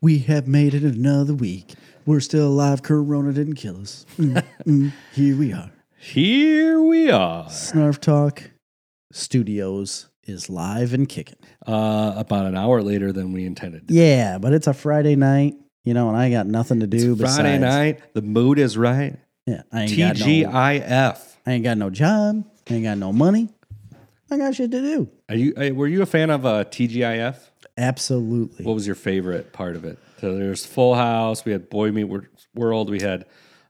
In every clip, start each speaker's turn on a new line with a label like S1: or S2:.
S1: We have made it another week. We're still alive. Corona didn't kill us. Mm, mm, here we are.
S2: Here we are.
S1: Snarf Talk Studios is live and kicking.
S2: Uh, about an hour later than we intended.
S1: Yeah, but it's a Friday night, you know, and I got nothing to do
S2: It's Friday
S1: besides-
S2: night. The mood is right.
S1: Yeah, I ain't got no,
S2: TGIF.
S1: I ain't got no job. I ain't got no money. I got shit to do.
S2: Are you? uh, Were you a fan of uh, TGIF?
S1: Absolutely.
S2: What was your favorite part of it? So there's Full House. We had Boy Meet Wor- World. We had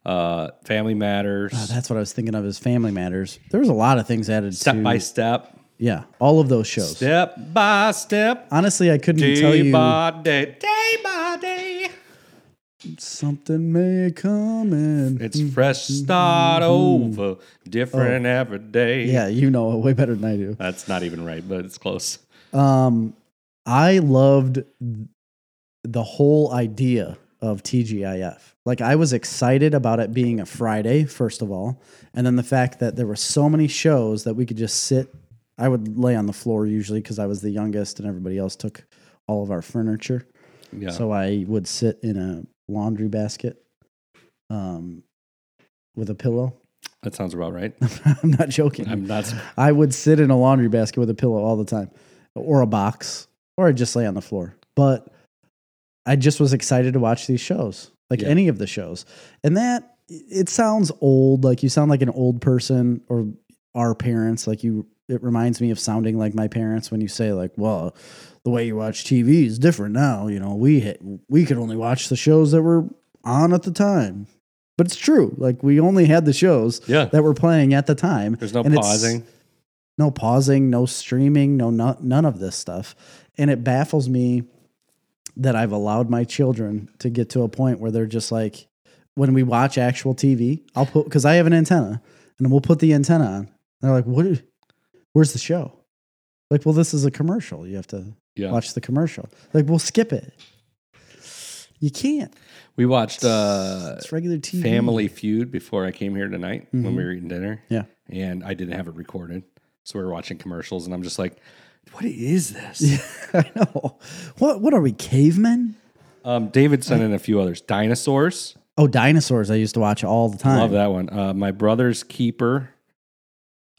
S2: uh, Family Matters.
S1: Oh, that's what I was thinking of as Family Matters. There was a lot of things added to
S2: step by step.
S1: yeah, all of those shows.
S2: Step by step.
S1: Honestly, I couldn't tell
S2: Day
S1: you
S2: by day. Day by day.
S1: something may come in.
S2: It's fresh start over. Different every day.
S1: Yeah, you know it way better than I do.
S2: That's not even right, but it's close.
S1: Um, I loved the whole idea of TGIF. Like I was excited about it being a Friday, first of all, and then the fact that there were so many shows that we could just sit. I would lay on the floor usually because I was the youngest and everybody else took all of our furniture.
S2: Yeah.
S1: So I would sit in a laundry basket, um, with a pillow.
S2: That sounds about right.
S1: I'm not joking.
S2: I'm not. s-
S1: I would sit in a laundry basket with a pillow all the time, or a box, or I'd just lay on the floor. But I just was excited to watch these shows, like
S2: Yeah.
S1: any of the shows. And that it sounds old, like you sound like an old person or our parents. Like you, it reminds me of sounding like my parents when you say, like, well, the way you watch TV is different now. You know, we hit, we could only watch the shows that were on at the time. But it's true. Like we only had the shows
S2: Yeah.
S1: that were playing at the time.
S2: There's no
S1: And it's-
S2: pausing.
S1: no pausing, no streaming, no, no none of this stuff. And it baffles me that I've allowed my children to get to a point where they're just like, when we watch actual TV, I'll put because I have an antenna, and we'll put the antenna on. And they're like, "What? is- Where's the show?" Like, well, this is a commercial. You have to
S2: Yeah.
S1: watch the commercial. Like, we'll skip it. You can't.
S2: We watched uh,
S1: It's regular TV.
S2: Family Feud before I came here tonight when we were eating dinner.
S1: Yeah.
S2: And I didn't have it recorded. So we were watching commercials and I'm just like, what is this?
S1: I know. What? What are we, cavemen?
S2: Um, David sent in a few others. Dinosaurs.
S1: Oh, dinosaurs! I used to watch all the time.
S2: Love that one. Uh, My Brother's Keeper.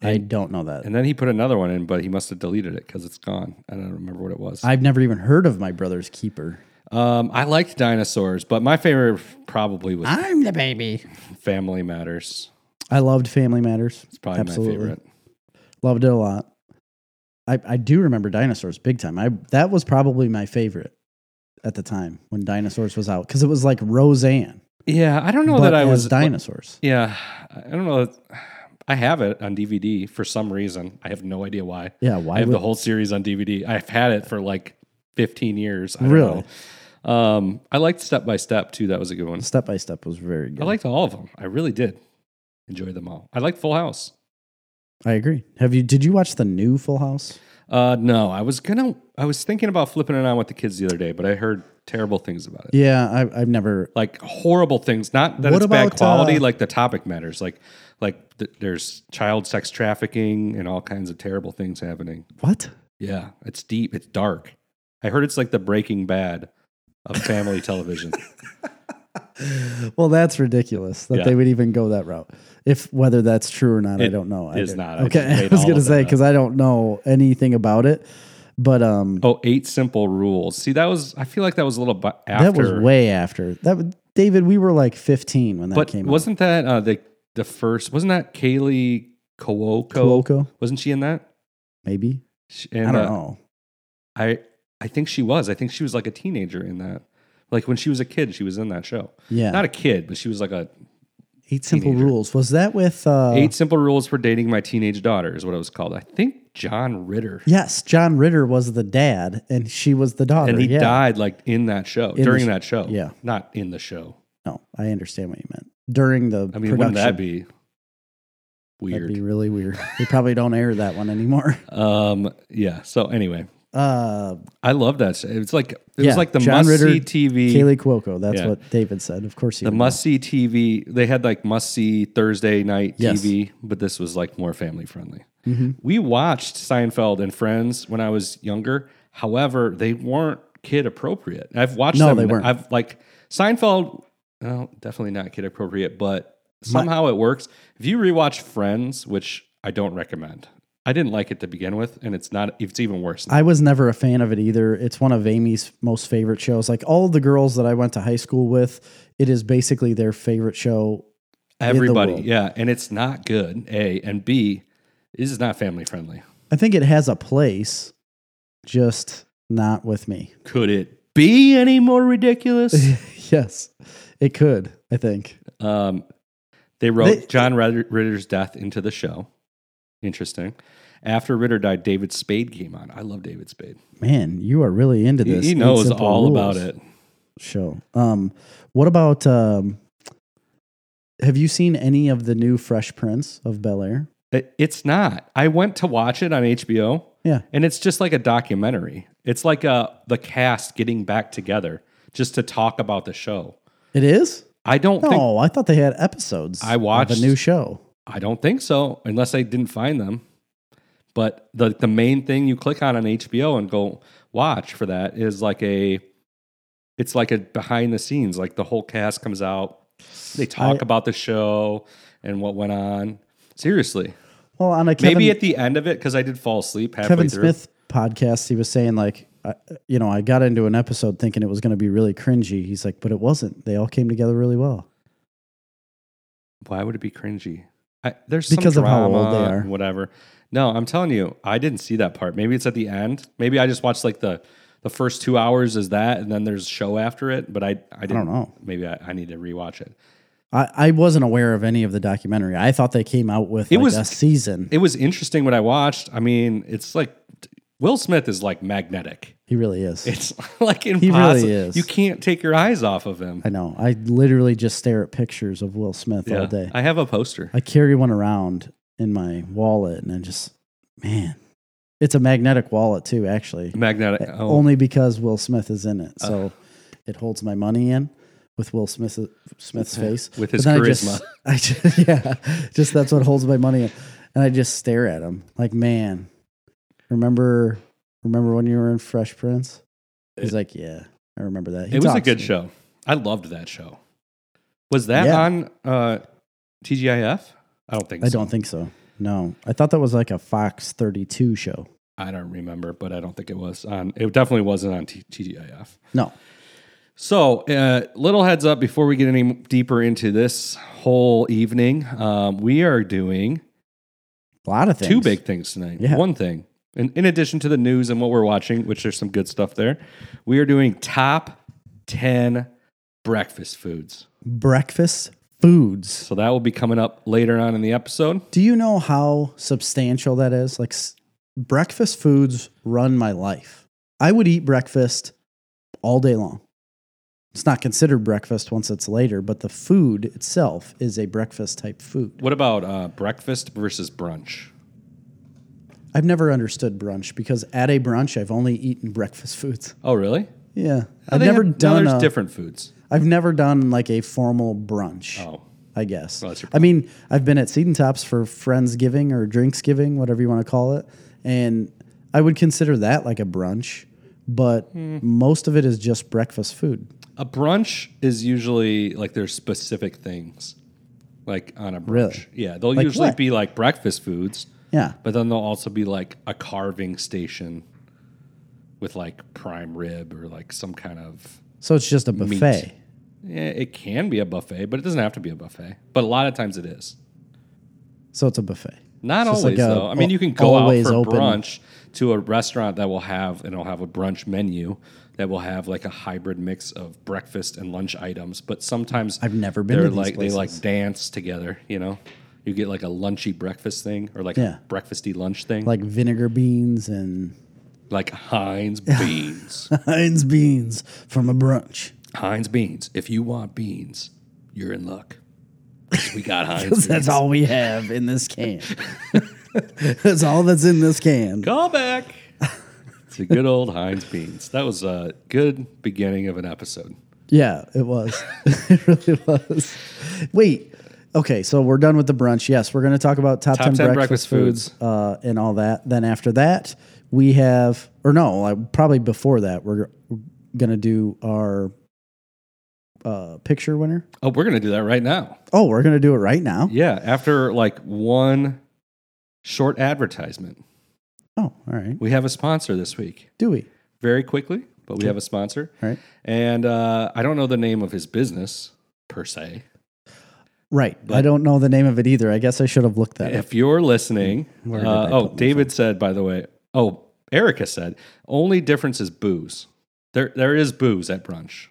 S1: I don't know that.
S2: And then he put another one in, but he must have deleted it because it's gone. I don't remember what it was.
S1: I've never even heard of my brother's keeper.
S2: um, I liked dinosaurs, but my favorite probably was
S1: I'm the baby.
S2: Family Matters.
S1: I loved Family Matters.
S2: It's probably
S1: Absolutely.
S2: my favorite.
S1: Loved it a lot. I, I do remember dinosaurs big time. I that was probably my favorite at the time when dinosaurs was out because it was like Roseanne.
S2: Yeah, I don't know
S1: but
S2: that I
S1: as
S2: was
S1: dinosaurs.
S2: Yeah, I don't know. I have it on DVD for some reason. I have no idea why.
S1: yeah,
S2: I
S1: why
S2: have
S1: would
S2: the whole series on DVD. I've had it for like 15 years. I don't
S1: Really?
S2: know. Um, I liked Step by Step too. That was a good one.
S1: Step by Step was very good.
S2: I liked all of them. I really did enjoy them all. I liked Full House.
S1: I agree. Have you? Did you watch the new Full House?
S2: Uh, no, I was gonna. I was thinking about flipping it on with the kids the other day, but I heard terrible things about it.
S1: Yeah, I, I've never.
S2: Like horrible things. Not that
S1: What
S2: it's
S1: about,
S2: bad quality.
S1: uh,
S2: like the topic matters. Like, like th- there's child sex trafficking and all kinds of terrible things happening.
S1: What?
S2: Yeah, it's deep. It's dark. I heard it's like the Breaking Bad of family television.
S1: Well, that's ridiculous that
S2: Yeah.
S1: they would even go that route. If whether that's true or not, I
S2: It
S1: don't know. I
S2: is
S1: didn't-
S2: not. I just
S1: Okay, I,
S2: made
S1: was
S2: all
S1: gonna
S2: of that
S1: say
S2: up.
S1: because I don't know anything about it, but um,
S2: Oh, eight simple rules. See, that was. I feel like that was a little bu- after.
S1: that was way after that. w- David, we were like 15 when that
S2: But
S1: came
S2: wasn't that uh, the the first? Wasn't that Kaylee Cuoco?
S1: out. Cuoco,
S2: Wasn't she in that?
S1: maybe
S2: She, and,
S1: I don't
S2: uh,
S1: know.
S2: I I think she was. I think she was like a teenager in that. Like when she was a kid, she was in that show.
S1: Yeah,
S2: Not a kid, but she was like a
S1: eight simple
S2: teenager.
S1: rules. Was that with uh,
S2: eight simple rules for dating my teenage daughter is what it was called. I think John Ritter.
S1: Yes, John Ritter was the dad, and she was the daughter.
S2: and he
S1: yeah.
S2: died like in that show
S1: the
S2: during
S1: sh-
S2: that show
S1: yeah.
S2: not in the show
S1: No, I understand what you meant. During the
S2: i mean
S1: production,
S2: wouldn't that be weird
S1: That'd be really weird. they probably don't air that one anymore.
S2: um yeah so anyway
S1: Uh,
S2: i love that show. it's like it
S1: Yeah,
S2: was like the
S1: John
S2: must see
S1: Ritter,
S2: tv
S1: Kaylee Cuoco. That's
S2: Yeah.
S1: what David said. Of course, he
S2: the
S1: would
S2: must see tv they had like must see thursday night
S1: Yes.
S2: tv but this was like more family friendly
S1: know. Mhm.
S2: we watched seinfeld and friends when i was younger however they weren't kid appropriate. I've watched
S1: No,
S2: them.
S1: they weren't.
S2: I've like Seinfeld. Well, definitely not kid appropriate, but
S1: My-
S2: somehow it works. If you rewatch Friends, which I don't recommend, I didn't like it to begin with, and it's not. It's even worse. now.
S1: I was never a fan of it either. It's one of Amy's most favorite shows. Like all the girls that I went to high school with, it is basically their favorite show. the
S2: Everybody,
S1: world.
S2: yeah, and it's not good. A and B, this is not family friendly.
S1: I think it has a place, just not with me.
S2: Could it be any more ridiculous?
S1: yes, it could. I think.
S2: um, they wrote
S1: They-
S2: John Ritter, Ritter's death into the show. Interesting. After Ritter died, David Spade came on. I love David Spade.
S1: Man, you are really into
S2: He,
S1: this.
S2: he
S1: Eight
S2: knows
S1: Simple
S2: all about
S1: Rules
S2: it.
S1: Show. Um, what about? Um, have you seen any of the new Fresh Prince of Bel Air?
S2: It- It's not. I went to watch it on HBO.
S1: Yeah.
S2: And it's just like a documentary. It's like uh the cast getting back together just to talk about the show.
S1: It is.
S2: I don't think
S1: No, I thought they had episodes.
S2: I watched-
S1: of a new show.
S2: I don't think so, unless I didn't find them. But the the main thing you click on on HBO and go watch for that is like a, it's like a behind the scenes. Like the whole cast comes out, they talk
S1: I-
S2: about the show and what went on. Seriously,
S1: Well, on a Kevin,
S2: maybe at the end of it because I did fall asleep halfway
S1: Kevin
S2: through.
S1: Smith podcast, he was saying like, I, you know, I got into an episode thinking it was going to be really cringy. He's like, but it wasn't. They all came together really well.
S2: Why would it be cringy? I, there's
S1: Because
S2: some
S1: of how
S2: drama,
S1: old they are.
S2: and Whatever. No, I'm telling you, I didn't see that part. Maybe it's at the end. Maybe I just watched like the the first two hours is that, and then there's show after it. But I I,
S1: I don't
S2: didn't,
S1: know.
S2: Maybe I, I need to rewatch it.
S1: I, I wasn't aware of any of the documentary. I thought they came out with
S2: It
S1: like
S2: was-
S1: a season.
S2: It was interesting what I watched. I mean, it's like Will Smith is like magnetic.
S1: he really is.
S2: It's like impossible.
S1: is.
S2: You can't take your eyes off of him.
S1: I know. I literally just stare at pictures of Will Smith all day.
S2: I have a poster.
S1: I carry one around in my wallet and I just, man, it's a magnetic wallet too, actually.
S2: Magnetic. Oh,
S1: Only because Will Smith is in it. So it holds my money in with Will Smith, Smith's face.
S2: With
S1: But
S2: his
S1: then
S2: charisma.
S1: I just, I just, yeah, just that's what holds my money in. And I just stare at him like, man, remember, remember when you were in Fresh Prince? He's like, yeah, I remember that. He
S2: it was a
S1: talks
S2: good
S1: to me.
S2: show. I loved that show. Was that
S1: Yeah.
S2: on uh, TGIF? I don't think
S1: I
S2: so.
S1: don't think so. No, I thought that was like a Fox 32 show.
S2: I don't remember, but I don't think it was on. It definitely wasn't on T- TGIF.
S1: No,
S2: So, uh, little heads up before we get any deeper into this whole evening, um, we are doing
S1: a lot of things.
S2: two big things tonight.
S1: Yeah.
S2: One thing, in, in addition to the news and what we're watching, which there's some good stuff there, we are doing top 10 breakfast foods.
S1: breakfast foods.
S2: So, that will be coming up later on in the episode.
S1: Do you know how substantial that is? Like s- breakfast foods run my life. I would eat breakfast all day long. It's not considered breakfast once it's later, but the food itself is a breakfast type food.
S2: What about uh, breakfast versus brunch?
S1: I've never understood brunch because at a brunch I've only eaten breakfast foods.
S2: Oh, really?
S1: Yeah.
S2: I
S1: I've
S2: think
S1: never
S2: I- no,
S1: done
S2: there's
S1: a,
S2: different foods.
S1: I've never done like a formal brunch.
S2: Oh,
S1: I guess.
S2: that's your
S1: I mean, I've been at Seed and Tops for Friendsgiving or Drinksgiving, whatever you want to call it. And I would consider that like a brunch, but
S2: Hmm.
S1: most of it is just breakfast food.
S2: a brunch is usually like there's specific things, like on a brunch.
S1: Really?
S2: Yeah, they'll
S1: Like
S2: usually
S1: what?
S2: be like breakfast foods,
S1: Yeah.
S2: but then they'll also be like a carving station with like prime rib or like some kind of.
S1: So it's just a buffet.
S2: Yeah, it can be a buffet, but it doesn't have to be a buffet. But a lot of times it is.
S1: So it's a buffet.
S2: Not
S1: It's
S2: always
S1: just like a
S2: though. I mean,
S1: al-
S2: you can go out
S1: always
S2: for
S1: open-
S2: brunch to a restaurant that will have and it'll have a brunch menu that will have like a hybrid mix of breakfast and lunch items. But sometimes
S1: I've never been to
S2: They're
S1: these
S2: like they like
S1: places.
S2: dance together. You know, you get like a lunchy breakfast thing or like
S1: Yeah.
S2: a breakfasty lunch thing, like,
S1: Like vinegar beans and
S2: Heinz beans.
S1: Heinz beans from a brunch.
S2: Heinz beans. If you want beans, you're in luck. 'Cause We got Heinz. beans.
S1: That's all we have in this can. that's all that's in this can.
S2: Call back. It's a good old Heinz beans. That was a good beginning of an episode.
S1: Yeah, it was. it really was. Wait. Okay, so we're done with the brunch. Yes, we're going to talk about top, 10, breakfast, foods, uh, and all that. Then after that, we have, or no, I, probably before that, we're gonna do our uh, picture winner.
S2: Oh, we're gonna do that right now.
S1: Oh, we're gonna do it right now.
S2: Yeah, after like one short advertisement,
S1: Oh, all right.
S2: we have a sponsor this week.
S1: Do we?
S2: Very quickly, but we have a sponsor,
S1: All right.
S2: and uh, I don't know the name of his business per se.
S1: Right. I
S2: But-
S1: don't know the name of it either. I guess I should have looked that up.
S2: If you're listening,
S1: Where did
S2: uh,
S1: I
S2: oh,
S1: put my
S2: David said, by the way, oh, Erica said, only difference is booze. There, there is booze at brunch,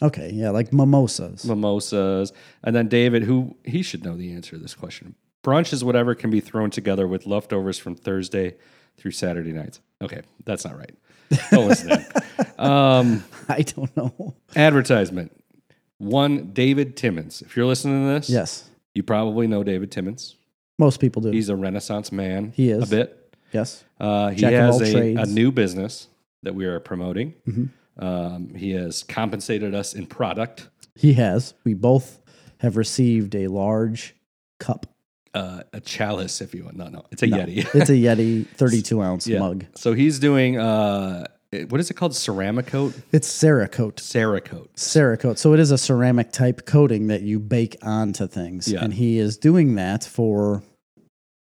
S1: Okay. Yeah, like mimosas.
S2: mimosas, and then David, who he should know the answer to this question. Brunch is whatever can be thrown together with leftovers from Thursday through Saturday nights. Okay, that's not right. Don't listen. to him. um,
S1: I don't know.
S2: advertisement. One, David Timmons. If you're listening to this,
S1: Yes.
S2: you probably know David Timmons.
S1: Most people do.
S2: He's a Renaissance man.
S1: He is.
S2: a bit.
S1: yes.
S2: Uh, he
S1: Jack of
S2: has
S1: all
S2: a, a
S1: trades.
S2: new business that we are promoting.
S1: Mhm.
S2: Um, he has compensated us in product.
S1: He has. We both have received a large cup.
S2: Uh, a chalice, if you want. No, no, it's a
S1: No,
S2: Yeti.
S1: it's a Yeti 32 ounce
S2: Yeah.
S1: mug.
S2: So he's doing, uh, it- what is it called? Ceramicoat?
S1: It's Cerakote.
S2: Cerakote.
S1: Cerakote. So it is a ceramic type coating that you bake onto things.
S2: Yeah.
S1: And he is doing that for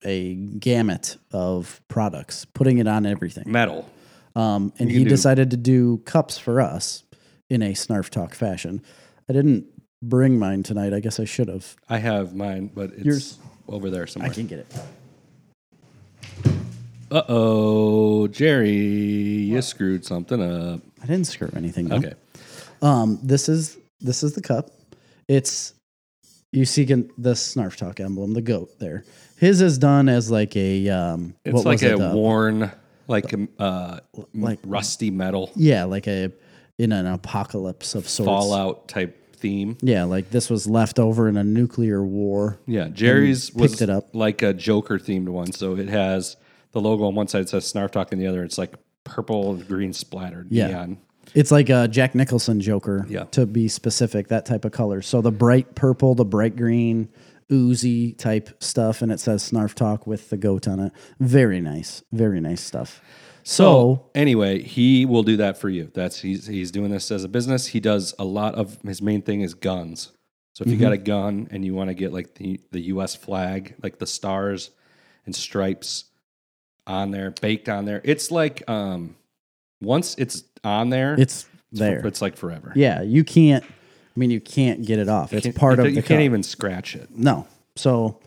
S1: a gamut of products, putting it on everything.
S2: Metal.
S1: Um, and
S2: You can
S1: he
S2: do-
S1: decided to do cups for us in a snarf talk fashion. I didn't bring mine tonight. I guess I should have.
S2: I have mine, but it's
S1: Yours.
S2: over there
S1: I
S2: somewhere.
S1: can get it.
S2: Uh oh, Jerry, you screwed something up.
S1: I didn't screw anything up.
S2: Okay.
S1: Um, this is this is the cup. It's you see can- the snarf talk emblem, the goat there. His is done as like a um
S2: It's
S1: what
S2: like
S1: was
S2: a
S1: it, uh,
S2: worn, like um, uh,
S1: like-
S2: rusty metal
S1: yeah, like a in an apocalypse of sorts.
S2: fallout type theme.
S1: Yeah, like this was left over in a nuclear war.
S2: Yeah, Jerry's was
S1: picked it up.
S2: like a Joker themed one. So it has the logo on one side says Snarf Talk, and the other it's like purple and green splattered
S1: Yeah.
S2: neon.
S1: It's like a Jack Nicholson Joker,
S2: Yeah.
S1: to be specific, that type of color. So the bright purple, the bright green, oozy type stuff, and it says Snarf Talk with the goat on it. Very nice, very nice stuff. So,
S2: Anyway, he will do that for you. That's he's he's doing this as a business. He does a lot of his main thing is guns. So if you got a
S1: Mm-hmm.
S2: gun and you want to get like the the U.S. flag, like the stars and stripes on there, baked on there, it's like um once it's on there,
S1: it's there.
S2: It's like forever.
S1: yeah, you can't. I mean, you can't get it off. It's
S2: Can't-
S1: part
S2: you
S1: of the.
S2: can't- You
S1: cup.
S2: can't even scratch it.
S1: No. So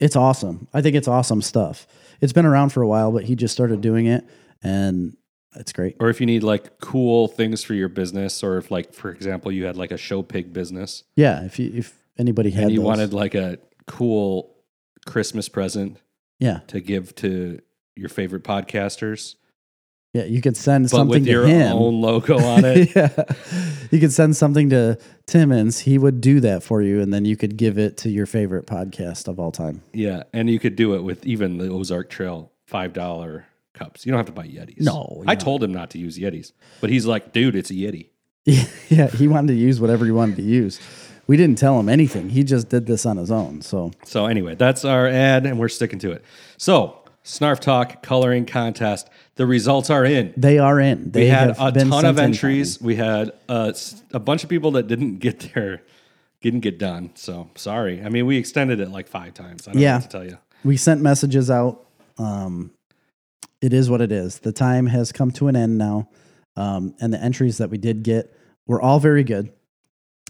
S1: it's awesome. I think it's awesome stuff. It's been around for a while, but he just started doing it and it's great.
S2: or if you need like cool things for your business or if like for example you had like a show pig business
S1: Yeah, if you if anybody had
S2: and you
S1: those.
S2: wanted like a cool christmas present
S1: Yeah.
S2: to give to your favorite podcasters
S1: Yeah, you could send
S2: but
S1: something
S2: with your
S1: to him.
S2: own logo on it
S1: yeah. You could send something to Timmons. He would do that for you and then you could give it to your favorite podcast of all time.
S2: yeah and you could do it with even the ozark trail five dollar cups you don't have to buy yetis
S1: No,
S2: i
S1: no.
S2: told him not to use yetis but he's like dude it's a yeti
S1: yeah, he wanted to use whatever he wanted to use. We didn't tell him anything. He just did this on his own. So
S2: So anyway, that's our ad, and we're sticking to it. So Snarf Talk coloring contest. The results are in.
S1: they are in. They
S2: We had
S1: have
S2: a
S1: been
S2: ton
S1: sent
S2: of
S1: in.
S2: entries. We had uh, s- a bunch of people that didn't get their didn't get done. So sorry. I mean, we extended it like five times. I don't
S1: Yeah.
S2: know what to tell you.
S1: we sent messages out. Um, it is what it is. The time has come to an end now. Um, and the entries that we did get were all very good.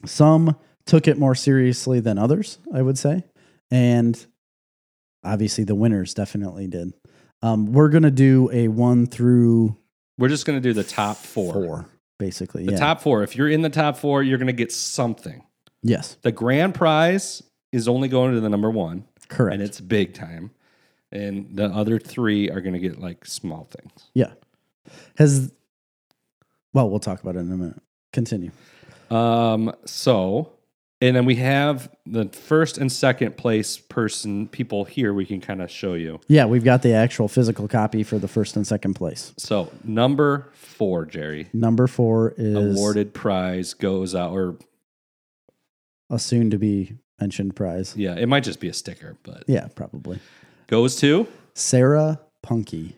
S1: Some took it more seriously than others, I would say. And obviously, the winners definitely did. Um, we're going to do a one through
S2: We're just gonna do the top four.
S1: basically.
S2: The
S1: yeah.
S2: top four. If you're in the top four, you're gonna get something.
S1: yes,
S2: The grand prize is only going to the number one,
S1: correct.
S2: and it's big time. And the other three are gonna get like small things.
S1: yeah. Has, well, we'll talk about it in a minute. Continue.
S2: Um, so, and then we have the first and second place person people here we can kind of show you.
S1: Yeah, we've got the actual physical copy for the first and second place.
S2: So, number four, Jerry,
S1: Number four is
S2: awarded prize goes out, or
S1: a soon to be mentioned prize.
S2: yeah, it might just be a sticker, but
S1: Yeah, probably.
S2: goes to
S1: Sarah Punky.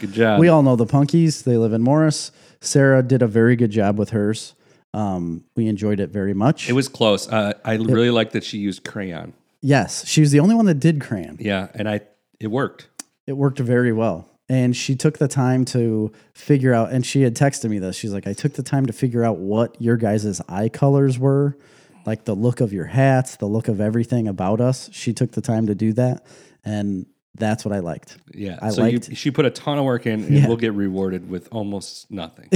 S2: Good job.
S1: we all know the Punkies. They live in Morris. Sarah did a very good job with hers. Um, we enjoyed it very much.
S2: it was close. Uh, I really like that she used crayon.
S1: yes, she was the only one that did crayon.
S2: Yeah, and I it worked.
S1: It worked very well. And she took the time to figure out, and she had texted me this. She's like, I took the time to figure out what your guys' eye colors were, like the look of your hats, the look of everything about us. She took the time to do that. And that's what I liked.
S2: Yeah,
S1: I
S2: so you,
S1: liked-
S2: she put a ton of work in, and
S1: Yeah.
S2: we'll get rewarded with almost nothing.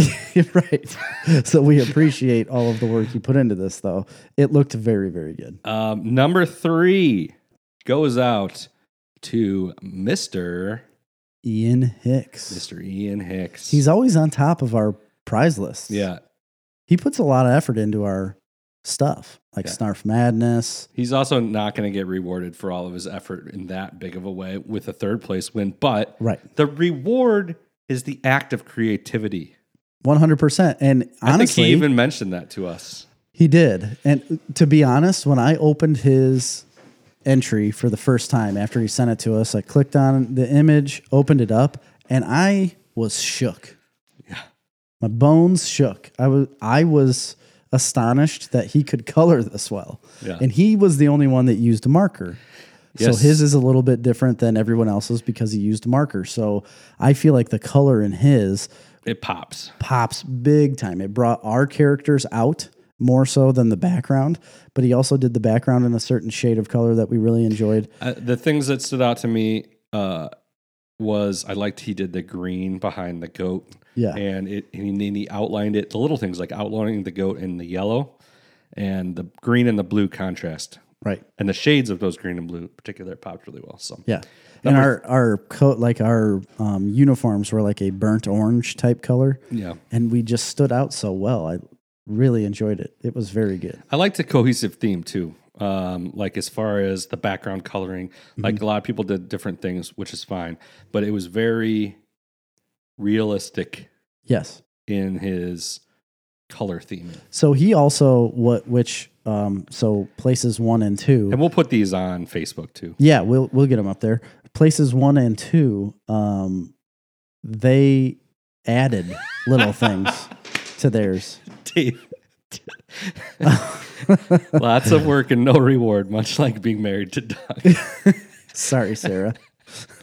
S1: right. so we appreciate all of the work you put into this, though. It looked very, very good.
S2: um, number three goes out to Mister
S1: Ian Hicks.
S2: Mister Ian Hicks.
S1: He's always on top of our prize list.
S2: yeah,
S1: He puts a lot of effort into our stuff, like
S2: Yeah.
S1: Snarf Madness.
S2: he's also not going to get rewarded for all of his effort in that big of a way with a third place win, but
S1: Right.
S2: the reward is the act of creativity.
S1: 100%. And honestly,
S2: I think he even mentioned that to us.
S1: He did. And to be honest, when I opened his entry for the first time after he sent it to us, I clicked on the image, opened it up, and I was shook.
S2: Yeah.
S1: My bones shook. I was I was astonished that he could color this well.
S2: Yeah.
S1: And he was the only one that used a marker.
S2: Yes.
S1: So his is a little bit different than everyone else's because he used a marker. So I feel like the color in his
S2: It pops.
S1: pops big time. It brought our characters out more so than the background, but he also did the background in a certain shade of color that we really enjoyed.
S2: Uh, the things that stood out to me uh, was I liked he did the green behind the goat.
S1: Yeah.
S2: And it and he, he outlined it the little things like outlining the goat in the yellow and the green and the blue contrast.
S1: Right.
S2: And the shades of those green and blue in particular popped really well. So
S1: Yeah. And our our coat like our um, uniforms were like a burnt orange type color,
S2: yeah.
S1: and we just stood out so well. I really enjoyed it. It was very good.
S2: I liked the cohesive theme too. Um, like as far as the background coloring, like a lot of people did different things, which is fine, but it was very realistic
S1: Yes.
S2: in his color theming.
S1: So he also what which um, so places one and two.
S2: And we'll put these on Facebook too.
S1: Yeah, we'll we'll get them up there. Places one and two, um, they added little things to theirs.
S2: Dave. Lots of work and no reward, much like being married to Doug.
S1: Sorry, Sarah.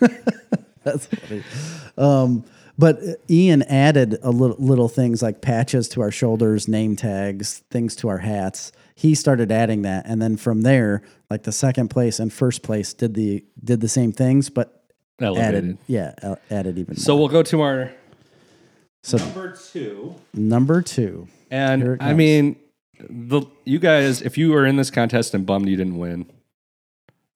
S1: That's funny. Um, but Ian added a little little things like patches to our shoulders, name tags, things to our hats. He started adding that, and then from there, like the second place and first place did the did the same things, but
S2: Elevated.
S1: added yeah uh, added even
S2: So we'll go to our
S1: So-
S2: number two.
S1: more. number two. Here
S2: And
S1: it
S2: I
S1: comes.
S2: mean, the you guys, if you were in this contest and bummed you didn't win,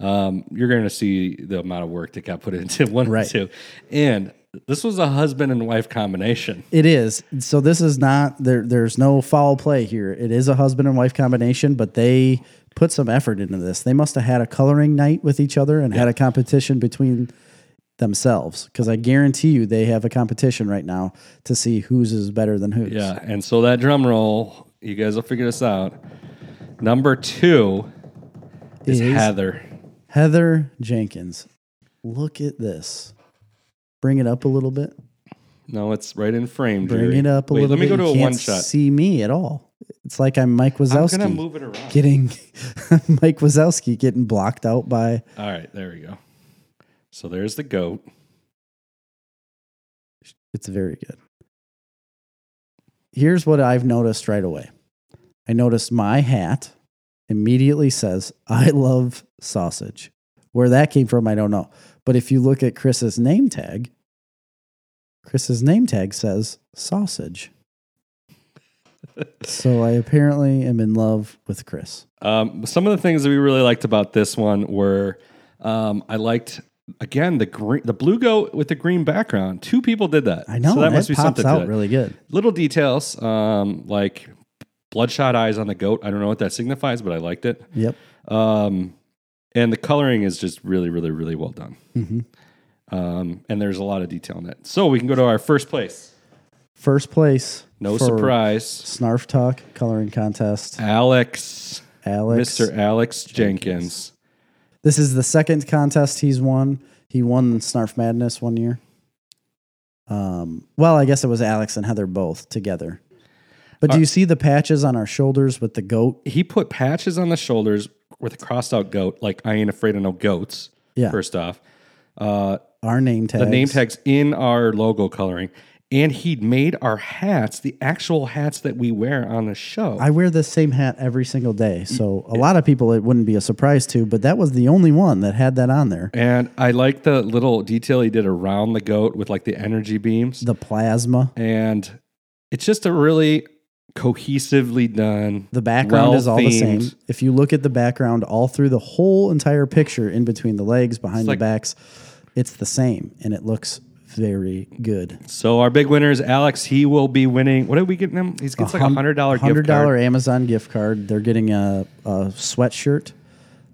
S2: um, you're going to see the amount of work that got put into one
S1: Right.
S2: and two. And this was a husband and wife combination.
S1: It is. So this is not there there's no foul play here. It is a husband and wife combination, but they put some effort into this. They must have had a coloring night with each other and had a competition between themselves cuz I guarantee you they have a competition right now to see whose is better than whose.
S2: Yeah. And so that drum roll, you guys will figure this out. Number two is,
S1: Is-
S2: Heather.
S1: Heather Jenkins. Look at this. Bring it up a little bit.
S2: No, it's right in frame.
S1: Bring
S2: Jerry.
S1: it up a
S2: Wait,
S1: little
S2: let me
S1: bit.
S2: go
S1: you
S2: to a
S1: can't
S2: one shot.
S1: see me at all. It's like I'm Mike
S2: I'm
S1: Wazowski.
S2: going to move it around.
S1: getting Mike Wazowski getting blocked out by
S2: All right. There we go. So there's the goat.
S1: it's very good. Here's what I've noticed right away. I noticed my hat immediately says I love sausage. Where that came from I don't know. But if you look at Chris's name tag, Chris's name tag says sausage. so I apparently am in love with Chris.
S2: Um, some of the things that we really liked about this one were um, I liked again the green, the blue goat with the green background. Two people did that.
S1: I know
S2: so that must
S1: it
S2: be
S1: pops
S2: something.
S1: out
S2: to it.
S1: really good.
S2: Little details um, like bloodshot eyes on the goat. I don't know what that signifies, but I liked it.
S1: Yep.
S2: Um, and the coloring is just really, really, really well done.
S1: Mhm.
S2: Um, and there's a lot of detail in it. So we can go to our first place.
S1: First place.
S2: No
S1: for-
S2: surprise,
S1: Snarf Talk coloring contest.
S2: Alex,
S1: Alex,
S2: Mr. Alex Jenkins.
S1: this is the second contest he's won. He won Snarf Madness one year. Um, well, I guess it was Alex and Heather both together. But do
S2: Uh,
S1: you see the patches on our shoulders with the goat?
S2: He put patches on the shoulders with a crossed out goat, like I ain't afraid of no goats.
S1: Yeah.
S2: First off, uh,
S1: Our name tags.
S2: the name tags in our logo coloring, and he'd made our hats, the actual hats that we wear on the show.
S1: I wear the same hat every single
S2: Mm,
S1: day. So a lot of people it wouldn't be a surprise to, but that was the only one that had that on there.
S2: and I like the little detail he did around the goat with like the energy beams.
S1: The plasma.
S2: and it's just a really cohesively done.
S1: The background is all the same.
S2: well-themed-
S1: If you look at the background all through the whole entire picture, in between the legs, behind the
S2: like-
S1: backs, it's the same and it looks very good.
S2: So our big winner is Alex. He will be winning. What did we get him? He gets like a hundred dollar gift
S1: $100
S2: card.
S1: Amazon gift card. They're getting a, a sweatshirt.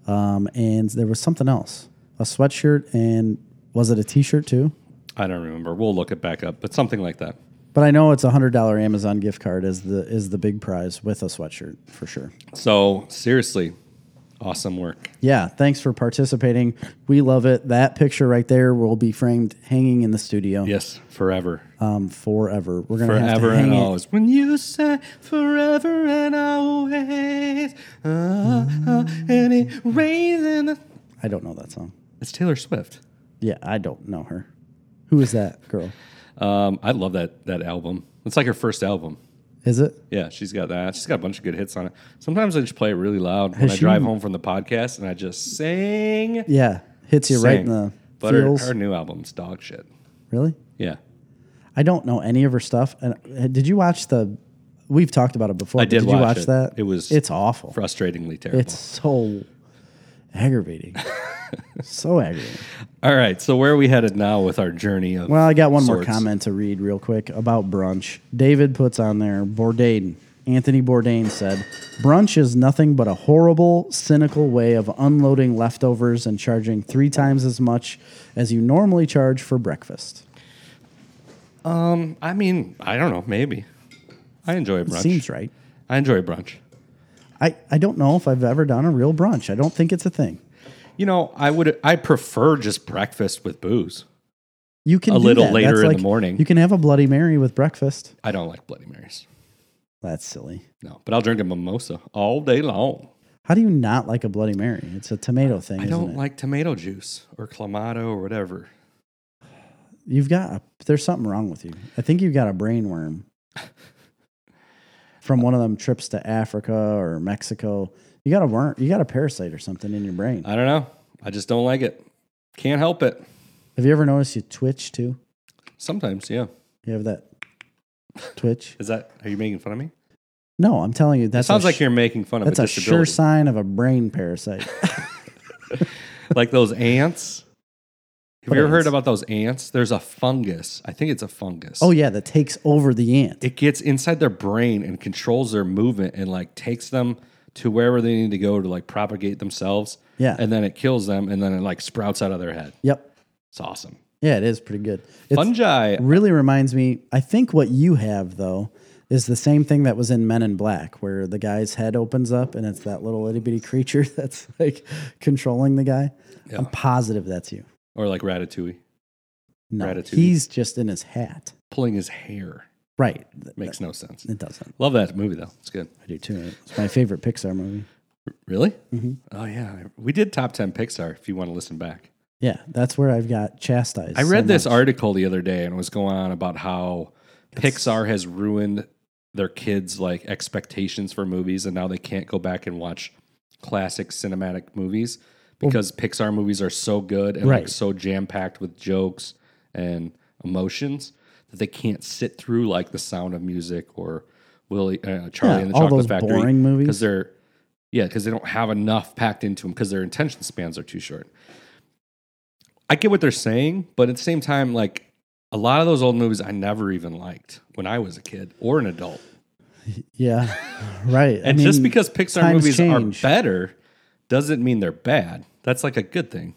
S1: Um, and there was something else a sweatshirt and was it a t shirt too?
S2: I don't remember. We'll look it back up, but something like that.
S1: But I know it's a hundred dollar Amazon gift card is the is the big prize with a sweatshirt for sure.
S2: So seriously, awesome work.
S1: Yeah, thanks for participating. We love it. That picture right there will be framed hanging in the studio
S2: Yes, forever,
S1: um, forever. We're gonna have to
S2: forever
S1: hang
S2: and
S1: it.
S2: always. When you say forever and always, uh, uh, and it rains in the-
S1: I don't know that song.
S2: It's Taylor Swift.
S1: Yeah, I don't know her. Who is that girl?
S2: Um, I love that that album. It's like her first album.
S1: Is it?
S2: Yeah, she's got that. She's got a bunch of good hits on it. Sometimes I just play it really loud when
S1: Has
S2: I
S1: she-
S2: drive home from the podcast, and I just sing.
S1: Yeah, hits you right in
S2: sing.
S1: the
S2: But her,
S1: feels.
S2: her new album's dog shit.
S1: Really?
S2: Yeah,
S1: I don't know any of her stuff. And uh, did you watch the? We've talked about it before.
S2: I
S1: but
S2: did
S1: you
S2: watch
S1: watch
S2: it.
S1: that?
S2: It was
S1: It's awful.
S2: frustratingly terrible.
S1: It's so aggravating. so aggravating.
S2: All right, so where are we headed now with our journey of?
S1: Well, I got one more
S2: sorts?
S1: comment to read real quick about brunch. David puts on there Bourdain. Anthony Bourdain said, Brunch is nothing but a horrible, cynical way of unloading leftovers and charging three times as much as you normally charge for breakfast.
S2: I mean, I don't know. Maybe I enjoy brunch.
S1: Seems right.
S2: I enjoy brunch.
S1: I, I don't know if I've ever done a real brunch. I don't think it's a thing.
S2: You know, I would. I prefer just breakfast with booze.
S1: You can
S2: A
S1: do
S2: little
S1: that.
S2: later
S1: That's
S2: in the
S1: like-
S2: morning.
S1: You can have a Bloody Mary with breakfast.
S2: I don't like Bloody Marys.
S1: That's silly.
S2: No, but I'll drink a mimosa all day long.
S1: How do you not like a Bloody Mary? It's a tomato thing.
S2: I
S1: isn't
S2: don't
S1: it?
S2: like tomato juice or clamato or whatever.
S1: You've got a, there's something wrong with you. I think you've got a brain worm from one of them trips to Africa or Mexico. You got a worm. You got a parasite or something in your brain.
S2: I don't know. I just don't like it. Can't help it.
S1: Have you ever noticed you twitch too?
S2: Sometimes, yeah.
S1: You have that twitch.
S2: Is that are you making fun of me?
S1: No, I'm telling you, that
S2: Sounds like you're making fun of
S1: That's
S2: a
S1: a sure
S2: disability.
S1: sign of a brain parasite.
S2: like those ants. Have
S1: What
S2: you ever
S1: ants?
S2: heard about those ants? There's a fungus. I think it's a fungus.
S1: oh yeah, that takes over the ant.
S2: It gets inside their brain and controls their movement and like takes them to wherever they need to go to like propagate themselves.
S1: Yeah.
S2: And then it kills them and then it like sprouts out of their head.
S1: yep.
S2: It's awesome.
S1: Yeah, it is pretty good. It's,
S2: Fungi.
S1: really reminds me. I think what you have though is the same thing that was in Men in Black, where the guy's head opens up and it's that little itty bitty creature that's like controlling the guy.
S2: Yeah.
S1: I'm positive that's you.
S2: Or like ratatouille.
S1: No,
S2: Ratatouille.
S1: he's just in his hat.
S2: Pulling his hair.
S1: Right. Th-
S2: Makes no sense.
S1: It doesn't.
S2: Love that movie though. It's good.
S1: I do too. It's my favorite Pixar movie.
S2: Really?
S1: Mm-hmm.
S2: Oh yeah, we did top ten Pixar. If you want to listen back,
S1: Yeah, that's where I've got chastised.
S2: I
S1: so
S2: read this
S1: much.
S2: article the other day and it was going on about how Pixar has ruined their kids' like expectations for movies, and now they can't go back and watch classic cinematic movies because Pixar movies are so good and like
S1: Right.
S2: so jam packed with jokes and emotions that they can't sit through like The Sound of Music or Willie uh, Charlie
S1: Yeah,
S2: and the
S1: all
S2: Chocolate
S1: those
S2: Factory
S1: boring movies.
S2: because they're yeah, because they don't have enough packed into them because their attention spans are too short. I get what they're saying, but at the same time, like a lot of those old movies I never even liked when I was a kid or an adult.
S1: Yeah, right.
S2: And just because Pixar
S1: times
S2: movies
S1: change.
S2: are better doesn't mean they're bad. That's like a good thing.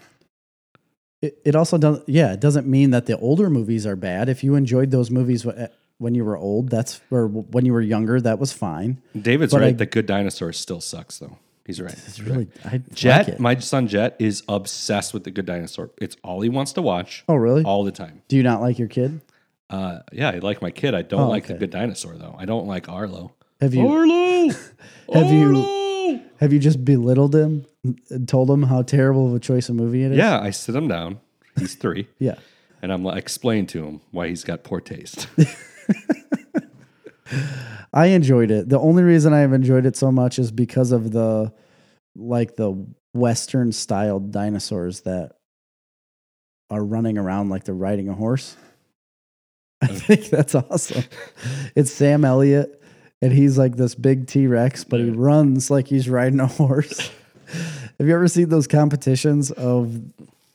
S1: it, it also doesn't yeah it doesn't mean that the older movies are bad if you enjoyed those movies wh- uh, when you were old that's or when you were younger that was fine
S2: David's
S1: But
S2: right.
S1: I-
S2: the good dinosaur still sucks though. He's right.
S1: it's really i
S2: Jet,
S1: like it.
S2: my son Jet is obsessed with the good dinosaur. It's all he wants to watch
S1: oh really
S2: all the time.
S1: do you not like your kid
S2: Uh, yeah, I like my kid. I don't
S1: Oh,
S2: like the
S1: okay.
S2: good dinosaur though. I don't like Arlo.
S1: Have you
S2: Arlo.
S1: Have you-
S2: Arlo!
S1: have you just belittled him and told him how terrible of a choice of movie it is?
S2: Yeah, I sit him down. He's three,
S1: Yeah.
S2: and I'm like, explain to him why he's got poor taste.
S1: I enjoyed it. The only reason I have enjoyed it so much is because of the like the western style dinosaurs that are running around like they're riding a horse. I think that's awesome. It's Sam Elliott and he's like this big T-Rex but he
S2: Yeah.
S1: runs like he's riding a horse. have you ever seen those competitions of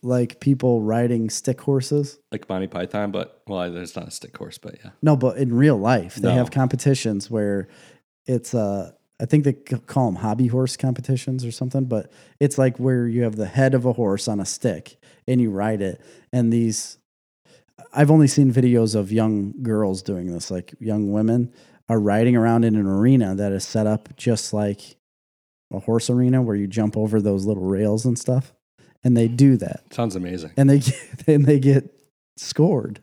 S1: like people riding stick horses?
S2: like Monty Python, but well, there's not a stick horse, but yeah.
S1: No, but in real life, they
S2: No.
S1: have competitions where it's uh I think they c- call them hobby horse competitions or something, but it's like where you have the head of a horse on a stick and you ride it. And these, I've only seen videos of young girls doing this, like young women are riding around in an arena that is set up just like a horse arena where you jump over those little rails and stuff. And they do that
S2: Sounds amazing.
S1: and they get, and they get scored.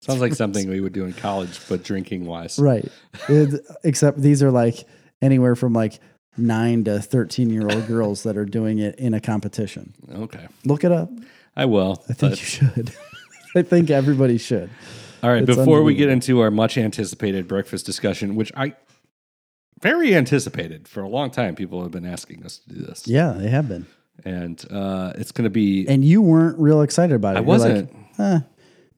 S2: Sounds like something we would do in college, but drinking wise.
S1: Right. It- except these are like anywhere from like nine to 13 year old girls that are doing it in a competition.
S2: Okay,
S1: Look it up.
S2: I will.
S1: I think
S2: but-
S1: you should. I think everybody should.
S2: all right,
S1: it's
S2: before we get
S1: unbelievable.
S2: into our much anticipated breakfast discussion, which I very anticipated for a long time, people have been asking us to do this,
S1: Yeah, they have been.
S2: and uh, it's going to be.
S1: And you weren't real excited about it.
S2: I
S1: You're like,
S2: wasn't.
S1: "Huh,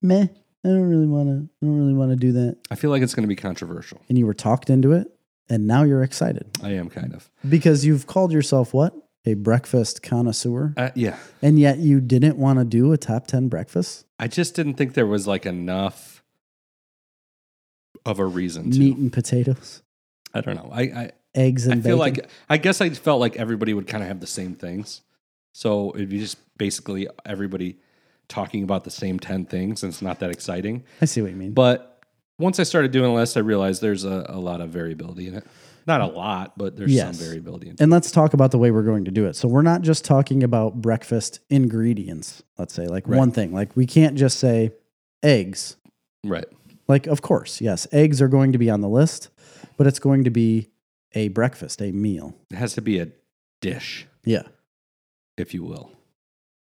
S1: meh. I don't really want to. I don't really want to do that.
S2: I feel like it's going to be controversial.
S1: And you were talked into it, and now you're excited
S2: I am kind of.
S1: because you've called yourself what a breakfast connoisseur,
S2: Uh, yeah,
S1: and yet you didn't want to do a top ten breakfast
S2: I just didn't think there was like enough of a reason to.
S1: meat and potatoes,
S2: I don't know. I I,
S1: eggs and
S2: I feel
S1: bacon.
S2: like I guess I felt like everybody would kind of have the same things. So it'd be just basically everybody talking about the same ten things, and it's not that exciting.
S1: I see what you mean.
S2: But once I started doing a list, I realized there's a, a lot of variability in it. Not a lot, but there's
S1: Yes.
S2: some variability in it.
S1: and let's talk about the way we're going to do it. So we're not just talking about breakfast ingredients, let's say, like
S2: Right.
S1: one thing. Like we can't just say eggs.
S2: Right.
S1: Like of course, yes, eggs are going to be on the list, but it's going to be a breakfast, a meal.
S2: It has to be a dish,
S1: Yeah.
S2: if you will.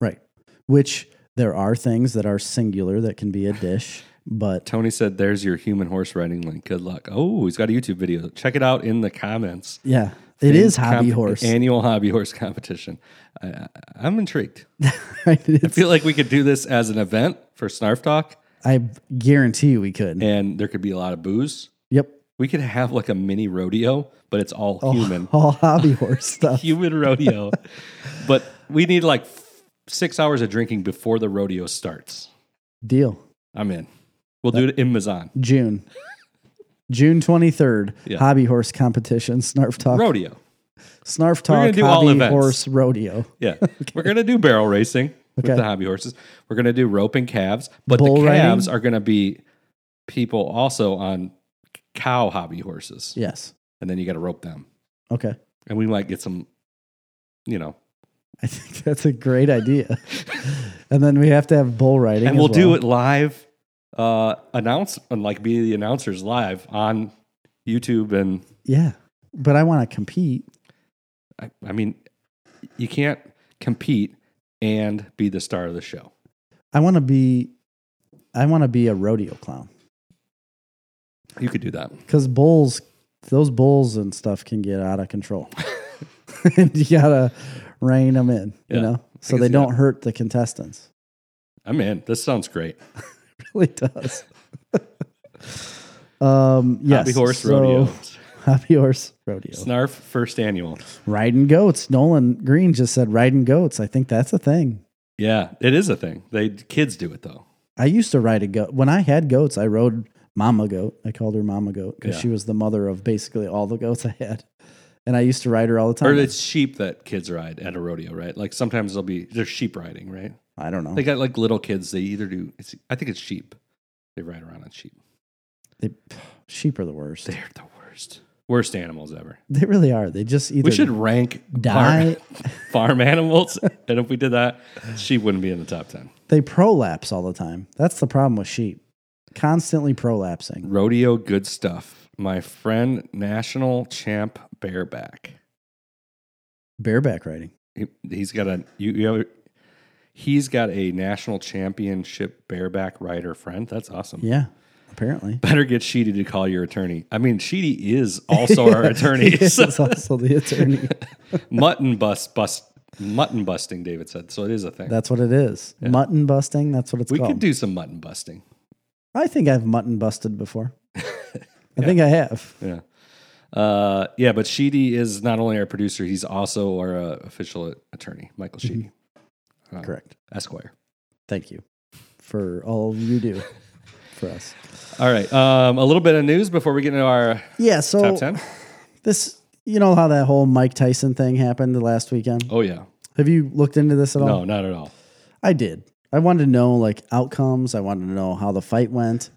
S1: Right. Which there are things that are singular that can be a dish, but
S2: Tony said, There's your human horse riding link. Good luck. Oh, he's got a YouTube video. Check it out in the comments.
S1: yeah, it is hobby
S2: Comp-
S1: horse.
S2: Annual hobby horse competition. I, I, I'm intrigued.
S1: Right?
S2: I
S1: It's-
S2: feel like we could do this as an event for Snarf Talk,
S1: I guarantee you we could.
S2: and there could be a lot of booze.
S1: Yep.
S2: We could have like a mini rodeo, but it's all
S1: Oh.
S2: human,
S1: All hobby horse stuff.
S2: human rodeo. but we need like f- six hours of drinking before the rodeo starts.
S1: Deal.
S2: I'm in. We'll do it in Mazan
S1: June. June 23rd,
S2: Yeah.
S1: hobby horse competition, snarf talk.
S2: rodeo.
S1: Snarf
S2: gonna
S1: talk,
S2: do all
S1: hobby
S2: events.
S1: horse rodeo.
S2: Yeah, we're gonna do barrel racing
S1: Okay.
S2: with the hobby horses. We're gonna do roping calves, but
S1: Bull
S2: the
S1: riding?
S2: calves are gonna be people also on cow hobby horses,
S1: Yes.
S2: and then you got to rope them.
S1: Okay.
S2: and we might get some, you know,
S1: I think that's a great idea. and then we have to have bull riding.
S2: and we'll do it live, uh, announce and like be the announcers live on YouTube. And
S1: Yeah. But I want to compete.
S2: I, I mean, you can't compete and be the star of the show.
S1: I want to be I want to be a rodeo clown
S2: You could do that.
S1: cuz bulls those bulls and stuff can get out of control. and you got to rein them in,
S2: Yeah,
S1: you know? So
S2: can
S1: they
S2: see
S1: don't hurt the contestants.
S2: I'm in. This sounds great.
S1: really does. um, yes.
S2: Hobby horse
S1: so-
S2: rodeo,
S1: Hobby horse rodeo.
S2: snarf first annual.
S1: Riding goats. Nolan Green just said riding goats. I think that's a thing.
S2: Yeah, it is a thing. They kids do it though.
S1: I used to ride a goat. When I had goats, I rode mama goat. I called her mama goat because
S2: Yeah.
S1: she was the mother of basically all the goats I had. And I used to ride her all the
S2: Or
S1: time.
S2: it's sheep that kids ride at a rodeo, right? Like sometimes they'll be there's sheep riding, right?
S1: I don't know.
S2: They got like little kids. They either do. It's, I think it's sheep. They ride around on sheep.
S1: They, sheep are the worst. They,
S2: They're the worst. Worst animals ever.
S1: really are. They just either
S2: We should rank
S1: die.
S2: farm, farm animals. and if we did that, sheep wouldn't be in the top 10.
S1: They prolapse all the time. That's the problem with sheep. constantly prolapsing.
S2: Rodeo good stuff. My friend, national champ bareback.
S1: Bareback riding.
S2: He, he's got a you, you have, he's got a national championship bareback rider friend. That's awesome.
S1: Yeah, apparently.
S2: Better get Sheedy to call your attorney. I mean, Sheedy is also our attorney.
S1: Yes,
S2: so-
S1: it's also the attorney.
S2: mutton bust bust mutton busting. David said so. It is a thing.
S1: That's what it is. Mutton busting. That's what it's
S2: we
S1: called.
S2: could do some mutton busting.
S1: I think I've mutton busted before. I think I have.
S2: Yeah. Uh, yeah, but Sheedy is not only our producer, he's also our uh, official attorney, Michael Sheedy,
S1: Mm-hmm. Correct.
S2: Esquire.
S1: Thank you for all you do for us.
S2: All right. Um, a little bit of news before we get into our
S1: Yeah. So
S2: top 10.
S1: this, you know how that whole Mike Tyson thing happened the last weekend.
S2: Oh, yeah.
S1: Have you looked into this at all?
S2: No, not at all.
S1: I did. I wanted to know like outcomes. I wanted to know how the fight went.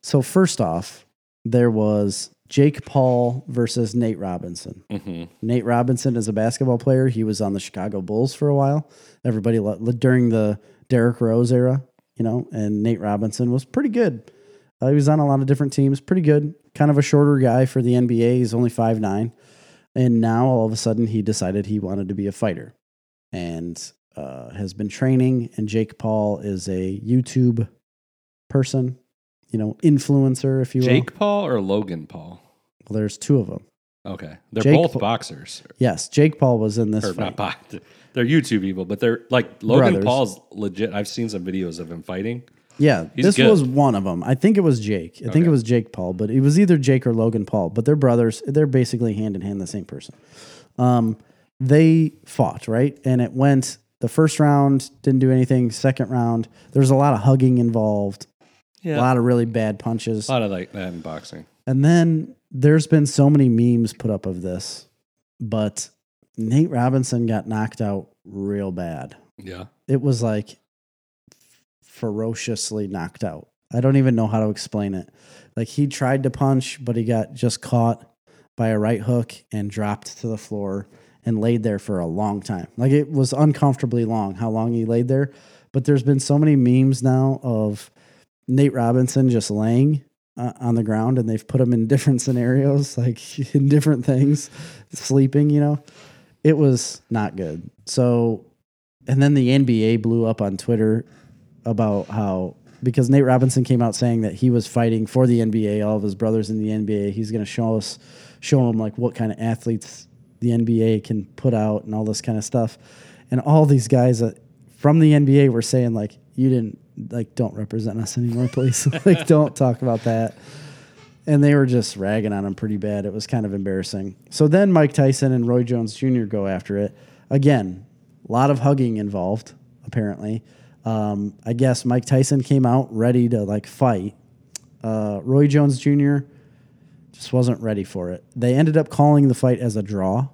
S1: So first off, there was Jake Paul versus Nate Robinson.
S2: hmm
S1: Nate Robinson is a basketball player. He was on the Chicago Bulls for a while. Everybody lo- during the Derrick Rose era, you know, and Nate Robinson was pretty good. Uh, he was on a lot of different teams, pretty good. Kind of a shorter guy for the NBA. He's only five nine, and now all of a sudden he decided he wanted to be a fighter, and uh, has been training. And Jake Paul is a YouTube person, you know, influencer, if you
S2: Jake
S1: will.
S2: Paul or Logan Paul?
S1: Well, there's two of them.
S2: Okay. They're
S1: Jake
S2: both
S1: Paul-
S2: boxers.
S1: Yes, Jake Paul was in this
S2: Or
S1: fight.
S2: not box. They're YouTube people, but they're like Logan
S1: Brothers.
S2: Paul's legit. I've seen some videos of him fighting.
S1: Yeah,
S2: He's
S1: this
S2: good.
S1: was one of them. I think it was Jake. I think
S2: Okay.
S1: it was Jake Paul, but it was either Jake or Logan Paul. But they're brothers. They're basically hand in hand, the same person. Um, they fought right, and it went. The first round didn't do anything. Second round, there's a lot of hugging involved.
S2: Yeah.
S1: A lot of really bad punches.
S2: A lot of like that in boxing.
S1: And then there's been so many memes put up of this, but Nate Robinson got knocked out real bad
S2: Yeah.
S1: it was like ferociously knocked out. I don't even know how to explain it. Like he tried to punch, but he got just caught by a right hook and dropped to the floor and laid there for a long time. Like it was uncomfortably long how long he laid there. But there's been so many memes now of Nate Robinson just laying uh, on the ground and they've put him in different scenarios, like in different things, sleeping, you know. It was not good. So and then the NBA blew up on Twitter about how because Nate Robinson came out saying that he was fighting for the NBA, all of his brothers in the NBA, he's going to show us show them like what kind of athletes the NBA can put out and all this kind of stuff. And all these guys that from the NBA were saying like you didn't like don't represent us anymore, please. like don't talk about that. And they were just ragging on him pretty bad. It was kind of embarrassing. So then Mike Tyson and Roy Jones Jr. go after it. Again, a lot of hugging involved, apparently. Um, I guess Mike Tyson came out ready to like fight. Uh, Roy Jones Jr. just wasn't ready for it. They ended up calling the fight as a draw,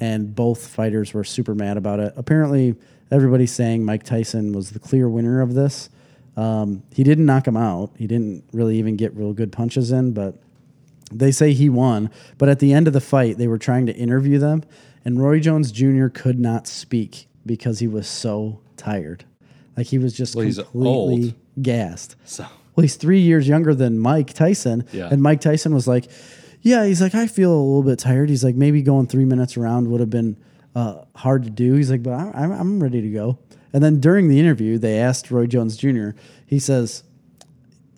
S1: and both fighters were super mad about it. Apparently, everybody's saying Mike Tyson was the clear winner of this. Um, he didn't knock him out. He didn't really even get real good punches in, but they say he won. But at the end of the fight, they were trying to interview them, and Roy Jones Jr. could not speak because he was so tired. Like he was just
S2: he's
S1: completely
S2: old.
S1: gassed
S2: So
S1: well, he's three years younger than Mike Tyson.
S2: Yeah.
S1: And Mike Tyson was like, yeah, he's like, I feel a little bit tired. He's like, maybe going three minutes around would have been uh, hard to do. He's like, but I- I'm, I'm ready to go. And then during the interview, they asked Roy Jones Jr., he says,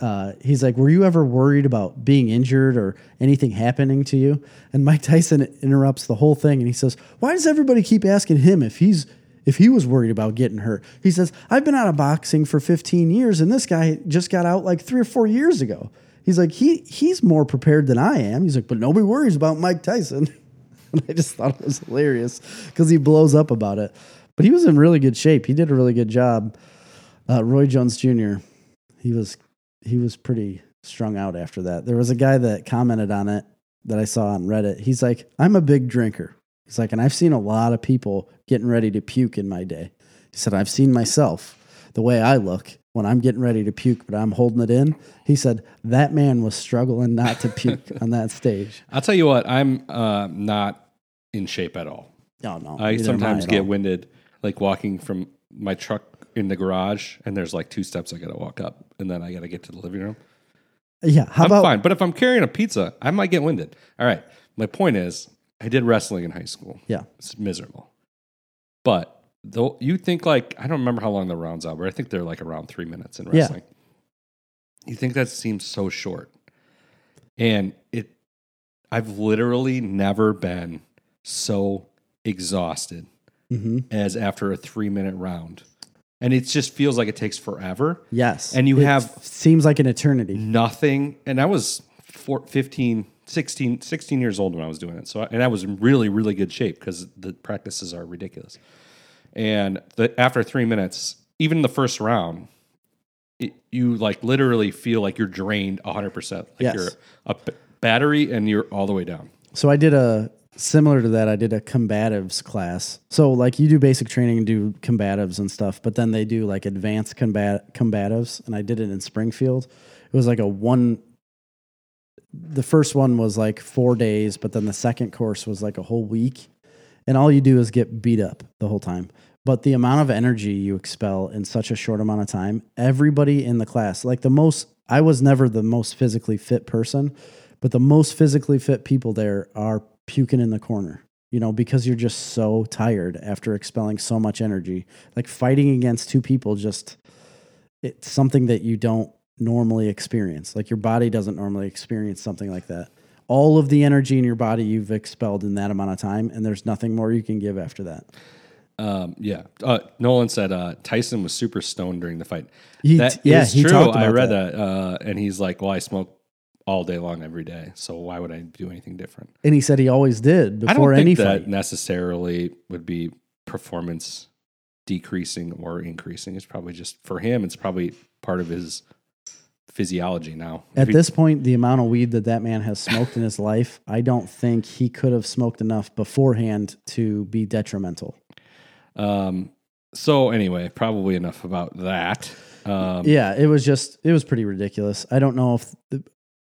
S1: uh, he's like, Were you ever worried about being injured or anything happening to you? And Mike Tyson interrupts the whole thing and he says, Why does everybody keep asking him if he's if he was worried about getting hurt? He says, I've been out of boxing for 15 years and this guy just got out like three or four years ago. He's like, he he's more prepared than I am. He's like, but nobody worries about Mike Tyson. and I just thought it was hilarious because he blows up about it. But he was in really good shape. He did a really good job. Uh, Roy Jones Jr. He was he was pretty strung out after that. There was a guy that commented on it that I saw on Reddit. He's like, I'm a big drinker. He's like, and I've seen a lot of people getting ready to puke in my day. He said, I've seen myself the way I look when I'm getting ready to puke, but I'm holding it in. He said, that man was struggling not to puke on that stage.
S2: I'll tell you what, I'm uh, not in shape at all.
S1: Oh, No, no.
S2: I
S1: neither am
S2: sometimes
S1: at
S2: get
S1: all.
S2: winded, like walking from my truck in the garage and there's like two steps I got to walk up and then I got to get to the living room.
S1: Yeah. How
S2: I'm
S1: about
S2: fine. But if I'm carrying a pizza, I might get winded. All right. My point is, I did wrestling in high school.
S1: Yeah.
S2: It's miserable. But though you think like I don't remember how long the rounds are, but I think they're like around three minutes in
S1: Yeah.
S2: wrestling. You think that seems so short. And it I've literally never been so exhausted
S1: Mhm.
S2: as after a three minute round. And it just feels like it takes forever.
S1: Yes.
S2: And you
S1: It
S2: have-
S1: seems like an eternity.
S2: nothing. And I was four, 15, 16, 16 years old when I was doing it. So, I, and I was in really, really good shape because the practices are ridiculous. And the, after three minutes, even the first round, it, you like literally feel like you're drained 100%. Like
S1: Yes.
S2: you're a b- battery and you're all the way down.
S1: So I did a similar to that. I did a combatives class. So like you do basic training and do combatives and stuff, but then they do like advanced combat combatives. And I did it in Springfield. It was like a one. The first one was like four days, but then the second course was like a whole week, and all you do is get beat up the whole time. But the amount of energy you expel in such a short amount of time, everybody in the class, like the most, I was never the most physically fit person, but the most physically fit people there are puking in the corner, you know, because you're just so tired after expelling so much energy. Like fighting against two people, just it's something that you don't normally experience. Like your body doesn't normally experience something like that. All of the energy in your body you've expelled in that amount of time, and there's nothing more you can give after that.
S2: Um, yeah. Uh, Nolan said uh, Tyson was super stoned during the fight.
S1: He-
S2: That
S1: yeah,
S2: is
S1: he
S2: true.
S1: talked
S2: I
S1: about
S2: read that. Uh, and he's like, well, I smoke all day long every day. So why would I do anything different?
S1: And he said he always did
S2: I don't
S1: before
S2: think
S1: any
S2: that
S1: fight.
S2: necessarily would be performance decreasing or increasing. It's probably just for him. It's probably part of his physiology now. If
S1: At
S2: he-
S1: this point, the amount of weed that that man has smoked in his life, I don't think he could have smoked enough beforehand to be detrimental.
S2: um, so anyway, probably enough about that. Um,
S1: yeah, it was just it was pretty ridiculous. I don't know if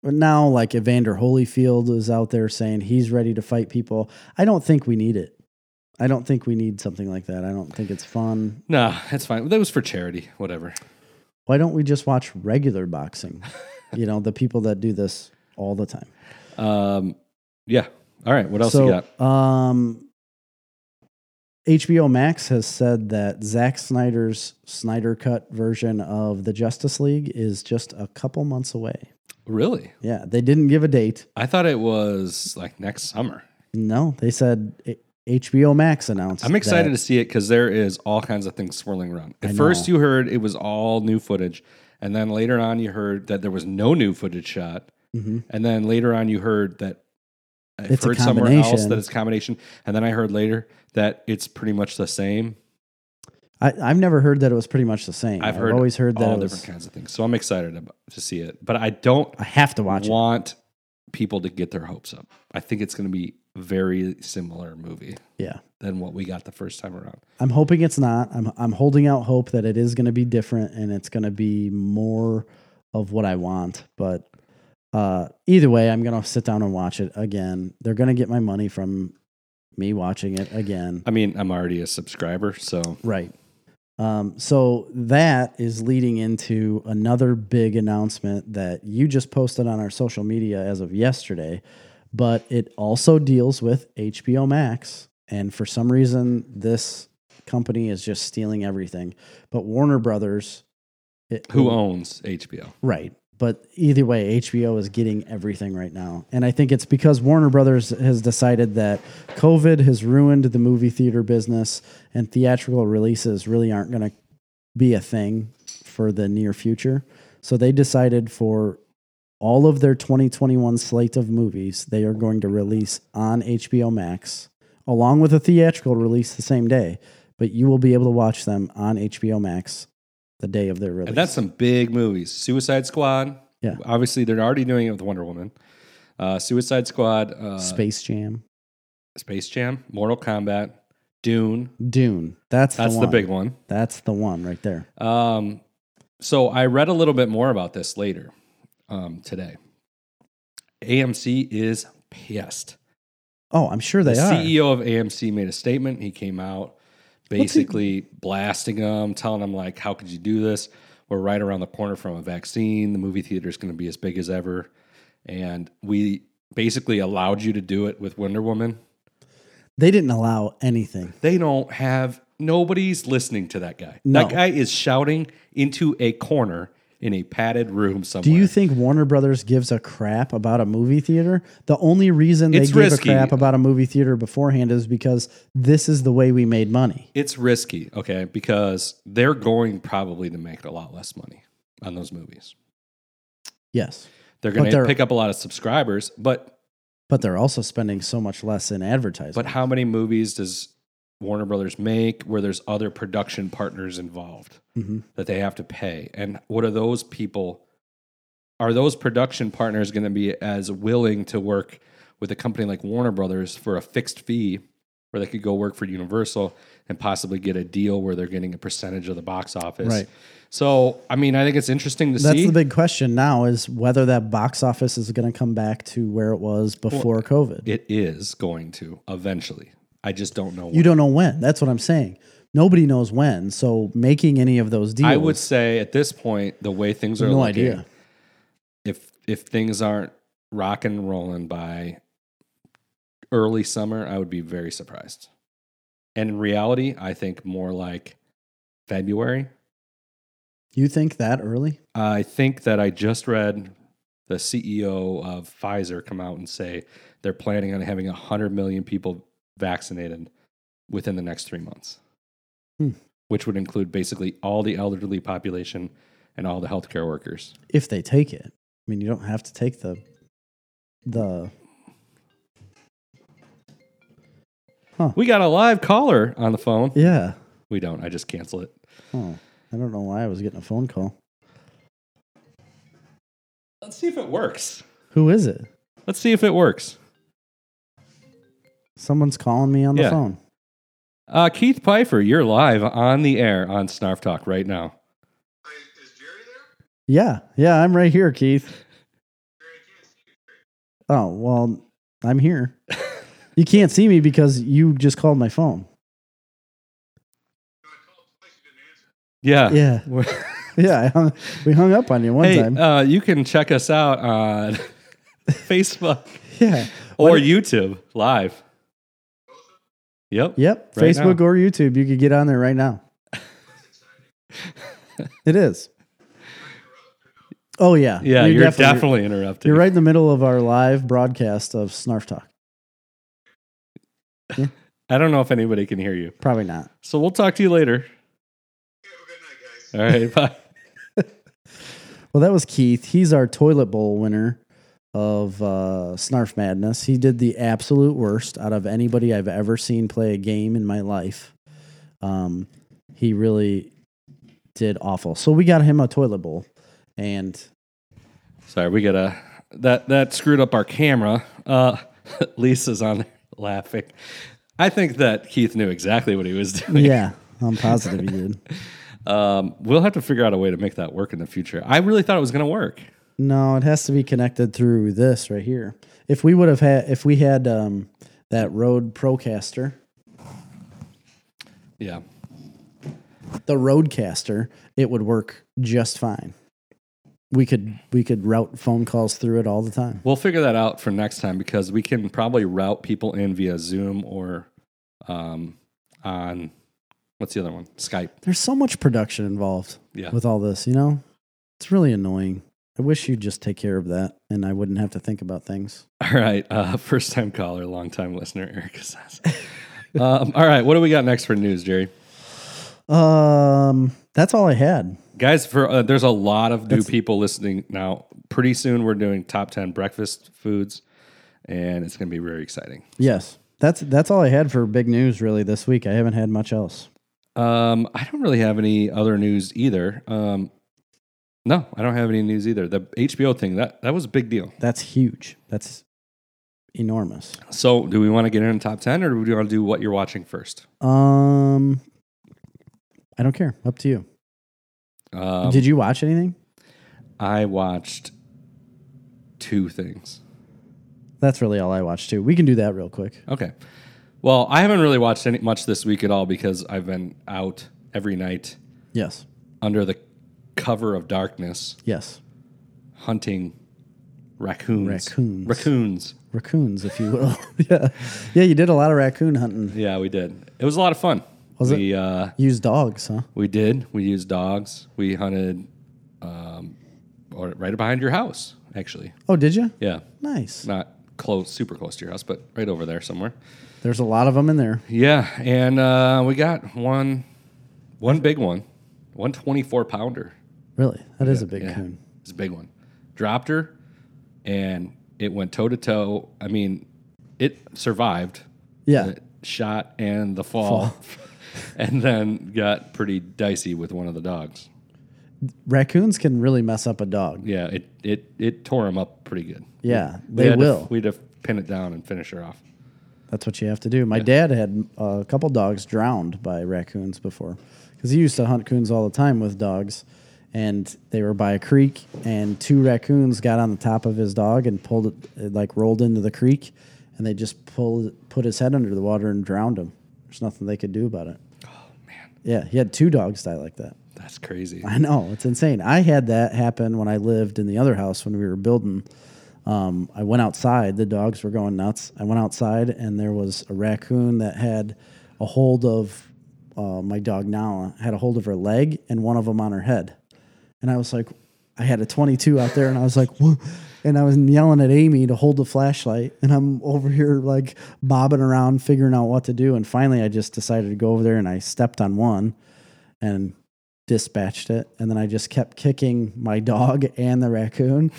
S1: now like Evander Holyfield is out there saying he's ready to fight people. I don't think we need it. I don't think we need something like that. I don't think it's fun.
S2: Nah, that's fine. That was for charity. Whatever.
S1: Why don't we just watch regular boxing? you know, the people that do this all the time.
S2: Um, yeah. All right. What else you got?
S1: Um, HBO Max has said that Zack Snyder's Snyder Cut version of the Justice League is just a couple months away.
S2: Really?
S1: Yeah, they didn't give a date.
S2: I thought it was like next summer.
S1: No, they said H- HBO Max announced.
S2: I'm excited
S1: that-
S2: to see it because there is all kinds of things swirling around. At
S1: I
S2: first,
S1: know.
S2: you heard it was all new footage, and then later on, you heard that there was no new footage shot,
S1: Mhm.
S2: and then later on, you heard that I
S1: It's a
S2: heard somewhere else
S1: combination.
S2: that it's a combination, and then I heard later that it's pretty much the same.
S1: I, I've never heard that it was pretty much the same.
S2: I've
S1: I've
S2: heard
S1: always heard that
S2: all
S1: it was,
S2: different kinds of things, so I'm excited about, to see it. But I don't
S1: I have to watch it.
S2: want people to get their hopes up. I think it's going to be a very similar movie
S1: Yeah,
S2: than what we got the first time around.
S1: I'm hoping it's not. I'm I'm holding out hope that it is going to be different and it's going to be more of what I want. But uh, either way, I'm going to sit down and watch it again. They're going to get my money from me watching it again.
S2: I mean, I'm already a subscriber, so
S1: Right. Um, so that is leading into another big announcement that you just posted on our social media as of yesterday, but it also deals with HBO Max. And for some reason, this company is just stealing everything. But Warner Brothers, it,
S2: who owns HBO?
S1: Right. But either way, HBO is getting everything right now. And I think it's because Warner Brothers has decided that COVID has ruined the movie theater business and theatrical releases really aren't going to be a thing for the near future. So they decided for all of their 2021 slate of movies, they are going to release on HBO Max along with a theatrical release the same day. But you will be able to watch them on HBO Max the day of their release.
S2: And that's some big movies. Suicide Squad.
S1: Yeah.
S2: Obviously, they're already doing it with Wonder Woman. Uh, Suicide Squad, uh,
S1: Space Jam.
S2: Space Jam, Mortal Kombat, Dune.
S1: Dune. That's
S2: That's
S1: the,
S2: the,
S1: one.
S2: big one.
S1: That's the one right there.
S2: Um, so I read a little bit more about this later um, today. AMC is pissed.
S1: Oh, I'm sure they
S2: the E
S1: are.
S2: CEO of AMC made a statement. He came out basically blasting them, telling them like, "How could you do this?" We're right around the corner from a vaccine. The movie theater is going to be as big as ever, and we basically allowed you to do it with Wonder Woman.
S1: They didn't allow anything.
S2: They don't have nobody's listening to that guy.
S1: No.
S2: That guy is shouting into a corner in a padded room somewhere.
S1: Do you think Warner Brothers gives a crap about a movie theater? The only reason they
S2: It's
S1: gave
S2: risky.
S1: a crap about a movie theater beforehand is because this is the way we made money.
S2: it's risky, okay? Because they're going probably to make a lot less money on those movies.
S1: Yes.
S2: They're
S1: But
S2: going to
S1: they're-
S2: pick up a lot of subscribers, but
S1: But they're also spending so much less in advertising.
S2: but how many movies does Warner Brothers make where there's other production partners involved
S1: Mm-hmm.
S2: that they have to pay? And what are those people? Are those production partners going to be as willing to work with a company like Warner Brothers for a fixed fee, where they could go work for Universal and possibly get a deal where they're getting a percentage of the box office?
S1: Right.
S2: So, I mean, I think it's interesting to
S1: That's
S2: see.
S1: the big question now is whether that box office is going to come back to where it was before COVID.
S2: it is going to eventually. I just don't know.
S1: you don't know when. That's what I'm saying. Nobody knows when. So making any of those deals,
S2: I would say at this point, the way things are
S1: no
S2: looking,
S1: idea.
S2: if if things aren't rocking and rolling by early summer, I would be very surprised. And in reality, I think more like February.
S1: You think that early?
S2: I think that I just read the CEO of Pfizer come out and say they're planning on having 100 million people vaccinated within the next three months,
S1: Hmm.
S2: which would include basically all the elderly population and all the healthcare workers.
S1: If they take it. I mean, you don't have to take the the
S2: We got a live caller on the phone.
S1: Yeah.
S2: We don't. I just cancel it.
S1: Oh, I don't know why I was getting a phone call.
S2: Let's see if it works.
S1: Who is it?
S2: Let's see if it works.
S1: Someone's calling me on the
S2: Yeah.
S1: phone.
S2: Uh, Keith Pfeiffer, you're live on the air on Snarf Talk right now.
S3: Is Jerry there?
S1: Yeah. Yeah, I'm right here, Keith.
S3: Jerry, I can't see you.
S1: Oh, well, I'm here. you can't see me because you just called my phone.
S3: No, I called twice, you didn't answer.
S2: Yeah.
S1: Yeah. Yeah, I hung, we hung up on you one
S2: Ah. hey,
S1: time.
S2: uh, you can check us out on Facebook
S1: yeah.
S2: or
S1: What-
S2: YouTube live. Yep.
S1: Yep.
S2: Right
S1: Facebook
S2: now.
S1: or YouTube. You could get on there right now. it is. Oh, yeah.
S2: Yeah, you're, definitely, interrupted.
S1: You're right in the middle of our live broadcast of Snarf Talk.
S2: I don't know if anybody can hear you.
S1: Probably not.
S2: So we'll talk to you later.
S3: Okay, have a good night, guys.
S2: All right. Bye.
S1: Well, that was Keith. He's our toilet bowl winner of uh, Snarf Madness. He did the absolute worst out of anybody I've ever seen play a game in my life. Um, he really did awful. So we got him a toilet bowl, and
S2: Sorry, we got a that that screwed up our camera. Uh, Lisa's on there laughing. I think that Keith knew exactly what he was doing.
S1: yeah, I'm positive he did.
S2: Um, we'll have to figure out a way to make that work in the future. I really thought it was going to work.
S1: No, it has to be connected through this right here. If we would have had, if we had um, that Rode Procaster,
S2: Yeah.
S1: the roadcaster it would work just fine we could we could route phone calls through it all the time
S2: We'll figure that out for next time because we can probably route people in via Zoom or um, on what's the other one? Skype.
S1: there's so much production involved
S2: Yeah.
S1: with all this you know it's really annoying i wish you'd just take care of that and i wouldn't have to think about things
S2: All right. Uh, first time caller, long time listener, Erica says. um, all right. What do we got next for news, Jerry?
S1: um that's all i had
S2: guys for uh, there's a lot of new people listening now pretty soon we're doing top 10 breakfast foods and it's going to be very exciting
S1: yes that's that's all i had for big news really this week i haven't had much else
S2: um, i don't really have any other news either um, no i don't have any news either the hbo thing that, that was a big deal
S1: that's huge that's enormous
S2: so do we want to get in top 10 or do we want to do what you're watching first
S1: um i don't care up to you
S2: um,
S1: did you watch anything
S2: i watched two things
S1: That's really all I watch too. We can do that real quick.
S2: okay Well, I haven't really watched any much this week at all because I've been out every night
S1: Yes.
S2: under the cover of darkness
S1: Yes.
S2: hunting raccoons.
S1: Raccoons.
S2: Raccoons.
S1: Raccoons, if you will. yeah. Yeah, you did a lot of raccoon hunting.
S2: Yeah, we did. It was a lot of fun.
S1: Was it?
S2: we, Uh,
S1: Use dogs, huh?
S2: we did. We used dogs. We hunted um, or right behind your house, actually.
S1: Oh, did you?
S2: Yeah.
S1: Nice.
S2: Not close, super close to your house, but right over there somewhere.
S1: There's a lot of them in there.
S2: Yeah, and uh, we got one, one big one, one twenty-four pounder.
S1: Really? That is a big
S2: Yeah,
S1: coon.
S2: it's a big one. Dropped her, and it went toe to toe. I mean, it survived.
S1: Yeah.
S2: The shot and the fall, and then got pretty dicey with one of the dogs.
S1: Raccoons can really mess up a dog.
S2: Yeah, it it it tore him up pretty good.
S1: Yeah,
S2: We
S1: they
S2: had to-
S1: will.
S2: we had to pin it down and finish her off.
S1: That's what you have to do. My dad had uh, a couple dogs drowned by raccoons before because he used to hunt coons all the time with dogs. And they were by a creek, and two raccoons got on the top of his dog and pulled it, it like rolled into the creek, and they just pulled put his head under the water and drowned him. There's nothing they could do about it. Oh man. Yeah, he had two dogs die like that.
S2: That's crazy.
S1: I know it's insane. I had that happen when I lived in the other house when we were building. Um, I went outside. The dogs were going nuts. I went outside and there was a raccoon that had a hold of uh, my dog Nala had a hold of her leg and one of them on her head. And I was like, I had a 22 out there, and I was like, Whoa. and I was yelling at Amy to hold the flashlight, and I'm over here like bobbing around, figuring out what to do. And finally, I just decided to go over there, and I stepped on one, and dispatched it, and then I just kept kicking my dog and the raccoon,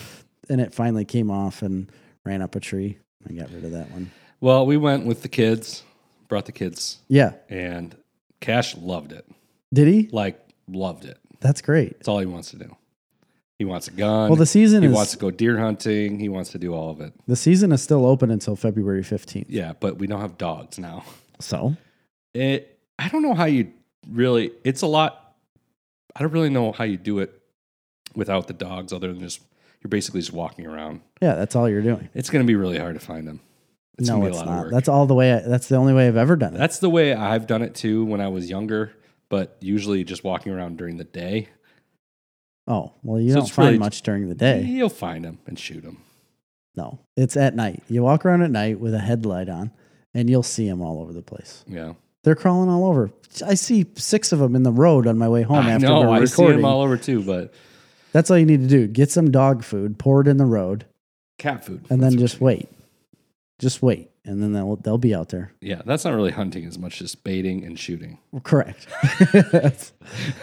S1: and it finally came off and ran up a tree. I got rid of that one.
S2: Well, we went with the kids, brought the kids,
S1: Yeah,
S2: and Cash loved it.
S1: did he?
S2: Like loved it.
S1: That's great.
S2: It's all he wants to do. He wants a gun.
S1: Well, the season
S2: he
S1: is
S2: wants to go deer hunting. He wants to do all of it.
S1: the season is still open until February 15th.
S2: Yeah, but we don't have dogs now.
S1: So
S2: It. I don't know how you really. It's a lot. I don't really know how you do it without the dogs, other than just you're basically just walking around.
S1: yeah, that's all you're doing.
S2: It's going to be really hard to find them. It's
S1: no,
S2: going to be
S1: it's
S2: a lot
S1: not.
S2: of work.
S1: That's all the way. I, that's the only way I've ever done it.
S2: That's the way I've done it too when I was younger, but usually just walking around during the day.
S1: Oh well, you
S2: So
S1: don't
S2: it's
S1: find
S2: really-
S1: much during the day.
S2: You'll find them and shoot them.
S1: No, it's at night. You walk around at night with a headlight on, and you'll see them all over the place.
S2: Yeah.
S1: They're crawling all over. I see six of them in the road on my way home
S2: I
S1: after
S2: know.
S1: we're
S2: I see
S1: recording.
S2: them all over too, but
S1: That's all you need to do. Get some dog food, pour it in the road,
S2: cat food.
S1: and
S2: That's
S1: then
S2: what-
S1: just wait. Just wait, and then they'll they'll be out there.
S2: yeah, that's not really hunting as much as baiting and shooting.
S1: Correct. that's,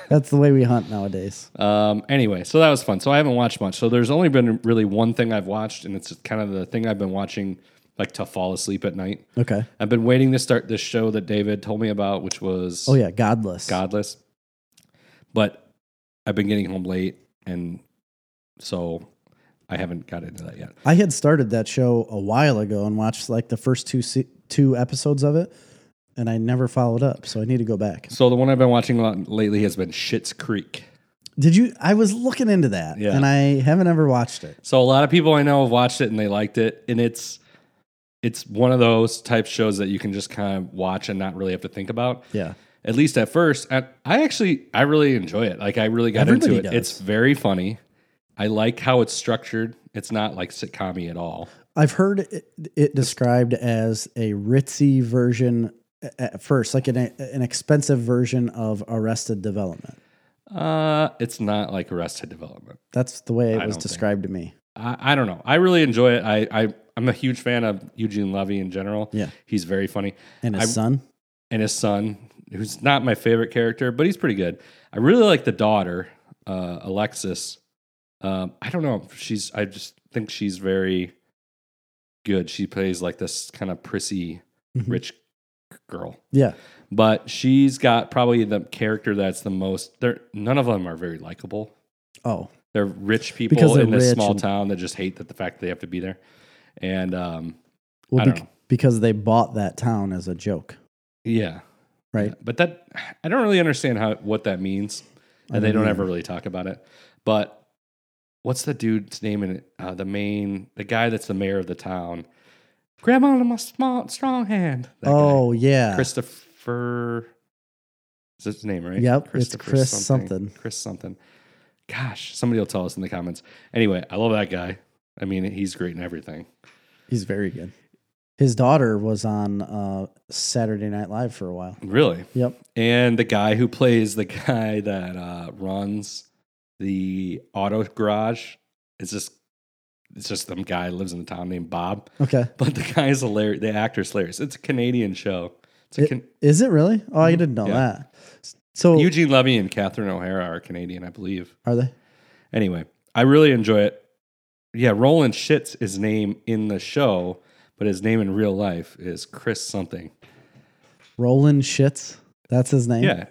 S1: that's the way we hunt nowadays.
S2: Um, anyway, so that was fun. So I haven't watched much. So there's only been really one thing I've watched, and it's kind of the thing I've been watching like to fall asleep at night.
S1: Okay.
S2: I've been waiting to start this show that David told me about, which was
S1: Oh yeah, godless.
S2: godless. But I've been getting home late, and so I haven't got into that yet.
S1: I had started that show a while ago and watched like the first two se- two episodes of it, and I never followed up. So I need to go back.
S2: So the one I've been watching a lot lately has been Shit's Creek.
S1: Did you? I was looking into that,
S2: Yeah.
S1: and I haven't ever watched it.
S2: So a lot of people I know have watched it and they liked it, and it's it's one of those type shows that you can just kind of watch and not really have to think about.
S1: Yeah.
S2: At least at first, and I actually I really enjoy it. Like I really got
S1: Everybody
S2: into it.
S1: does.
S2: It's very funny. I like how it's structured. It's not like sitcom at all.
S1: I've heard it, it described as a ritzy version a- at first, like an, an expensive version of Arrested Development.
S2: Uh, it's not like Arrested Development.
S1: That's the way it
S2: I
S1: was
S2: don't think-
S1: described to me.
S2: I, I don't know. I really enjoy it. I, I I'm a huge fan of Eugene Levy in general.
S1: Yeah.
S2: he's very funny,
S1: And his
S2: I-
S1: son.
S2: and his son, who's not my favorite character, but he's pretty good. I really like the daughter, uh, Alexis. Um, I don't know. She's. I just think she's very good. She plays like this kind of prissy,
S1: Mhm.
S2: rich girl,
S1: Yeah.
S2: but she's got probably the character that's the most. They're none of them are very likable.
S1: Oh,
S2: They're rich people
S1: Because they're
S2: in this
S1: rich
S2: small
S1: and-
S2: town that just hate that the fact that they have to be there. And um,
S1: well,
S2: I don't know.
S1: because they bought that town as a joke,
S2: yeah,
S1: right?
S2: but that I don't really understand how what that means,
S1: I
S2: and they
S1: don't
S2: don't ever really talk about it. But what's the dude's name in it? Uh, the main, the guy that's the mayor of the town. Grab onto my small, strong hand. That guy.
S1: oh yeah,
S2: Christopher. Is his name right?
S1: Yep, it's
S2: Christopher
S1: Chris something.
S2: Chris something. Gosh, somebody will tell us in the comments. Anyway, I love that guy. I mean, he's great in everything.
S1: he's very good. His daughter was on uh, Saturday Night Live for a while.
S2: Really.
S1: Yep.
S2: And the guy who plays the guy that uh, runs the auto garage is just it's just some guy lives in the town named Bob.
S1: Okay.
S2: But the guy is hilarious. The actor's hilarious. It's a Canadian show. It's a
S1: It- Oh.
S2: can-
S1: Is it really? Oh, I didn't know
S2: Mm-hmm. Yeah.
S1: that. So
S2: Eugene Levy and Catherine O'Hara are Canadian, I believe.
S1: are they?
S2: Anyway, I really enjoy it. Yeah, Roland Shitz his name in the show, but his name in real life is Chris something.
S1: Roland Shits. That's his name.
S2: Yeah.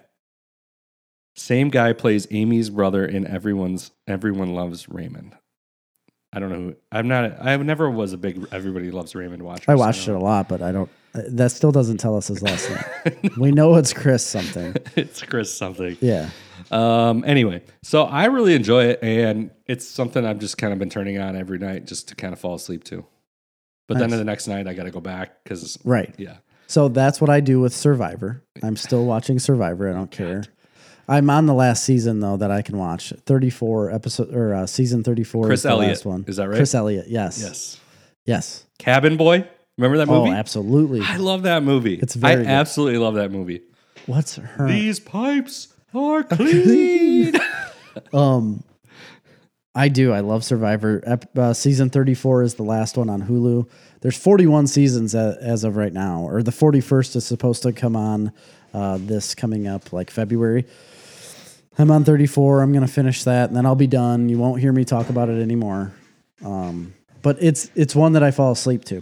S2: Same guy plays Amy's brother in everyone's Everyone Loves Raymond. I don't know. Who, I'm not. I never was a big Everybody Loves Raymond watcher.
S1: I watched it a lot, but I don't. uh, That still doesn't tell us his last name. we know it's Chris something.
S2: it's Chris something.
S1: Yeah.
S2: Um. Anyway, so I really enjoy it, and it's something I've just kind of been turning on every night just to kind of fall asleep to. But
S1: Nice.
S2: then the next night I got to go back because
S1: Right.
S2: yeah,
S1: So that's what I do with Survivor. I'm still watching Survivor. I don't care. I'm on the last season though that I can watch. 34 episode or uh, season 34
S2: Chris
S1: is the
S2: Elliott.
S1: last one.
S2: Is that right?
S1: Chris Elliott. Yes.
S2: yes,
S1: Yes.
S2: Cabin Boy. Remember that movie?
S1: Oh, absolutely.
S2: I love that movie.
S1: It's very
S2: I
S1: good.
S2: absolutely love that movie.
S1: What's her?
S2: These pipes are clean.
S1: Um, I do. I love Survivor. Ep- uh, season 34 is the last one on Hulu. There's 41 seasons a- as of right now, or the 41st is supposed to come on uh, this coming up like February. I'm on 34. I'm going to finish that and then I'll be done. You won't hear me talk about it anymore. Um, but it's it's one that I fall asleep to.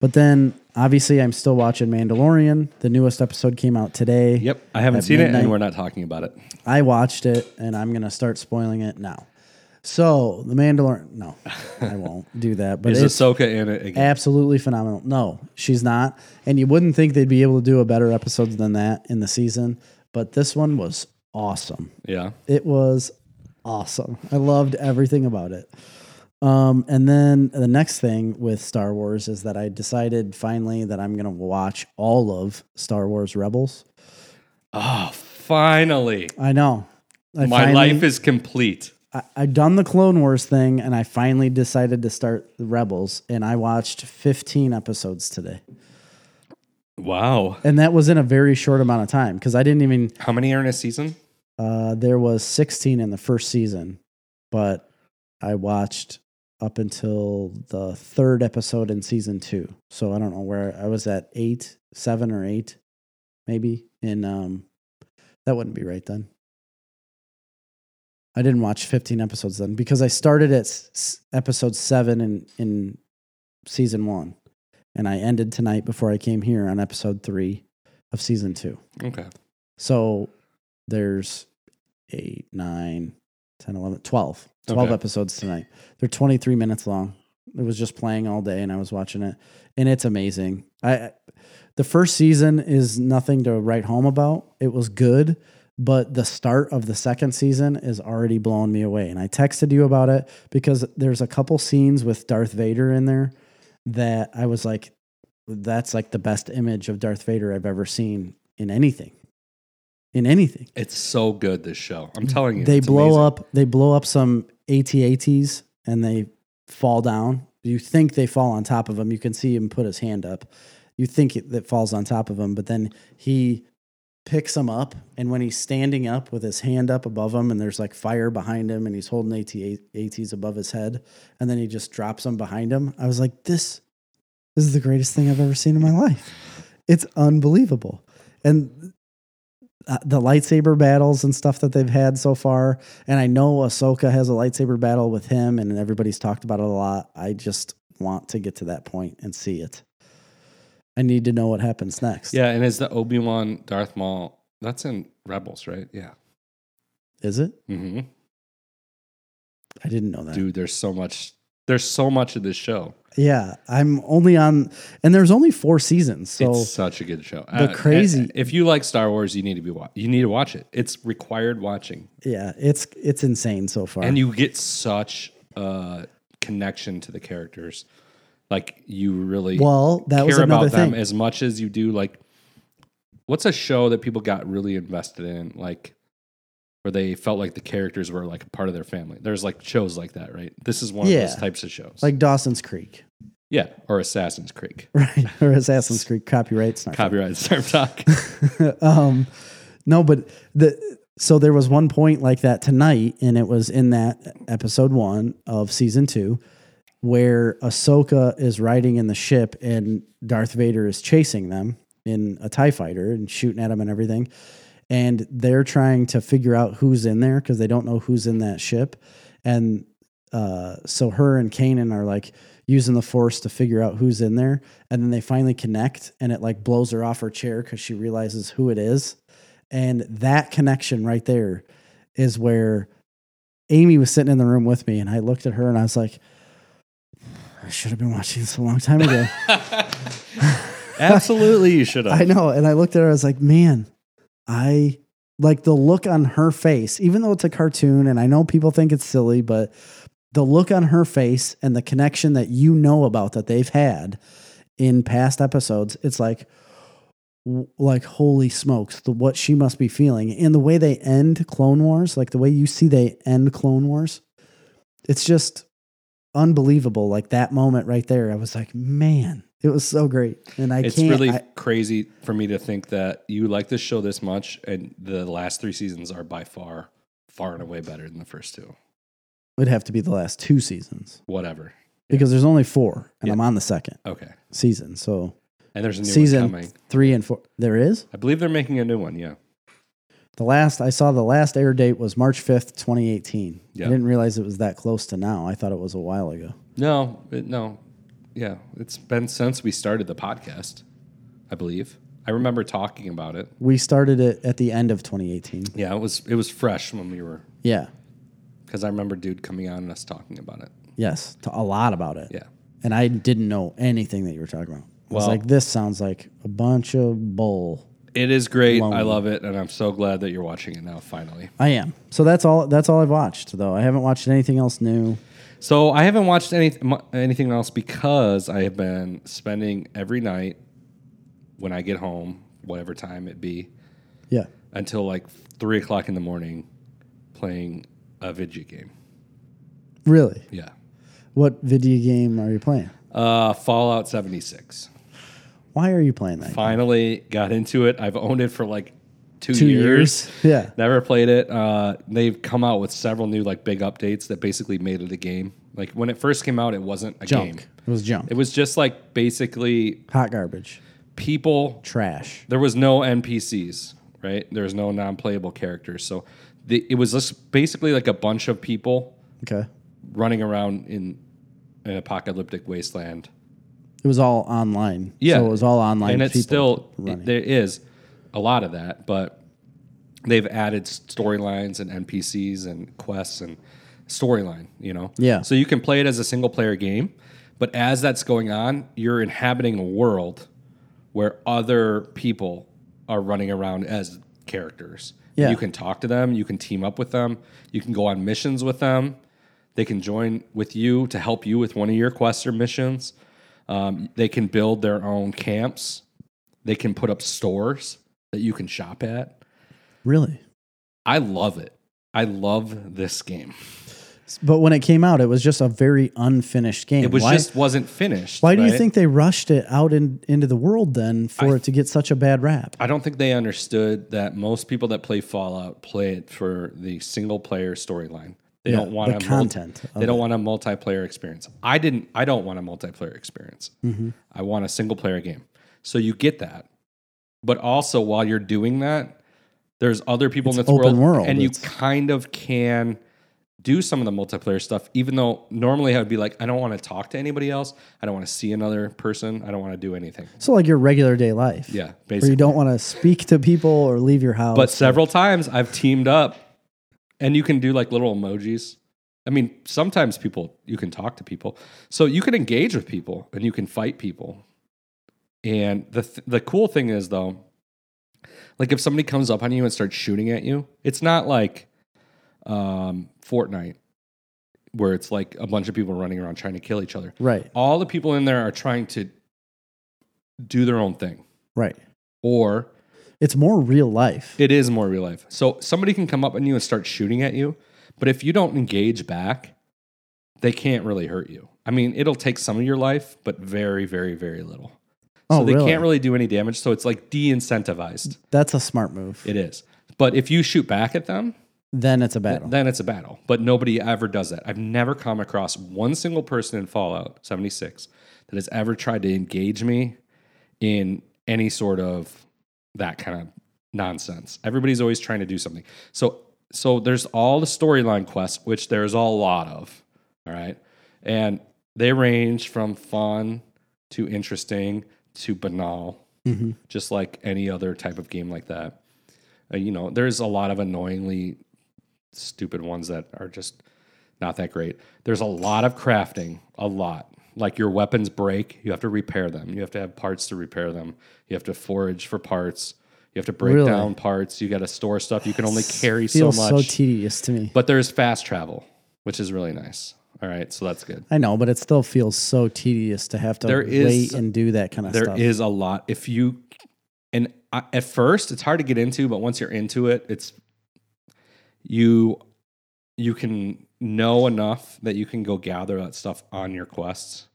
S1: But then obviously I'm still watching Mandalorian. The newest episode came out today.
S2: yep, I haven't
S1: At
S2: seen it,
S1: midnight.
S2: and we're not talking about it.
S1: I watched it and I'm gonna start spoiling it now. So the Mandalorian no, I won't do that. But
S2: Is
S1: it's
S2: Ahsoka in it again?
S1: absolutely phenomenal. No, she's not. And you wouldn't think they'd be able to do a better episode than that in the season. But this one was awesome.
S2: yeah,
S1: It was awesome. I loved everything about it. Um, and then the next thing with Star Wars is that I decided finally that I'm gonna watch all of Star Wars Rebels.
S2: Oh, finally.
S1: I know. I
S2: My
S1: finally-
S2: life is complete.
S1: I, I've done the Clone Wars thing, and I finally decided to start the Rebels, and I watched 15 episodes today,
S2: Wow.
S1: and that was in a very short amount of time because I didn't even.
S2: How many are in a season?
S1: Uh, there was 16 in the first season, but I watched up until the third episode in season two. So I don't know where I was at eight, seven or eight, maybe. And um, that wouldn't be right then. I didn't watch 15 episodes then because I started at s- s- episode seven in, in season one. And I ended tonight before I came here on episode three of season two.
S2: Okay.
S1: So there's 8, 9, 10, 11, 12. 12
S2: Okay.
S1: episodes tonight. They're 23 minutes long. It was just playing all day and I was watching it. And it's amazing. I- I the first season is nothing to write home about. It was good, but the start of the second season is already blowing me away. And I texted you about it because there's a couple scenes with Darth Vader in there that I was like, that's like the best image of Darth Vader I've ever seen in anything. In anything.
S2: It's so good, this show. I'm telling you.
S1: They
S2: it's
S1: blow
S2: amazing.
S1: up they blow up some ATATs and they fall down. You think they fall on top of him. You can see him put his hand up. You think it, that falls on top of him, but then he picks him up and when he's standing up with his hand up above him and there's like fire behind him and he's holding ATATs above his head and then he just drops them behind him. I was like this this is the greatest thing I've ever seen in my life. It's unbelievable. And uh, the lightsaber battles and stuff that they've had so far. And I know Ahsoka has a lightsaber battle with him, and everybody's talked about it a lot. I just want to get to that point and see it. I need to know what happens next.
S2: Yeah, and is the Obi Wan Darth Maul? That's in Rebels, right? Yeah.
S1: Is it?
S2: hmm
S1: I didn't know that.
S2: Dude, there's so much. There's so much of this show.
S1: Yeah. I'm only on, and there's only four seasons. So
S2: it's such a good show. Uh,
S1: the crazy-
S2: If you like Star Wars, you need to be wa- you need to watch it. It's required watching,
S1: yeah, it's, it's insane so far.
S2: and you get such a connection to the characters. like you really
S1: Well, that
S2: care
S1: was
S2: about
S1: another
S2: them
S1: thing.
S2: as much as you do like what's a show that people got really invested in like where they felt like the characters were like a part of their family. There's like shows like that, right? This is one of
S1: Yeah.
S2: those types of shows.
S1: Like Dawson's Creek,
S2: yeah, or Assassin's Creek.
S1: right? or Assassin's Creek copyright. Snarf.
S2: Copyright Snarf Talk.
S1: um, no, but the so there was one point like that tonight, and it was in that episode one of season two, where Ahsoka is riding in the ship and Darth Vader is chasing them in a Tie Fighter and shooting at them and everything, and they're trying to figure out who's in there because they don't know who's in that ship, and uh, so her and Kanan are like using the force to figure out who's in there, and then they finally connect, and it like blows her off her chair because she realizes who it is, and that connection right there is where Amy was sitting in the room with me, and I looked at her and I was like, I should have been watching this a long time ago.
S2: Absolutely, you should have.
S1: I know, and I looked at her, I was like, man, I like the look on her face, even though it's a cartoon, and I know people think it's silly, but the look on her face and the connection that you know about that they've had in past episodes, it's like, w- like holy smokes, the what she must be feeling, and the way they end Clone Wars, like the way you see they end Clone Wars, it's just unbelievable. Like that moment right there, I was like, man, it was so great, and I
S2: it's
S1: can't.
S2: really
S1: I-
S2: crazy for me to think that you like this show this much, and the last three seasons are by far, far and away better than the first two.
S1: would have to be the last two seasons
S2: Whatever.
S1: because there's only four, and
S2: Yeah.
S1: I'm on the second
S2: Okay.
S1: season. So
S2: And there's a new one
S1: season
S2: coming.
S1: three and four. There is
S2: I believe they're making a new one. Yeah.
S1: the last I saw. The last air date was March fifth, 2018.
S2: Yeah.
S1: I didn't realize it was that close to now. I thought it was a while ago.
S2: No, it, no. Yeah. It's been since we started the podcast, I believe. I remember talking about it.
S1: We started it at the end of 2018.
S2: Yeah, it was it was fresh when we were
S1: Yeah.
S2: because I remember dude coming on and us talking about it.
S1: Yes, to a lot about it.
S2: Yeah.
S1: And I didn't know anything that you were talking about. I was
S2: Well-
S1: like, this sounds like a bunch of bull.
S2: It is great. I
S1: Lonely.
S2: love it, and I'm so glad that you're watching it now. Finally.
S1: I am. So that's all. That's all I've watched though. I haven't watched anything else new.
S2: So I haven't watched any mu- anything else because I have been spending every night when I get home, whatever time it be,
S1: Yeah.
S2: until like three o'clock in the morning, playing a video game.
S1: Really.
S2: Yeah,
S1: What video game are you playing?
S2: uh, Fallout seventy six.
S1: Why are you playing that?
S2: Finally got into it. I've owned it for like two,
S1: Two
S2: years.
S1: years. Yeah.
S2: Never played it. Uh, they've come out with several new like big updates that basically made it a game. Like when it first came out, it wasn't a
S1: Junk.
S2: game.
S1: It was junk.
S2: It was just like basically
S1: Hot garbage.
S2: people
S1: Trash.
S2: there was no NPCs, right? There was no non-playable characters. So the, it was just basically like a bunch of people
S1: Okay.
S2: running around in an apocalyptic wasteland.
S1: It was all online.
S2: Yeah.
S1: So it was all online.
S2: and it's
S1: people
S2: still
S1: running.
S2: there is a lot of that, but they've added storylines and NPCs and quests and storyline, you know.
S1: Yeah.
S2: So you can play it as a single player game, but as that's going on, you're inhabiting a world where other people are running around as characters.
S1: Yeah.
S2: You can talk to them, you can team up with them, you can go on missions with them. They can join with you to help you with one of your quests or missions. Um, they can build their own camps. They can put up stores that you can shop at.
S1: really.
S2: I love it. I love this game.
S1: But when it came out, it was just a very unfinished game.
S2: It was
S1: why,
S2: just wasn't finished.
S1: Why do you
S2: right?
S1: think they rushed it out in, into the world then for it to get such a bad rap?
S2: I don't think they understood that most people that play Fallout play it for the single player storyline. They
S1: Yeah,
S2: don't want
S1: the
S2: a
S1: content of
S2: they don't want a multiplayer experience. I didn't. I don't want a multiplayer experience.
S1: Mm-hmm.
S2: I want a single player game. So you get that, but also while you're doing that, there's other people in
S1: It's
S2: this
S1: open world.
S2: and you
S1: It's-
S2: kind of can do some of the multiplayer stuff. Even though normally I would be like, I don't want to talk to anybody else. I don't want to see another person. I don't want to do anything.
S1: So like your regular day life.
S2: Yeah,
S1: Where
S2: basically.
S1: you don't want to speak to people or leave your house.
S2: But several times I've teamed up, and you can do like little emojis. I mean, sometimes people you can talk to people, so you can engage with people and you can fight people. And the th- the cool thing is though, like if somebody comes up on you and starts shooting at you, it's not like um, Fortnite where it's like a bunch of people running around trying to kill each other.
S1: Right.
S2: All the people in there are trying to do their own thing,
S1: Right.
S2: or
S1: It's more real life.
S2: it is more real life. So somebody can come up on you and start shooting at you, but if you don't engage back, they can't really hurt you. I mean, it'll take some of your life, but very, very, very little. So
S1: Oh,
S2: they
S1: really?
S2: can't really do any damage. So it's like de incentivized.
S1: That's a smart move.
S2: It is. But if you shoot back at them,
S1: then it's a battle.
S2: then it's a battle. But nobody ever does that. I've never come across one single person in Fallout 76 that has ever tried to engage me in any sort of that kind of nonsense. Everybody's always trying to do something. So so there's all the storyline quests, which there's a lot of. All right. And they range from fun to interesting to banal
S1: Mhm.
S2: just like any other type of game like that. Uh, you know, there's a lot of annoyingly stupid ones that are just not that great. There's a lot of crafting, a lot. Like your weapons break, you have to repair them. You have to have parts to repair them. You have to forage for parts. You have to break
S1: Really?
S2: down parts. You got to store stuff. You can only carry so
S1: Feels so
S2: much.
S1: tedious to me.
S2: but there's fast travel, which is really nice. All right, so that's good.
S1: I know, but it still feels so tedious to have to
S2: There is-
S1: wait and do that kind of
S2: There is
S1: stuff.
S2: a lot if you and I, at first it's hard to get into but once you're into it it's you you can know enough that you can go gather that stuff on your quests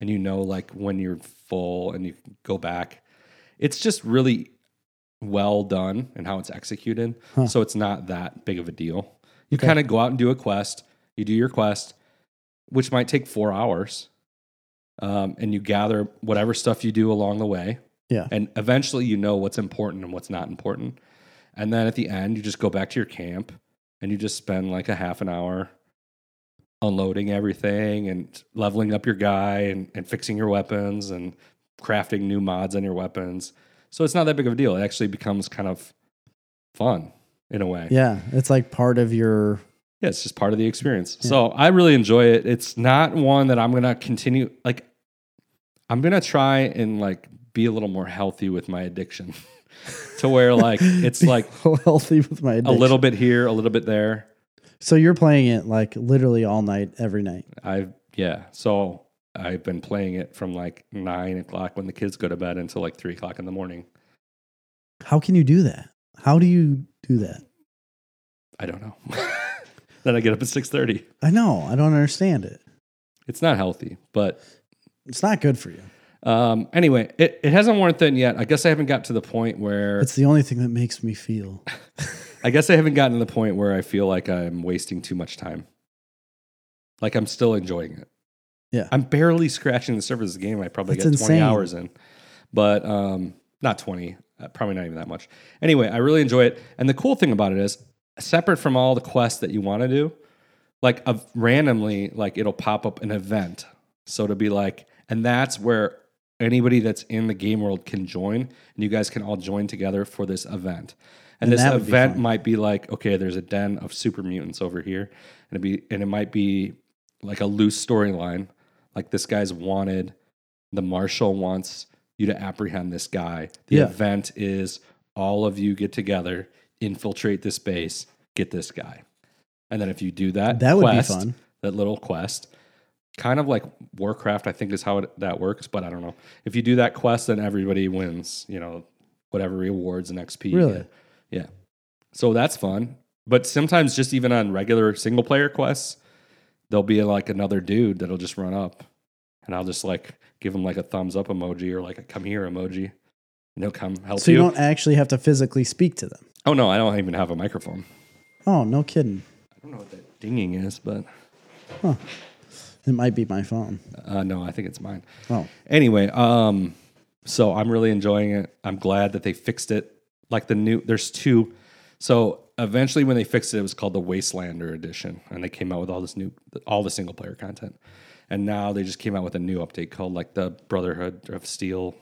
S2: and you know like when you're full and you can go back it's just really well done and how it's executed
S1: Huh.
S2: so it's not that big of a deal you
S1: Okay.
S2: kind of go out and do a quest you do your quest which might take four hours um, and you gather whatever stuff you do along the way.
S1: Yeah.
S2: And eventually you know what's important and what's not important. And then at the end, you just go back to your camp and you just spend like a half an hour unloading everything and leveling up your guy and, and fixing your weapons and crafting new mods on your weapons. So it's not that big of a deal. It actually becomes kind of fun in a way.
S1: yeah, it's like part of your.
S2: Yeah, it's just part of the experience. So I really enjoy it. It's not one that I'm gonna continue. Like, I'm gonna try and like be a little more healthy with my addiction, to where like it's like
S1: healthy with my
S2: a
S1: addiction.
S2: little bit here, a little bit there.
S1: So you're playing it like literally all night, every night.
S2: I've yeah. So I've been playing it from like nine o'clock when the kids go to bed until like three o'clock in the morning.
S1: How can you do that? How do you do that?
S2: I don't know. then I get up at six thirty.
S1: I know. I don't understand it.
S2: It's not healthy, but
S1: It's not good for you.
S2: um, anyway, it, it hasn't worn thin yet. I guess I haven't got to the point where
S1: It's the only thing that makes me feel.
S2: I guess I haven't gotten to the point where I feel like I'm wasting too much time. Like I'm still enjoying it.
S1: Yeah.
S2: I'm barely scratching the surface of the game. I probably
S1: That's
S2: got 20
S1: insane.
S2: hours in, but um, not 20, uh, probably not even that much. Anyway, I really enjoy it. And the cool thing about it is, separate from all the quests that you want to do, like uh, randomly, like it'll pop up an event. So to be like, and that's where anybody that's in the game world can join, and you guys can all join together for this event. And,
S1: And
S2: this
S1: that would be
S2: event
S1: fun.
S2: might be like, okay, there's a den of super mutants over here, and it be and it might be like a loose storyline. Like this guy's wanted, the marshal wants you to apprehend this guy. The
S1: Yeah.
S2: event is all of you get together, infiltrate this base, get this guy. And then if you do that,
S1: That would be
S2: quest,
S1: fun.
S2: That little quest, kind of like Warcraft, I think is how it, that works. But I don't know. If you do that quest, then everybody wins. You know, whatever rewards and XP. you
S1: Really?
S2: get. Yeah. So that's fun. But sometimes, just even on regular single player quests, there'll be like another dude that'll just run up, and I'll just like give him like a thumbs up emoji or like a come here emoji, and he'll come help
S1: So you
S2: you.
S1: don't actually have to physically speak to them.
S2: oh no, I don't even have a microphone.
S1: Oh, no kidding.
S2: I don't know what that dinging is, but
S1: It might be my phone.
S2: uh, no, I think it's mine.
S1: Oh,
S2: Anyway, um, so I'm really enjoying it. I'm glad that they fixed it. Like the new, there's two. So eventually, when they fixed it, it was called the Wastelander Edition, and they came out with all this new, all the single player content. And now they just came out with a new update called like the Brotherhood of Steel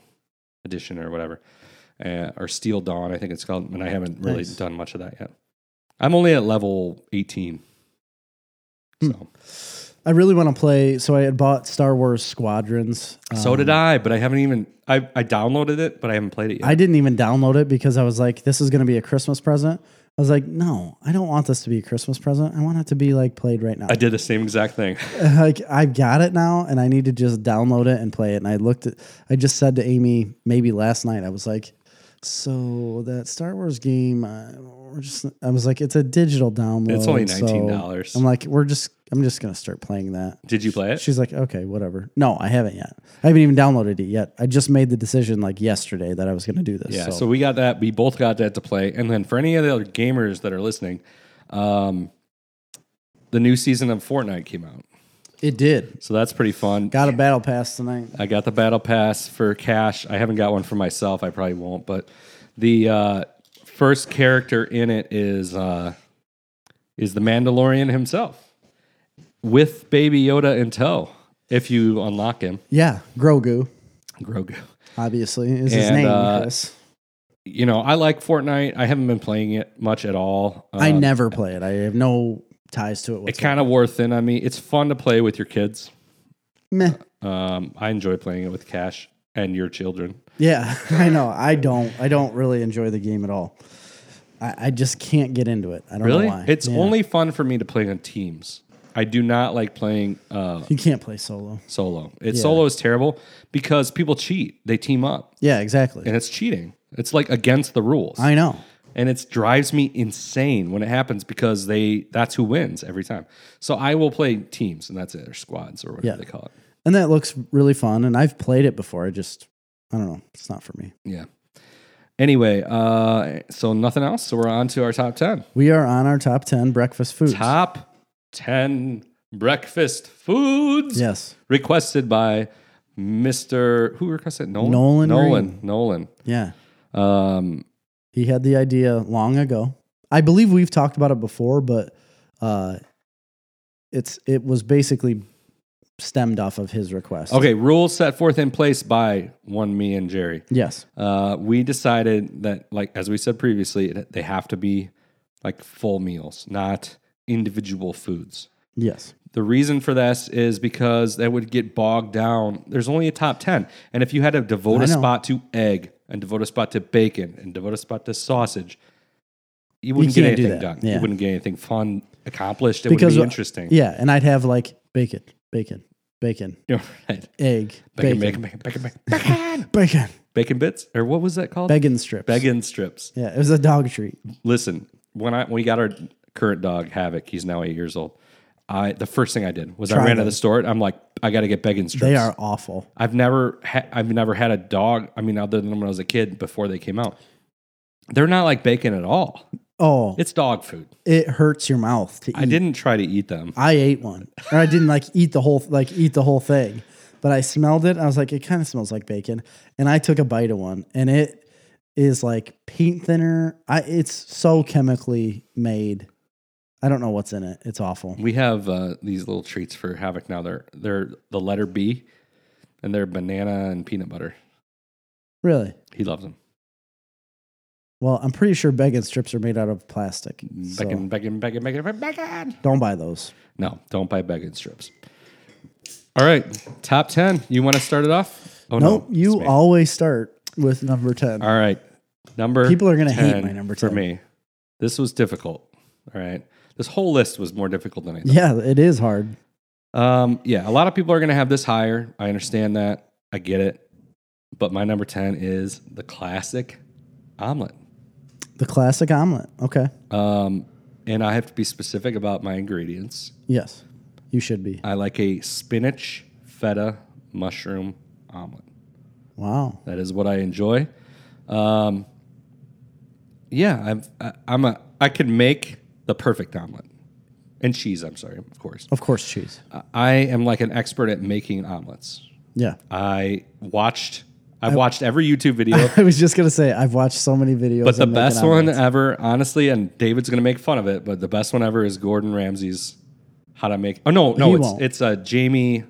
S2: Edition or whatever, uh, or Steel Dawn, I think it's called. And I haven't really
S1: Nice.
S2: done much of that yet. I'm only at level 18.
S1: Hmm.
S2: So.
S1: I really want to play. So I had bought Star Wars Squadrons.
S2: So
S1: Um,
S2: did I, but I haven't even I, I downloaded it, but I haven't played it yet.
S1: I didn't even download it because I was like, this is going to be a Christmas present. I was like, no, I don't want this to be a Christmas present. I want it to be like played right now.
S2: I did the same exact thing.
S1: like I've got it now and I need to just download it and play it. And I looked at I just said to Amy maybe last night, I was like, so that Star Wars game, uh, we're just I was like, it's a digital download.
S2: It's only
S1: so-
S2: nineteen dollars.
S1: I'm like, we're just I'm just gonna start playing that.
S2: Did you play it?
S1: She's like, okay, whatever. No, I haven't yet. I haven't even downloaded it yet. I just made the decision like yesterday that I was gonna do this.
S2: Yeah, so. we got that. We both got that to play. And then for any of the other gamers that are listening, um, the new season of Fortnite came out,
S1: it did.
S2: so that's pretty fun.
S1: Got a battle pass tonight.
S2: I got the battle pass for cash. I haven't got one for myself. I probably won't. But the uh, first character in it is uh, is the Mandalorian himself, with Baby Yoda in tow. If you unlock him,
S1: Yeah, Grogu,
S2: Grogu.
S1: obviously, is his
S2: And,
S1: name,
S2: uh,
S1: Chris.
S2: You know, I like Fortnite. I haven't been playing it much at all.
S1: I
S2: Um,
S1: never play it. I have no ties to it
S2: It
S1: whatsoever.
S2: kind of wore thin on me. It's fun to play with your kids.
S1: Meh.
S2: Um, I enjoy playing it with Cash and your children.
S1: Yeah, I know. I don't. I don't really enjoy the game at all. I, I just can't get into it. Oh, I don't know why.
S2: It's
S1: Yeah.
S2: only fun for me to play on teams. I do not like playing uh,
S1: you can't play solo.
S2: solo. It solo is terrible because people cheat. They team up,
S1: Yeah, exactly.
S2: and it's cheating. It's like against the rules,
S1: I know.
S2: and it drives me insane when it happens because they that's who wins every time. So I will play teams, and that's it, or squads, or whatever
S1: Yeah.
S2: they call it.
S1: And that looks really fun. And I've played it before. I just, I don't know. It's not for me.
S2: Yeah. Anyway, uh, so nothing else. So we're on to our top ten.
S1: We are on our top ten breakfast foods.
S2: top 10 breakfast foods
S1: Yes.
S2: requested by Mr. Who requested Nolan?
S1: Nolan
S2: Nolan. Nolan.
S1: Yeah.
S2: Um,
S1: He had the idea long ago. I believe we've talked about it before, but uh, it's it was basically stemmed off of his request.
S2: okay, rules set forth in place by one me and Jerry.
S1: Yes.
S2: Uh, we decided that, like as we said previously, that they have to be like full meals, not individual foods.
S1: Yes.
S2: The reason for this is because that would get bogged down. There's only a top 10. And if you had to devote
S1: I
S2: a
S1: know.
S2: spot to egg and devote a spot to bacon and devote a spot to sausage, you wouldn't get
S1: can't do
S2: anything
S1: that.
S2: done.
S1: Yeah.
S2: You wouldn't get anything fun accomplished. It
S1: Because-
S2: would be interesting.
S1: Yeah, and I'd have like bacon, bacon, bacon,
S2: You know, right.
S1: egg,
S2: Bacon,
S1: bacon,
S2: bacon, bacon, bacon, bacon, bacon.
S1: bacon,
S2: Bacon bits? Or what was that called?
S1: bacon strips.
S2: Bacon strips.
S1: Yeah, it was a dog treat.
S2: Listen, when I when we got our current dog, Havoc, he's now eight years old. I the first thing I did was I
S1: Try
S2: ran to
S1: them.
S2: the store. I'm like, I got to get bacon strips.
S1: They are awful.
S2: I've never ha- I've never had a dog. I mean, other than when I was a kid before they came out, they're not like bacon at all.
S1: Oh,
S2: It's dog food.
S1: it hurts your mouth to eat.
S2: I didn't try to eat them.
S1: I ate one, or I didn't like eat the whole like eat the whole thing, but I smelled it. And I was like, it kind of smells like bacon, and I took a bite of one, and it is like paint thinner. I it's so chemically made. I don't know what's in it. It's awful.
S2: We have uh, these little treats for Havoc now. They're they're the letter B, and they're banana and peanut butter.
S1: Really.
S2: He loves them.
S1: Well, I'm pretty sure bacon strips are made out of plastic. so
S2: Bacon, bacon, bacon, bacon, bacon.
S1: don't buy those.
S2: No, don't buy bacon strips. All right, top ten. You want to start it off? Oh
S1: nope.
S2: it's
S1: you
S2: me.
S1: always start with number 10.
S2: All right. Number
S1: People are gonna hate
S2: 10
S1: my number
S2: For
S1: 10.
S2: me. This was difficult. All right. This whole list was more difficult than I thought.
S1: Yeah, it is hard.
S2: Um, yeah, a lot of people are gonna have this higher. I understand that. I get it. But my number 10 is the classic omelet.
S1: The classic omelet. Okay.
S2: Um, and I have to be specific about my ingredients.
S1: Yes. You should be.
S2: I like a spinach feta mushroom omelet.
S1: Wow.
S2: That is what I enjoy. Um, yeah, I'm I, I'm a I could make the perfect omelet and cheese. I'm sorry, of course.
S1: Of course, cheese.
S2: I- I am like an expert at making omelets.
S1: Yeah.
S2: I watched I've watched every YouTube video,
S1: I was just going to say, I've watched so many videos.
S2: but the
S1: on making
S2: best
S1: omelets.
S2: one ever, honestly, and David's gonna make fun of it, but the best one ever is Gordon Ramsay's how to make. Oh no, no,
S1: He
S2: it's
S1: won't.
S2: it's uh, Jamie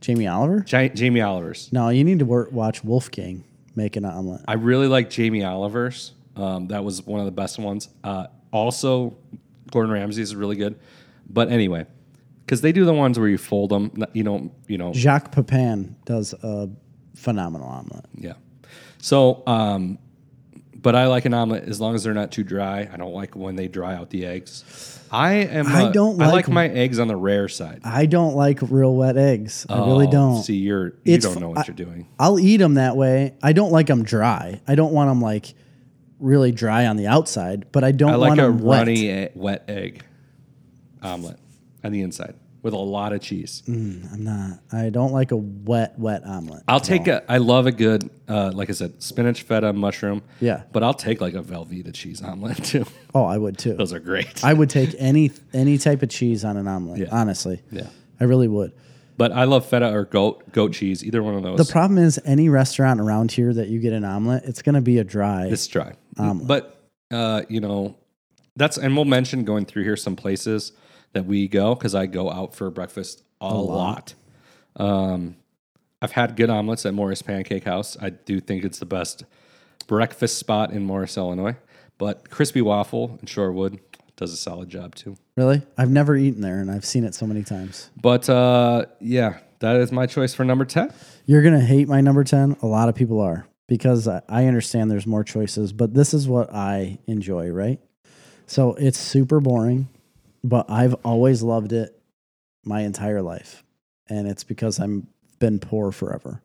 S1: Jamie Oliver?
S2: Gi- Jamie Oliver's.
S1: No, you need to wor- watch Wolfgang making an omelet.
S2: I really like Jamie Oliver's. Um, that was one of the best ones. Uh, also, Gordon Ramsay's is really good. But anyway, because they do the ones where you fold them. You don't. You know.
S1: Jacques Pepin does a phenomenal omelet.
S2: Yeah. So, um, But I like an omelet as long as they're not too dry. I don't like when they dry out the eggs. I am.
S1: I
S2: a-
S1: don't
S2: I
S1: like-
S2: like my eggs on the rare side.
S1: I don't like real wet eggs. I really
S2: Oh,
S1: don't.
S2: See, you're you
S1: It's
S2: don't
S1: fu-
S2: know
S1: I-
S2: what you're doing.
S1: I'll eat them that way. I don't like them dry. I don't want them like really dry on the outside, but I don't
S2: I like
S1: want
S2: a
S1: them wet.
S2: runny e- wet egg omelet on the inside with a lot of cheese.
S1: I'm not. I don't like a wet, wet omelet.
S2: I'll take a. I love a good, uh, like I said, spinach feta mushroom.
S1: Yeah.
S2: but I'll take like a Velveeta cheese omelet too.
S1: Oh, I would too.
S2: Those are great.
S1: I would take any any type of cheese on an omelet. Honestly,
S2: yeah,
S1: I really would.
S2: but I love feta or goat goat cheese. Either one of
S1: The
S2: those.
S1: problem is, any restaurant around here that you get an omelet, it's going to be a dry.
S2: It's dry. But uh, you know, that's and we'll mention going through here some places that we go because I go out for breakfast a, lot. Um, I've had good omelets at Morris Pancake House. I do think it's the best breakfast spot in Morris, Illinois. But crispy waffle in Shorewood does a solid job too.
S1: really, I've never eaten there, and I've seen it so many times.
S2: But uh, yeah, that is my choice for number ten.
S1: You're gonna hate my number ten. A lot of people are because I, I understand there's more choices, but this is what I enjoy, right? So it's super boring, but I've always loved it my entire life, and it's because I'm been poor forever.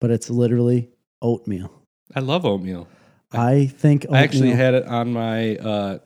S1: But it's literally oatmeal.
S2: I love oatmeal.
S1: I think oatmeal,
S2: I actually had it on my uh,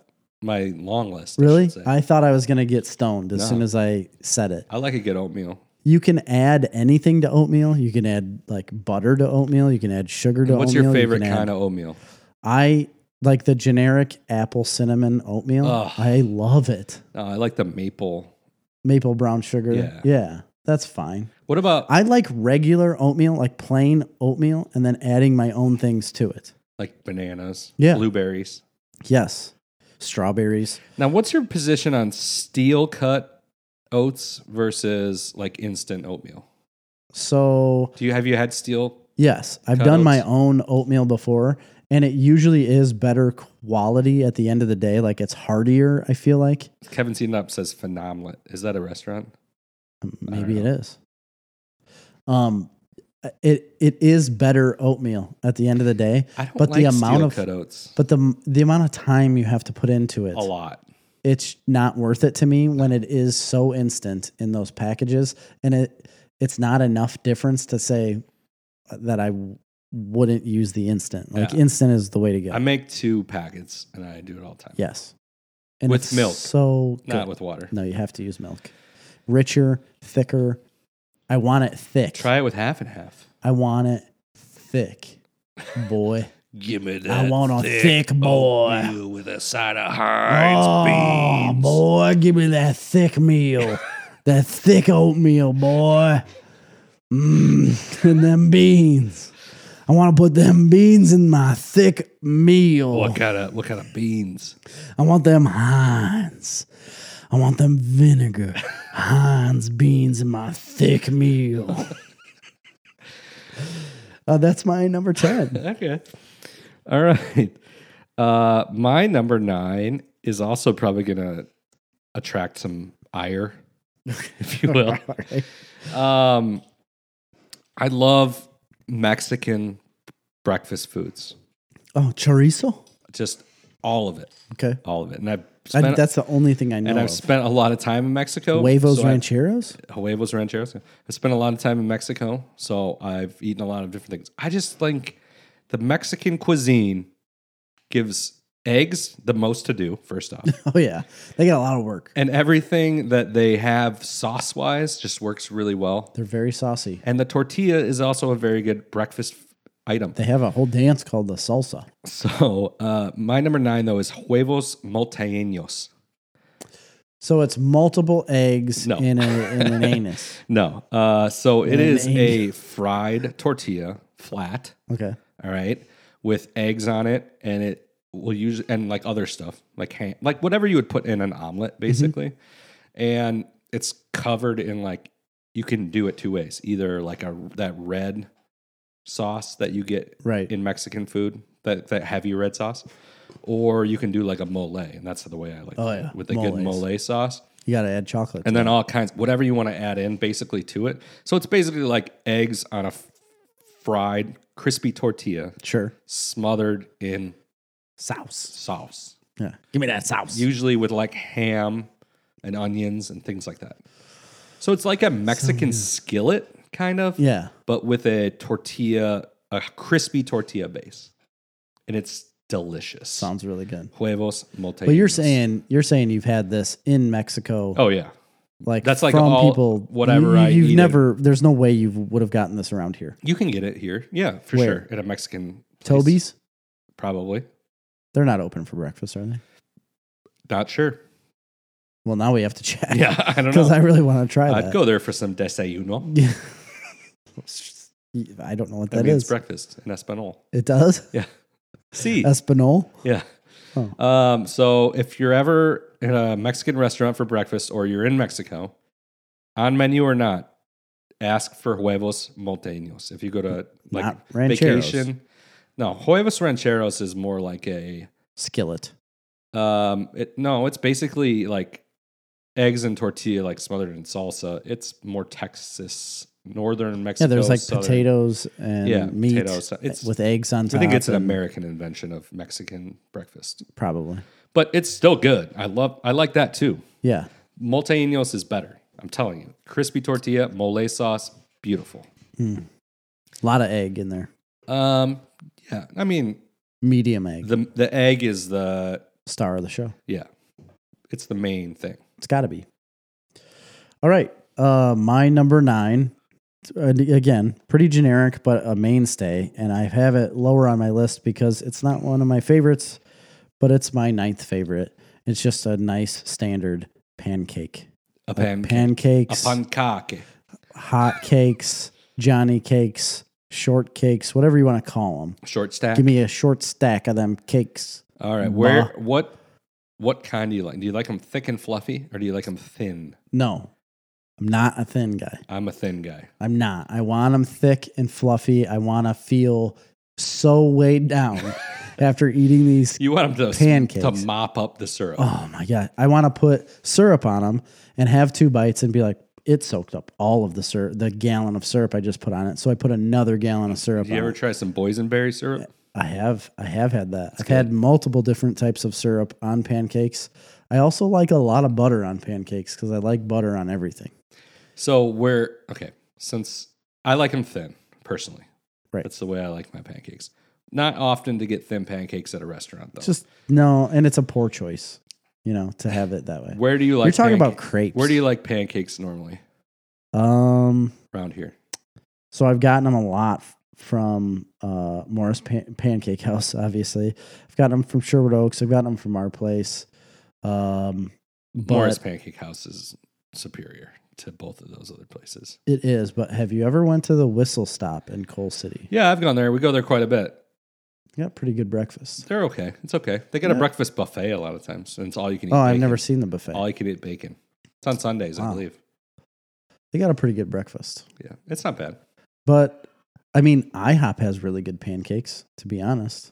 S2: my long list. I should
S1: really.
S2: say. I,
S1: I thought I was gonna get stoned as
S2: No.
S1: soon as I said it.
S2: like a good oatmeal.
S1: You can add anything to oatmeal. You can add like butter to oatmeal. You can add sugar to
S2: What's
S1: oatmeal.
S2: your
S1: You
S2: favorite
S1: can add-
S2: kind of oatmeal?
S1: I like the generic apple cinnamon oatmeal.
S2: Ugh.
S1: I love it.
S2: Uh, I like the maple.
S1: Maple brown sugar.
S2: Yeah.
S1: that's fine.
S2: What about
S1: I like regular oatmeal, like plain oatmeal, and then adding my own things to it.
S2: like bananas?
S1: Yeah.
S2: Blueberries.
S1: Yes, strawberries.
S2: Now, what's your position on steel cut oats versus like instant oatmeal?
S1: So,
S2: Do you have you had steel?
S1: yes, I've
S2: Cut
S1: done
S2: oats.
S1: my own oatmeal before, and it usually is better quality at the end of the day. Like it's heartier, I feel like.
S2: Kevin Seanup says phenomenon. Is that a restaurant?
S1: Maybe it
S2: don't
S1: is. Um, it it is better oatmeal at the end of the day,
S2: I don't
S1: But the
S2: like
S1: amount
S2: steel
S1: of-
S2: cut oats.
S1: but the the amount of time you have to put into it,
S2: A lot.
S1: it's not worth it to me when it is so instant in those packages, and it it's not enough difference to say uh, that I w- wouldn't use the instant. Like
S2: Yeah.
S1: instant is the way to go.
S2: I make two packets and I do it all the time.
S1: yes, and
S2: With
S1: it's
S2: milk,
S1: So good.
S2: Not with water.
S1: no, you have to use milk. Richer, thicker. I want it thick.
S2: Try it with half and half.
S1: I want it thick, boy.
S2: Give me that.
S1: I want a thick boy.
S2: oatmeal with a side of
S1: oh,
S2: Heinz beans.
S1: boy, give me that thick meal, that thick oatmeal, boy. Mmm, and them beans. I want to put them beans in my thick meal.
S2: What kind of what kind of beans?
S1: I want them Heinz. I want them vinegar, Heinz beans in my thick meal. uh, that's my number 10.
S2: Okay. All right. Uh, my number nine is also probably going to attract some ire, if you will. um, I love Mexican breakfast foods,
S1: Oh, chorizo?
S2: just all of it,
S1: Okay.
S2: all of it. And I've
S1: I,
S2: spent,
S1: that's the only thing I know.
S2: and I've
S1: of.
S2: spent a lot of time in Mexico.
S1: Huevos
S2: so I-
S1: Rancheros?
S2: Huevos Rancheros. I spent a lot of time in Mexico, so I've eaten a lot of different things. I just think the Mexican cuisine gives eggs the most to do, first off.
S1: Oh yeah, they got a lot of work.
S2: and everything that they have sauce wise just works really well.
S1: They're very saucy.
S2: And the tortilla is also a very good breakfast item.
S1: They have a whole dance called the salsa.
S2: So, uh, my number nine, though, is Huevos Molteños.
S1: So it's multiple eggs
S2: No.
S1: in, a, in an anus.
S2: No. Uh, so, it
S1: An
S2: is a
S1: angel.
S2: fried tortilla, flat.
S1: Okay.
S2: all right, with eggs on it, and it will use and like other stuff, like ham, like whatever you would put in an
S1: Mm-hmm.
S2: omelet, basically. And it's covered in like you can do it two ways: either like a that red sauce that you get
S1: Right.
S2: in Mexican food, that that heavy red sauce, or you can do like a mole, and that's the way I like
S1: Oh,
S2: it,
S1: yeah.
S2: with a good
S1: Moles.
S2: mole sauce
S1: You got to add chocolate.
S2: and
S1: to
S2: then all kinds whatever you want to add in basically to it so it's basically like eggs on a f- fried crispy tortilla
S1: it. sure.
S2: smothered in
S1: Sauce.
S2: sauce.
S1: Yeah. Give me that sauce.
S2: usually with like ham and onions and things like that. So it's like a Mexican skillet kind of,
S1: yeah.
S2: but with a tortilla, a crispy tortilla base, and it's delicious.
S1: Sounds really good.
S2: Huevos moltejados.
S1: But you're saying you're saying you've had this in Mexico.
S2: oh yeah,
S1: like
S2: that's like all- whatever
S1: you,
S2: I
S1: you've
S2: eat it.
S1: never there's no way you would have gotten this around here.
S2: you can get it here, yeah, for
S1: Where?
S2: sure, at a Mexican place,
S1: Toby's?
S2: probably.
S1: They're not open for breakfast, are they?
S2: Not sure.
S1: Well, now we have to check.
S2: Yeah, I don't
S1: Because
S2: know.
S1: I really want to try
S2: I'd
S1: that.
S2: go there for some desayuno.
S1: Yeah. I don't know what
S2: That,
S1: that
S2: means
S1: is.
S2: breakfast in Espanol.
S1: It does?
S2: See,
S1: Espanol?
S2: Yeah.
S1: Oh.
S2: Um, so if you're ever in a Mexican restaurant for breakfast or you're in Mexico, on menu or not, ask for huevos molteños. If you go to like
S1: not rancheros.
S2: vacation, no, huevos rancheros is more like a
S1: Skillet.
S2: um it, no, it's basically like eggs and tortilla like smothered in salsa. It's more Texas, northern Mexico.
S1: Yeah, there's like
S2: southern-
S1: potatoes and
S2: Yeah,
S1: meat
S2: potatoes. It's-
S1: with eggs on
S2: I
S1: top.
S2: think it's an
S1: and-
S2: American invention of Mexican breakfast.
S1: Probably.
S2: But it's still good. I love I like that too.
S1: Yeah.
S2: Molteños is better. I'm telling you. Crispy tortilla, mole sauce, beautiful.
S1: A lot of egg in there.
S2: Um, yeah. I mean,
S1: Medium egg.
S2: the the egg is the
S1: Star of the show.
S2: yeah. It's the main thing.
S1: It's got to be. All right. Uh, my number nine, uh, again, pretty generic, but a mainstay. And I have it lower on my list because it's not one of my favorites, but it's my ninth favorite. It's just a nice standard pancake.
S2: A
S1: Like
S2: pan, a
S1: pancakes,
S2: pancake.
S1: hot cakes, Johnny cakes, short cakes, whatever you want to call them.
S2: Short stack.
S1: Give me a short stack of them cakes.
S2: All right. Where what what kind do you like? Do you like them thick and fluffy or do you like them thin?
S1: No, I'm not a thin guy.
S2: I'm a thin guy.
S1: I'm not. I want them thick and fluffy. I want to feel so weighed down after eating these.
S2: You want them to to
S1: Pancakes.
S2: mop up the syrup.
S1: Oh my God. I want to put syrup on them and have two bites and be like, it soaked up all of the syrup, the gallon of syrup I just put on it. So I put another gallon of syrup
S2: Did you
S1: on
S2: ever
S1: it.
S2: try some boysenberry syrup?
S1: I have, I have had that. I've had multiple different types of syrup on pancakes. I also like a lot of butter on pancakes because I like butter on everything.
S2: So we're okay. Since I like them thin personally,
S1: Right.
S2: That's the way I like my pancakes. Not often to get thin pancakes at a restaurant though.
S1: Just no, and it's a poor choice, you know, to have it that way.
S2: where do you like?
S1: You're talking about
S2: pancakes?
S1: crepes.
S2: Where do you like pancakes normally
S1: Um,
S2: around here?
S1: so I've gotten them a lot f- from uh, Morris Pan- Pancake House. Obviously, I've gotten them from Sherwood Oaks. I've gotten them from our place. Um, but
S2: Morris Pancake House is superior to both of those other places.
S1: it is. But have you ever went to the Whistle Stop in Coal City?
S2: Yeah, I've gone there. We go there quite a bit.
S1: You got pretty good breakfast.
S2: They're okay. It's okay. They got a
S1: Yeah.
S2: breakfast buffet a lot of times, and it's all you can eat.
S1: Oh, I've
S2: bacon.
S1: never seen the buffet.
S2: All you can eat bacon. It's on Sundays, I
S1: Wow.
S2: believe.
S1: They got a pretty good breakfast.
S2: Yeah, it's not bad.
S1: But I mean, IHOP has really good pancakes. To be honest,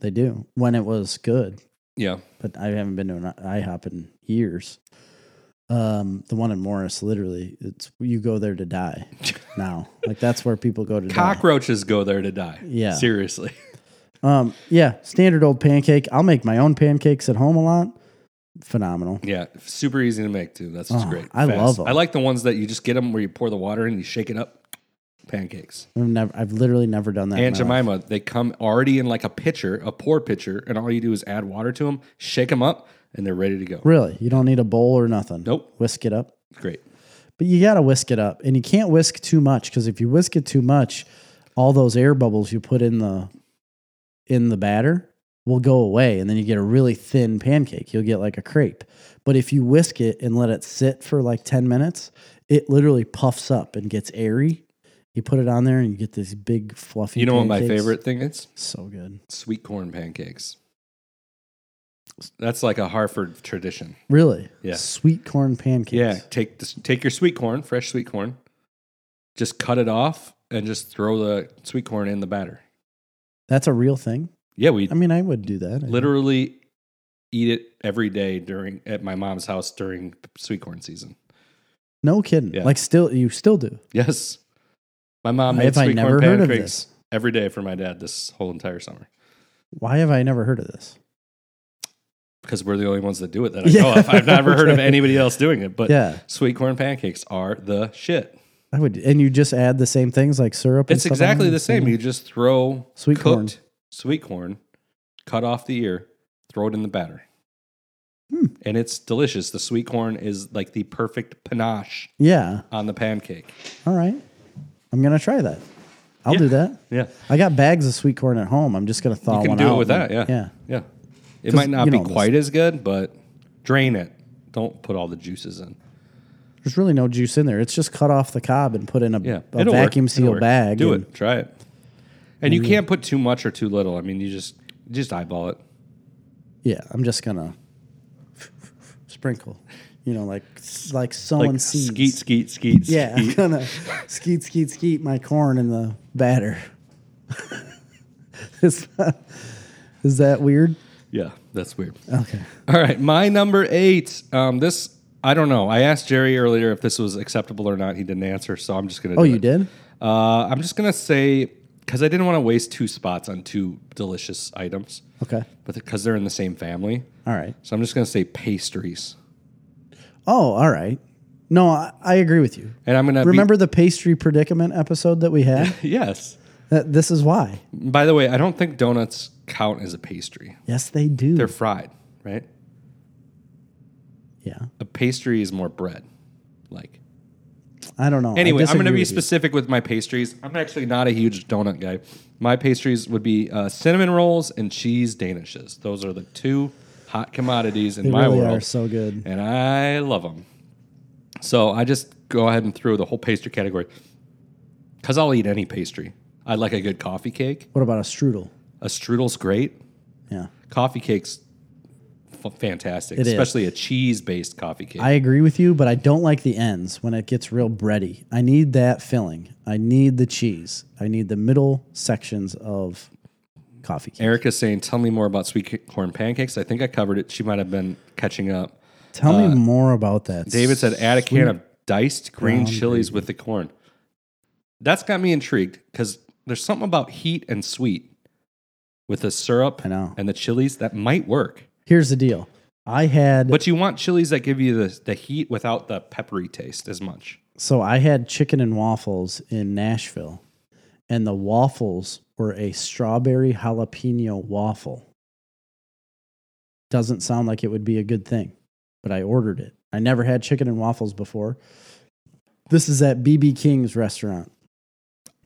S1: they do. When it was good,
S2: Yeah,
S1: but I haven't been to an IHOP in years. Um, the one in Morris, literally, it's you go there to die now. like that's where people go to die.
S2: cockroaches go there to die.
S1: Yeah.
S2: seriously.
S1: Um, yeah, standard old pancake. I'll make my own pancakes at home a lot. Phenomenal.
S2: Yeah, super easy to make too. That's what's
S1: Oh,
S2: great.
S1: I love 'em.
S2: I like the ones that you just get them where you pour the water in and you shake it up. Pancakes.
S1: I've never, I've literally never done that. in
S2: Aunt
S1: my life.
S2: Jemima, they come already in like a pitcher, a pour pitcher, and all you do is add water to them, shake them up, and they're ready to go.
S1: Really, you don't need a bowl or nothing.
S2: Nope.
S1: Whisk it up,
S2: Great.
S1: but you gotta whisk it up, and you can't whisk too much because if you whisk it too much, all those air bubbles you put in the in the batter will go away and then you get a really thin pancake. You'll get like a crepe. But if you whisk it and let it sit for like 10 minutes, it literally puffs up and gets airy. You put it on there and you get this big fluffy
S2: You know what my
S1: pancakes.
S2: favorite thing is?
S1: So good.
S2: Sweet corn pancakes. That's like a Harford tradition.
S1: Really?
S2: Yeah.
S1: Sweet corn pancakes.
S2: Yeah, take this, take your sweet corn, fresh sweet corn, just cut it off and just throw the sweet corn in the batter.
S1: That's a real thing.
S2: Yeah, we
S1: I mean, I would do that. I-
S2: literally eat it every day during at my mom's house during sweet corn season.
S1: No kidding.
S2: Yeah.
S1: Like still you still do.
S2: Yes, my mom
S1: I-
S2: made
S1: if I
S2: sweet
S1: never
S2: corn
S1: heard of
S2: pancakes
S1: this.
S2: every day for my dad this whole entire summer.
S1: Why have I never heard of this?
S2: because we're the only ones that do it that I
S1: Yeah.
S2: know of. I've never heard of
S1: Okay.
S2: anybody else doing it, but
S1: yeah,
S2: sweet corn pancakes are the shit.
S1: I would. And you just add the same things like syrup. and
S2: It's
S1: stuff on
S2: exactly
S1: there?
S2: the same. You just throw
S1: Sweet
S2: cooked
S1: corn.
S2: sweet corn, cut off the ear, throw it in the batter.
S1: Hmm.
S2: And it's delicious. The sweet corn is like the perfect panache
S1: Yeah.
S2: on the pancake.
S1: All right. I'm gonna try that. I'll
S2: Yeah.
S1: do that.
S2: Yeah.
S1: I got bags of sweet corn at home. I'm just gonna thaw
S2: You can
S1: one
S2: do
S1: out
S2: it with
S1: and-
S2: that. Yeah.
S1: Yeah.
S2: Yeah. It
S1: 'Cause
S2: might not
S1: you
S2: be
S1: know this.
S2: quite as good, but drain it. Don't put all the juices in.
S1: There's really no juice in there. It's just cut off the cob and put in a,
S2: Yeah,
S1: a
S2: it'll work.
S1: vacuum
S2: It'll
S1: seal
S2: work.
S1: bag.
S2: Do
S1: and- Mm.
S2: it. Try it. And you can't put too much or too little. I mean, you just just eyeball it.
S1: Yeah. I'm just gonna sprinkle. You know, like like sowing
S2: Like
S1: seeds.
S2: skeet, skeet, skeet.
S1: Yeah, I'm
S2: skeet.
S1: gonna skeet skeet skeet my corn in the batter. is, that, is that weird?
S2: yeah, that's weird.
S1: Okay.
S2: All right, my number eight. Um, this I don't know. I asked Jerry earlier if this was acceptable or not. He didn't answer, so I'm just gonna.
S1: Oh,
S2: do
S1: you
S2: it.
S1: did?
S2: Uh, I'm just gonna say because I didn't want to waste two spots on two delicious items,
S1: Okay.
S2: but because they're in the same family,
S1: All right.
S2: so I'm just gonna say pastries.
S1: Oh, all right. No, I, I agree with you.
S2: And I'm gonna be-
S1: Remember the pastry predicament episode that we had?
S2: yes.
S1: That- this is why.
S2: By the way, I don't think donuts count as a pastry.
S1: Yes, they do.
S2: They're fried, right?
S1: yeah.
S2: A pastry is more bread. Like
S1: I don't know. I
S2: anyway, I'm going
S1: disagree
S2: to be
S1: with you.
S2: specific with my pastries. I'm actually not a huge donut guy. My pastries would be uh, cinnamon rolls and cheese danishes. Those are the two hot commodities in
S1: They
S2: my
S1: really
S2: world,
S1: are so good.
S2: and I love them. So I just go ahead and throw the whole pastry category because I'll eat any pastry. I like a good coffee cake.
S1: What about a strudel?
S2: A strudel's great.
S1: Yeah.
S2: coffee cakes f- fantastic
S1: It is.
S2: especially a cheese based coffee cake
S1: I agree with you, but I don't like the ends when it gets real bready. I need that filling. I need the cheese. I need the middle sections of coffee. cake.
S2: erica's saying tell me more about sweet c- corn pancakes i think i covered it she might have been catching up
S1: Tell me more about that.
S2: david said add a can of diced green chilies with the corn that's got me intrigued because there's something about heat and sweet with the syrup
S1: I know.
S2: and the chilies that might work
S1: Here's the deal. I had
S2: but you want chilies that give you the, the heat without the peppery taste as much
S1: so I had chicken and waffles in Nashville, and the waffles were a strawberry jalapeno waffle. Doesn't sound like it would be a good thing, but I ordered it. I never had chicken and waffles before. This is at BB King's restaurant.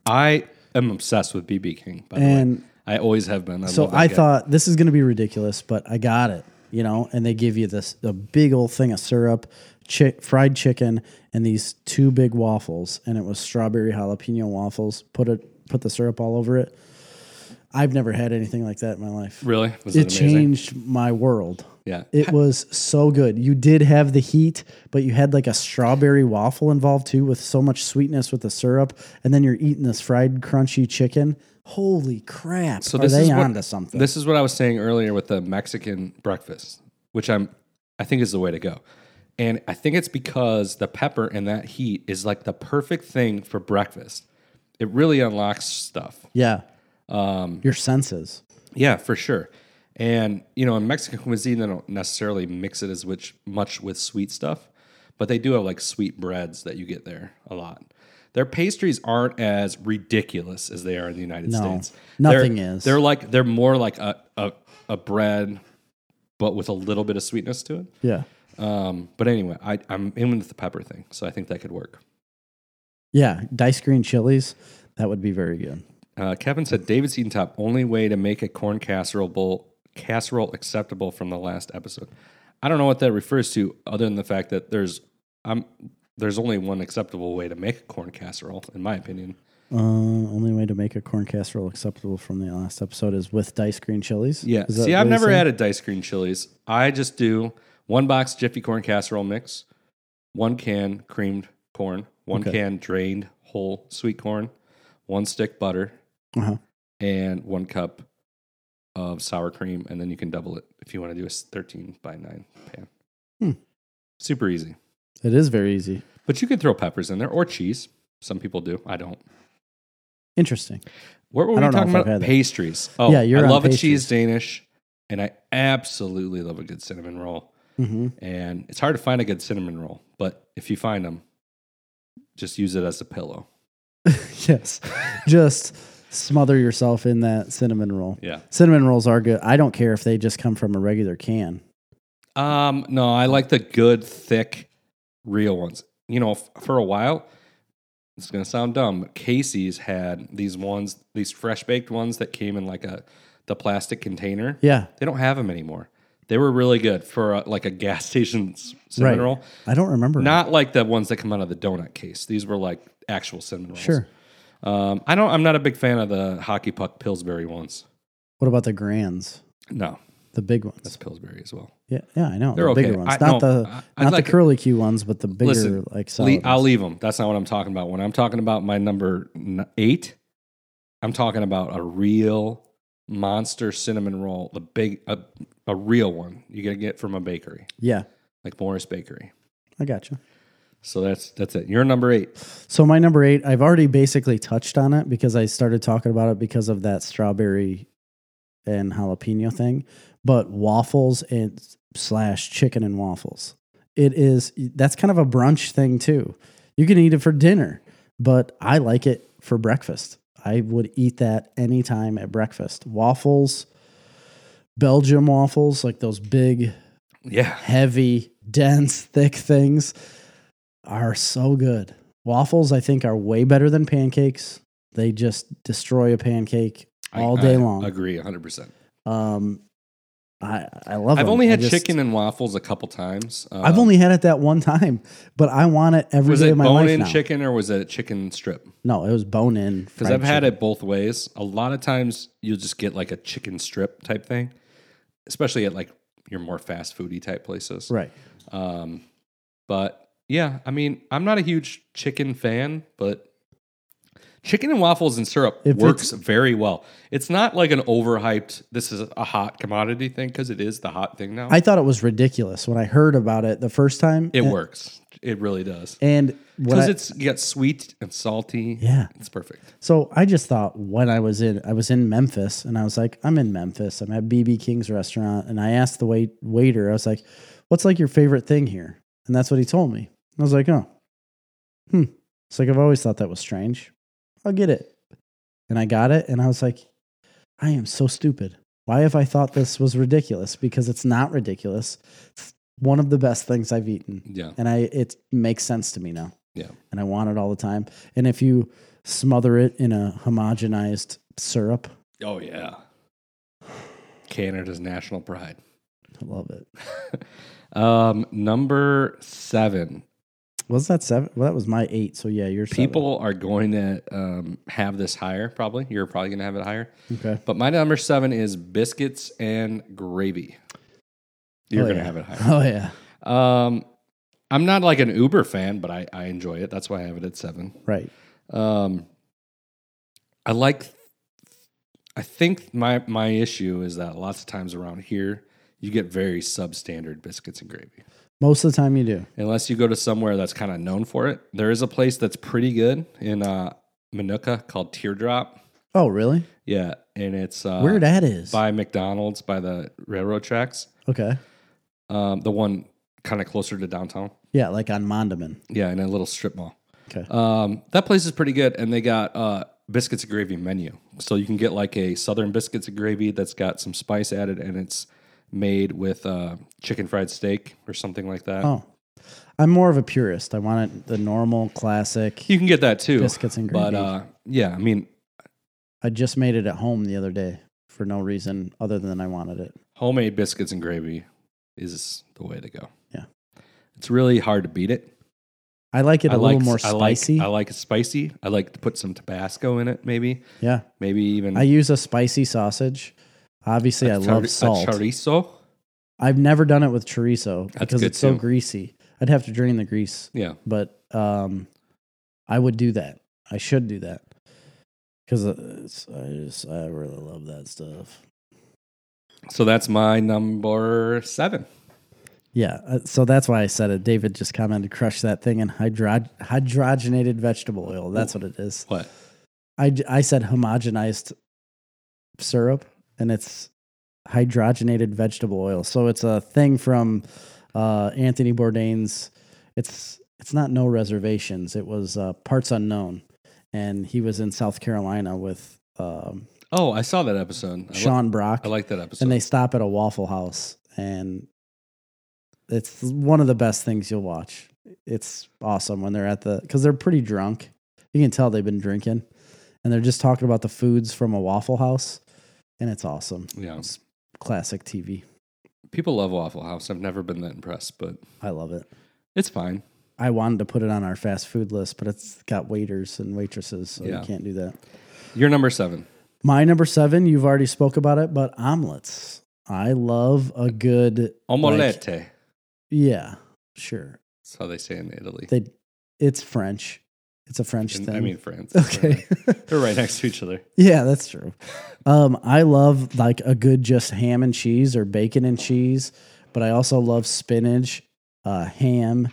S2: i am obsessed with bb king by the way
S1: and
S2: I always have been. I
S1: so
S2: love that
S1: I
S2: guy.
S1: thought this is going to be ridiculous, but I got it, you know. And they give you this a big old thing of syrup, chi- fried chicken, and these two big waffles, and it was strawberry jalapeno waffles. Put it, put the syrup all over it. I've never had anything like that in my life.
S2: really was
S1: it changed my world.
S2: Yeah,
S1: It was so good. You did have the heat, but you had like a strawberry waffle involved too, with so much sweetness with the syrup, and then you're eating this fried crunchy chicken. Holy crap!
S2: So
S1: Are
S2: this
S1: they
S2: is what-
S1: onto something?
S2: this is what I was saying earlier with the Mexican breakfast, which I'm I think is the way to go. And I think it's because the pepper and that heat is like the perfect thing for breakfast. It really unlocks stuff.
S1: yeah,
S2: Um,
S1: your senses.
S2: Yeah, for sure. And you know, in Mexican cuisine, they don't necessarily mix it as which much with sweet stuff, but they do have like sweet breads that you get there a lot. Their pastries aren't as ridiculous as they are in the United
S1: No,
S2: States.
S1: nothing
S2: They're-
S1: is.
S2: They're like they're more like a, a a bread, but with a little bit of sweetness to it.
S1: Yeah,
S2: Um, but anyway, I, I'm in with the pepper thing, so I think that could work.
S1: yeah. Dice green chilies. That would be very good.
S2: Uh, Kevin said David's eating top only way to make a corn casserole bowl casserole acceptable from the last episode. I don't know what that refers to, other than the fact that there's um there's only one acceptable way to make a corn casserole, in my opinion.
S1: Uh, only way to make a corn casserole acceptable from the last episode is with dice green chilies.
S2: Yeah.
S1: Is that
S2: See, I've
S1: what he
S2: never
S1: said?
S2: added diced green chilies. I just do one box Jiffy corn casserole mix, one can creamed corn, one
S1: Okay.
S2: can drained whole sweet corn, one stick butter,
S1: Uh-huh.
S2: and one cup of sour cream, and then you can double it if you want to do a s- 13 by 9 pan.
S1: Hmm.
S2: Super easy.
S1: It is very easy.
S2: But you can throw peppers in there or cheese. Some people do. I don't.
S1: Interesting.
S2: What were
S1: I
S2: we
S1: don't know
S2: talking
S1: if I've
S2: about?
S1: had that.
S2: Pastries. Oh,
S1: Yeah, you're
S2: I
S1: on
S2: love a
S1: pastries.
S2: cheese Danish, and I absolutely love a good cinnamon roll.
S1: hmm
S2: And it's hard to find a good cinnamon roll, but if you find them, just use it as a pillow.
S1: yes. Just smother yourself in that cinnamon roll.
S2: Yeah.
S1: Cinnamon rolls are good. I don't care if they just come from a regular can.
S2: Um, no, I like the good, thick, real ones. You know, f- for a while, it's gonna sound dumb, but Casey's had these ones, these fresh baked ones that came in like a the plastic container.
S1: Yeah.
S2: They don't have them anymore. They were really good for a, like a gas station s- cinnamon
S1: Right.
S2: roll.
S1: I don't remember.
S2: Not like the ones that come out of the donut case. These were like actual cinnamon rolls.
S1: sure.
S2: Um, I don't. I'm not a big fan of the hockey puck Pillsbury ones.
S1: What about the grands?
S2: No,
S1: The big ones.
S2: that's Pillsbury as well.
S1: yeah, yeah, I know.
S2: They're
S1: Oh, the bigger
S2: okay.
S1: ones.
S2: I-
S1: not
S2: no,
S1: the
S2: I- I'd
S1: not
S2: like-
S1: the curly Q ones, but the bigger
S2: Listen,
S1: like
S2: Le-
S1: solid.
S2: I'll
S1: ones.
S2: leave them. That's not what I'm talking about. When I'm talking about my number n- eight, I'm talking about a real monster cinnamon roll, the big a, a real one you're gonna get from a bakery
S1: yeah,
S2: like Morris Bakery.
S1: I got you.
S2: So that's that's it. You're number eight.
S1: So my number eight, I've already basically touched on it because I started talking about it because of that strawberry and jalapeno thing. But waffles and slash chicken and waffles. It is that's kind of a brunch thing too. You can eat it for dinner, but I like it for breakfast. I would eat that anytime at breakfast. Waffles, Belgium waffles, like those big
S2: Yeah,
S1: heavy, dense, thick things are so good. Waffles, I think, are way better than pancakes. They just destroy a pancake
S2: I-
S1: all day
S2: I
S1: long.
S2: Agree, 100. percent
S1: Um, I I love.
S2: I've
S1: them.
S2: only
S1: I
S2: had
S1: just-
S2: chicken and waffles a couple times. Um,
S1: I've only had it that one time, but I want it every
S2: was
S1: day
S2: it
S1: of my
S2: bone
S1: life
S2: in
S1: now.
S2: chicken or was it a chicken strip?
S1: No, it was bone in.
S2: Because I've had it both ways. A lot of times you'll just get like a chicken strip type thing, especially at like your more fast foody type places.
S1: right.
S2: Um, but yeah, I mean, I'm not a huge chicken fan, but chicken and waffles and syrup
S1: If
S2: works very well. It's not like an overhyped, this is a hot commodity thing because it is the hot thing now.
S1: I thought it was ridiculous when I heard about it the first time.
S2: it
S1: and,
S2: works. It really does.
S1: and what
S2: Because
S1: I-
S2: it's you got sweet and salty.
S1: yeah.
S2: It's perfect.
S1: So I just thought when I was in I was in Memphis and I was like, I'm in Memphis. I'm at BB King's restaurant. And I asked the wait waiter, I was like, what's like your favorite thing here? And that's what he told me. And I was like, oh. Hmm. It's like I've always thought that was strange. I'll get it. And I got it and I was like, I am so stupid. Why have I thought this was ridiculous? Because it's not ridiculous. It's one of the best things I've eaten
S2: Yeah.
S1: and I it makes sense to me now.
S2: Yeah.
S1: And I want it all the time. And if you smother it in a homogenized syrup,
S2: Oh, yeah. Canada's national pride.
S1: I love it.
S2: Um, number seven.
S1: Was that seven? Well, that was my eight. So yeah, you're seven.
S2: People are going to um, have this higher, probably. You're probably going to have it higher.
S1: Okay.
S2: But my number seven is biscuits and gravy. You're
S1: Oh,
S2: going to
S1: yeah.
S2: have it higher.
S1: Oh yeah.
S2: Um, I'm not like an Uber fan, but I, I enjoy it. That's why I have it at seven.
S1: Right.
S2: Um, I like. I think my my issue is that lots of times around here you get very substandard biscuits and gravy.
S1: Most of the time you do.
S2: Unless you go to somewhere that's kind of known for it. There is a place that's pretty good in uh, Minooka called Teardrop.
S1: Oh really?
S2: Yeah, and it's uh,
S1: Where that is?
S2: by McDonald's by the railroad tracks.
S1: okay.
S2: Um, the one kind of closer to downtown.
S1: Yeah, like on Mondamin.
S2: Yeah, in a little strip mall.
S1: Okay.
S2: Um, that place is pretty good, and they got uh, biscuits and gravy menu, so you can get like a southern biscuits and gravy that's got some spice added, and it's made with uh, chicken fried steak or something like that.
S1: Oh, I'm more of a purist. I want it the normal classic.
S2: You can get that too,
S1: Biscuits and
S2: But
S1: gravy.
S2: uh, yeah, I mean,
S1: I just made it at home the other day for no reason other than I wanted it.
S2: homemade biscuits and gravy is the way to go.
S1: Yeah.
S2: it's really hard to beat it.
S1: I like it a
S2: I
S1: little
S2: like-
S1: more
S2: I like-
S1: spicy.
S2: I like it spicy. I like to put some Tabasco in it, maybe,
S1: yeah.
S2: maybe even
S1: I use a spicy sausage. Obviously, I
S2: a char-
S1: love salt.
S2: A chorizo.
S1: I've never done it with chorizo because
S2: good
S1: it's so
S2: too.
S1: greasy. I'd have to drain the grease,
S2: Yeah,
S1: but um, I would do that. I should do that because I just I really love that stuff.
S2: so that's my number seven.
S1: Yeah, uh, so that's why I said it. David just commented, "Crush that thing in hydro- hydrogenated vegetable oil." That's what it is.
S2: What?
S1: I, j- I said homogenized syrup, and it's hydrogenated vegetable oil. So it's a thing from uh, Anthony Bourdain's. It's it's not no reservations. It was uh, parts unknown, and he was in South Carolina with um,
S2: Oh, I saw that episode. I li-
S1: Sean Brock.
S2: I like that episode.
S1: and they stop at a Waffle House, and it's one of the best things you'll watch. It's awesome when they're at the because they're pretty drunk. You can tell they've been drinking, and they're just talking about the foods from a Waffle House, and it's awesome.
S2: yeah,
S1: It's classic TV.
S2: people love Waffle House. I've never been that impressed, but
S1: I love it.
S2: it's fine.
S1: I wanted to put it on our fast food list, but it's got waiters and waitresses, so
S2: Yeah.
S1: you can't do that.
S2: You're number seven.
S1: My number seven, you've already spoke about it, but omelets. I love a good like-
S2: Omelette.
S1: yeah, sure.
S2: That's how they say in Italy.
S1: They, it's French. It's a French
S2: In-
S1: thing.
S2: I mean France.
S1: okay.
S2: They're right next to each other.
S1: yeah, that's true. Um, I love like a good just ham and cheese or bacon and cheese, but I also love spinach, uh, ham,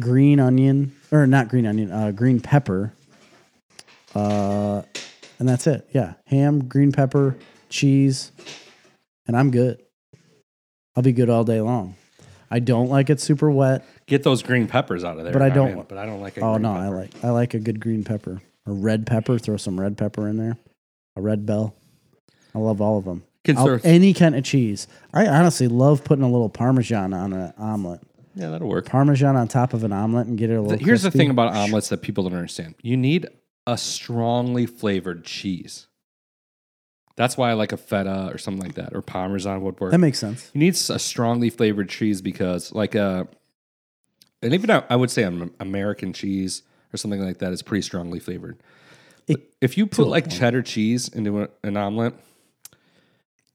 S1: green onion or not green onion, uh, green pepper. Uh, and that's it. Yeah, ham, green pepper, cheese, and I'm good. I'll be good all day long. I don't like it super wet.
S2: Get those green peppers out of there.
S1: But I
S2: I'm
S1: don't-
S2: in, but I don't like. A
S1: Oh
S2: green
S1: no, I
S2: pepper.
S1: like I like a good green pepper or red pepper. Throw some red pepper in there, a red bell. I love all of them.
S2: Can
S1: I'll-
S2: serve-
S1: any kind of cheese. I honestly love putting a little parmesan on an omelet.
S2: yeah, that'll work.
S1: Parmesan on top of an omelet and get it a little.
S2: Here's the
S1: crispy.
S2: thing about omelets that people don't understand. You need a strongly flavored cheese. That's why I like a feta or something like that, or parmesan would work.
S1: that makes sense.
S2: you need s- a strongly flavored cheese because, like, uh, and even I I would say an American cheese or something like that is pretty strongly flavored.
S1: It-
S2: if you
S1: to
S2: put
S1: a
S2: like
S1: point.
S2: cheddar cheese into a- an omelet,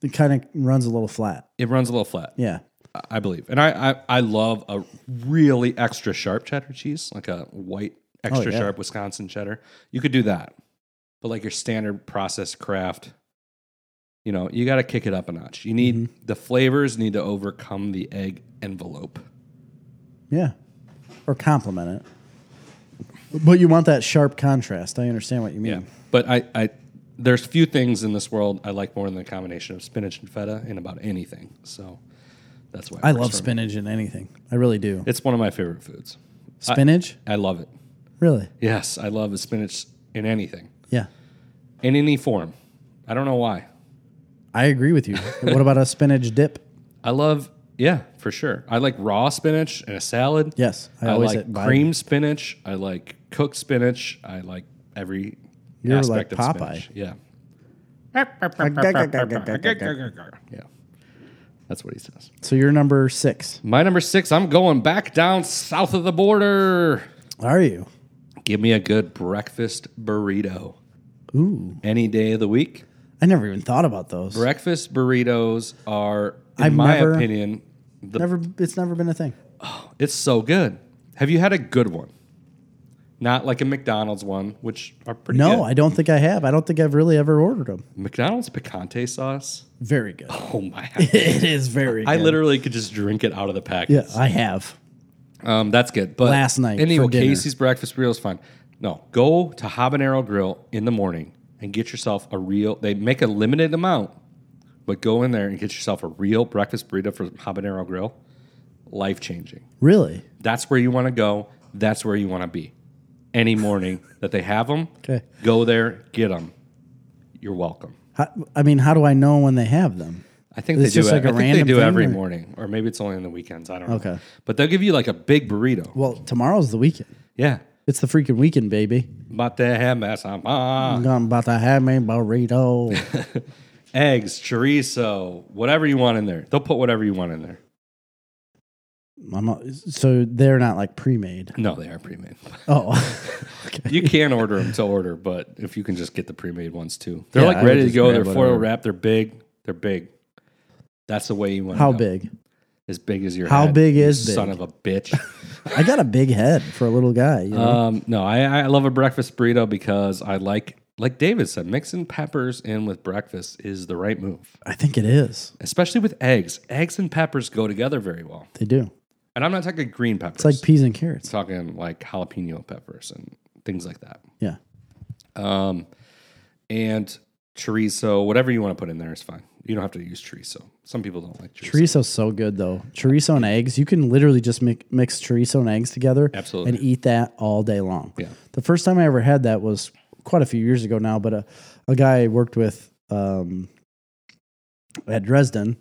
S1: It kind of runs a little flat.
S2: it runs a little flat.
S1: Yeah,
S2: I- I believe, and I, I I love a really extra sharp cheddar cheese, like a white extra
S1: Oh, yeah.
S2: sharp Wisconsin cheddar. You could do that, but like your standard processed craft, you know, you got to kick it up a notch. You need
S1: Mm-hmm.
S2: the flavors need to overcome the egg envelope.
S1: yeah, or complement it. But you want that sharp contrast. I understand what you mean.
S2: Yeah, but I I there's few things in this world I like more than the combination of spinach and feta in about anything. So that's why it
S1: I
S2: works
S1: love
S2: for me.
S1: spinach in anything. I really do.
S2: It's one of my favorite foods.
S1: Spinach,
S2: I love it.
S1: really?
S2: Yes, I love spinach in anything.
S1: Yeah.
S2: in any form. I don't know why.
S1: I agree with you. what about a spinach dip?
S2: I love, yeah, for sure. I like raw spinach in a salad.
S1: Yes, I
S2: I,
S1: always
S2: like
S1: hit buy-
S2: cream spinach. I like cooked spinach. I like every
S1: You're
S2: aspect
S1: like
S2: of
S1: Popeye.
S2: spinach. Yeah, yeah, that's what he says.
S1: So you're number six.
S2: My number six. I'm going back down south of the border.
S1: Are you?
S2: Give me a good breakfast burrito
S1: Ooh,
S2: any day of the week.
S1: I never even thought about those.
S2: Breakfast burritos are, in
S1: I've
S2: my
S1: never-
S2: opinion, the
S1: Never, it's never been a thing.
S2: It's so good. Have you had a good one? Not like a McDonald's one, which are pretty
S1: No,
S2: good.
S1: I don't think I have. I don't think I've really ever ordered them.
S2: McDonald's picante sauce.
S1: Very good.
S2: Oh my.
S1: it is very.
S2: I
S1: good.
S2: literally could just drink it out of the
S1: yeah,
S2: package.
S1: I have.
S2: Um, that's good. But
S1: Last night
S2: anyway,
S1: for dinner.
S2: Casey's breakfast burrito is fine. No, go to Habanero Grill in the morning and get yourself a real. They make a limited amount, but go in there and get yourself a real breakfast burrito from Habanero Grill. Life changing.
S1: Really?
S2: That's where you want to go. That's where you want to be. Any morning that they have them,
S1: Okay.
S2: go there, get them. You're welcome.
S1: How, I mean, how do I know when they have them?
S2: I think
S1: Is
S2: they
S1: this
S2: do.
S1: just
S2: it-
S1: like a
S2: I think they
S1: random
S2: do
S1: thing,
S2: every
S1: or-
S2: morning, or maybe it's only on the weekends. I don't know.
S1: Okay.
S2: but they'll give you like a big burrito.
S1: Well, tomorrow's the weekend.
S2: Yeah,
S1: It's the freaking weekend, baby.
S2: about to have mess. um, ah.
S1: I'm gonna about to have me burrito.
S2: eggs, chorizo, whatever you want in there. They'll put whatever you want in there.
S1: I'm not- so they're not like pre-made.
S2: No, they are pre-made.
S1: Oh,
S2: you can order them to order, but if you can just get the pre-made ones too, they're
S1: Yeah, I
S2: like
S1: would
S2: ready to
S1: just
S2: go.
S1: grab
S2: They're foil
S1: whatever.
S2: wrapped. They're big. They're big. That's the way you want.
S1: how
S2: go.
S1: big?
S2: As big as your.
S1: How
S2: head,
S1: big
S2: you
S1: is
S2: Son
S1: big?
S2: of a bitch.
S1: I got a big head for a little guy. You know?
S2: um, no, I, I love a breakfast burrito because I like, like David said, mixing peppers in with breakfast is the right move,
S1: I think it is.
S2: especially with eggs. Eggs and peppers go together very well.
S1: They do.
S2: And I'm not talking green
S1: It's
S2: peppers.
S1: like peas and carrots.
S2: talking like jalapeno peppers and things like that.
S1: Yeah.
S2: Um, and chorizo, whatever you want to put in there is fine. You don't have to use chorizo. Some people don't like chorizo.
S1: Chorizo's so good though. Chorizo and eggs. You can literally just mix, mix chorizo and eggs together
S2: Absolutely.
S1: and eat that all day long.
S2: Yeah.
S1: The first time I ever had that was quite a few years ago now, but a, a guy I worked with um, at Dresden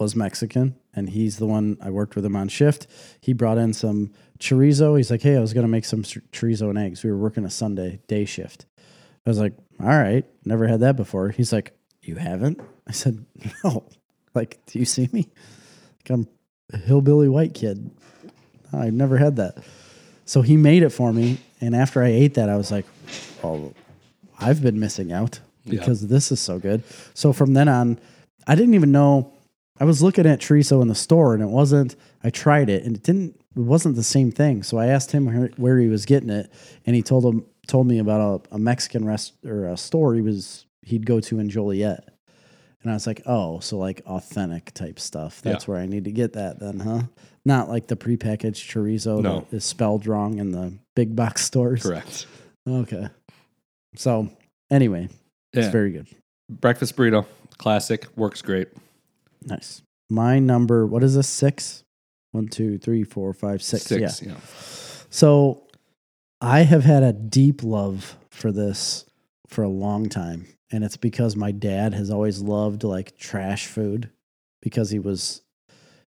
S1: was Mexican, and he's the one I worked with him on shift. He brought in some chorizo. He's like, "Hey, I was gonna make some ch- chorizo and eggs. We were working a Sunday day shift." I was like, "All right, never had that before." He's like, "You haven't?" I said, "No." Like, do you see me? Like I'm a hillbilly white kid. I've never had that. So he made it for me, and after I ate that, I was like, "Oh, I've been missing out because this is so good." So from then on, I didn't even know. I was looking at chorizo in the store, and it wasn't. I tried it, and it didn't. It wasn't the same thing. So I asked him where- where he was getting it, and he told him told me about a, a Mexican rest or a store he was he'd go to in Joliet. And I was like, oh, so like authentic type stuff. That's where I need to get that then, huh? Not like the prepackaged chorizo
S2: No.
S1: that is spelled wrong in the big box stores.
S2: Correct.
S1: Okay. So anyway,
S2: Yeah.
S1: it's very good.
S2: Breakfast burrito, classic, works great.
S1: Nice. My number, what is this? Six? One, two, three, four, five, six. Yeah.
S2: yeah.
S1: So I have had a deep love for this for a long time. And it's because my dad has always loved like trash food because he was,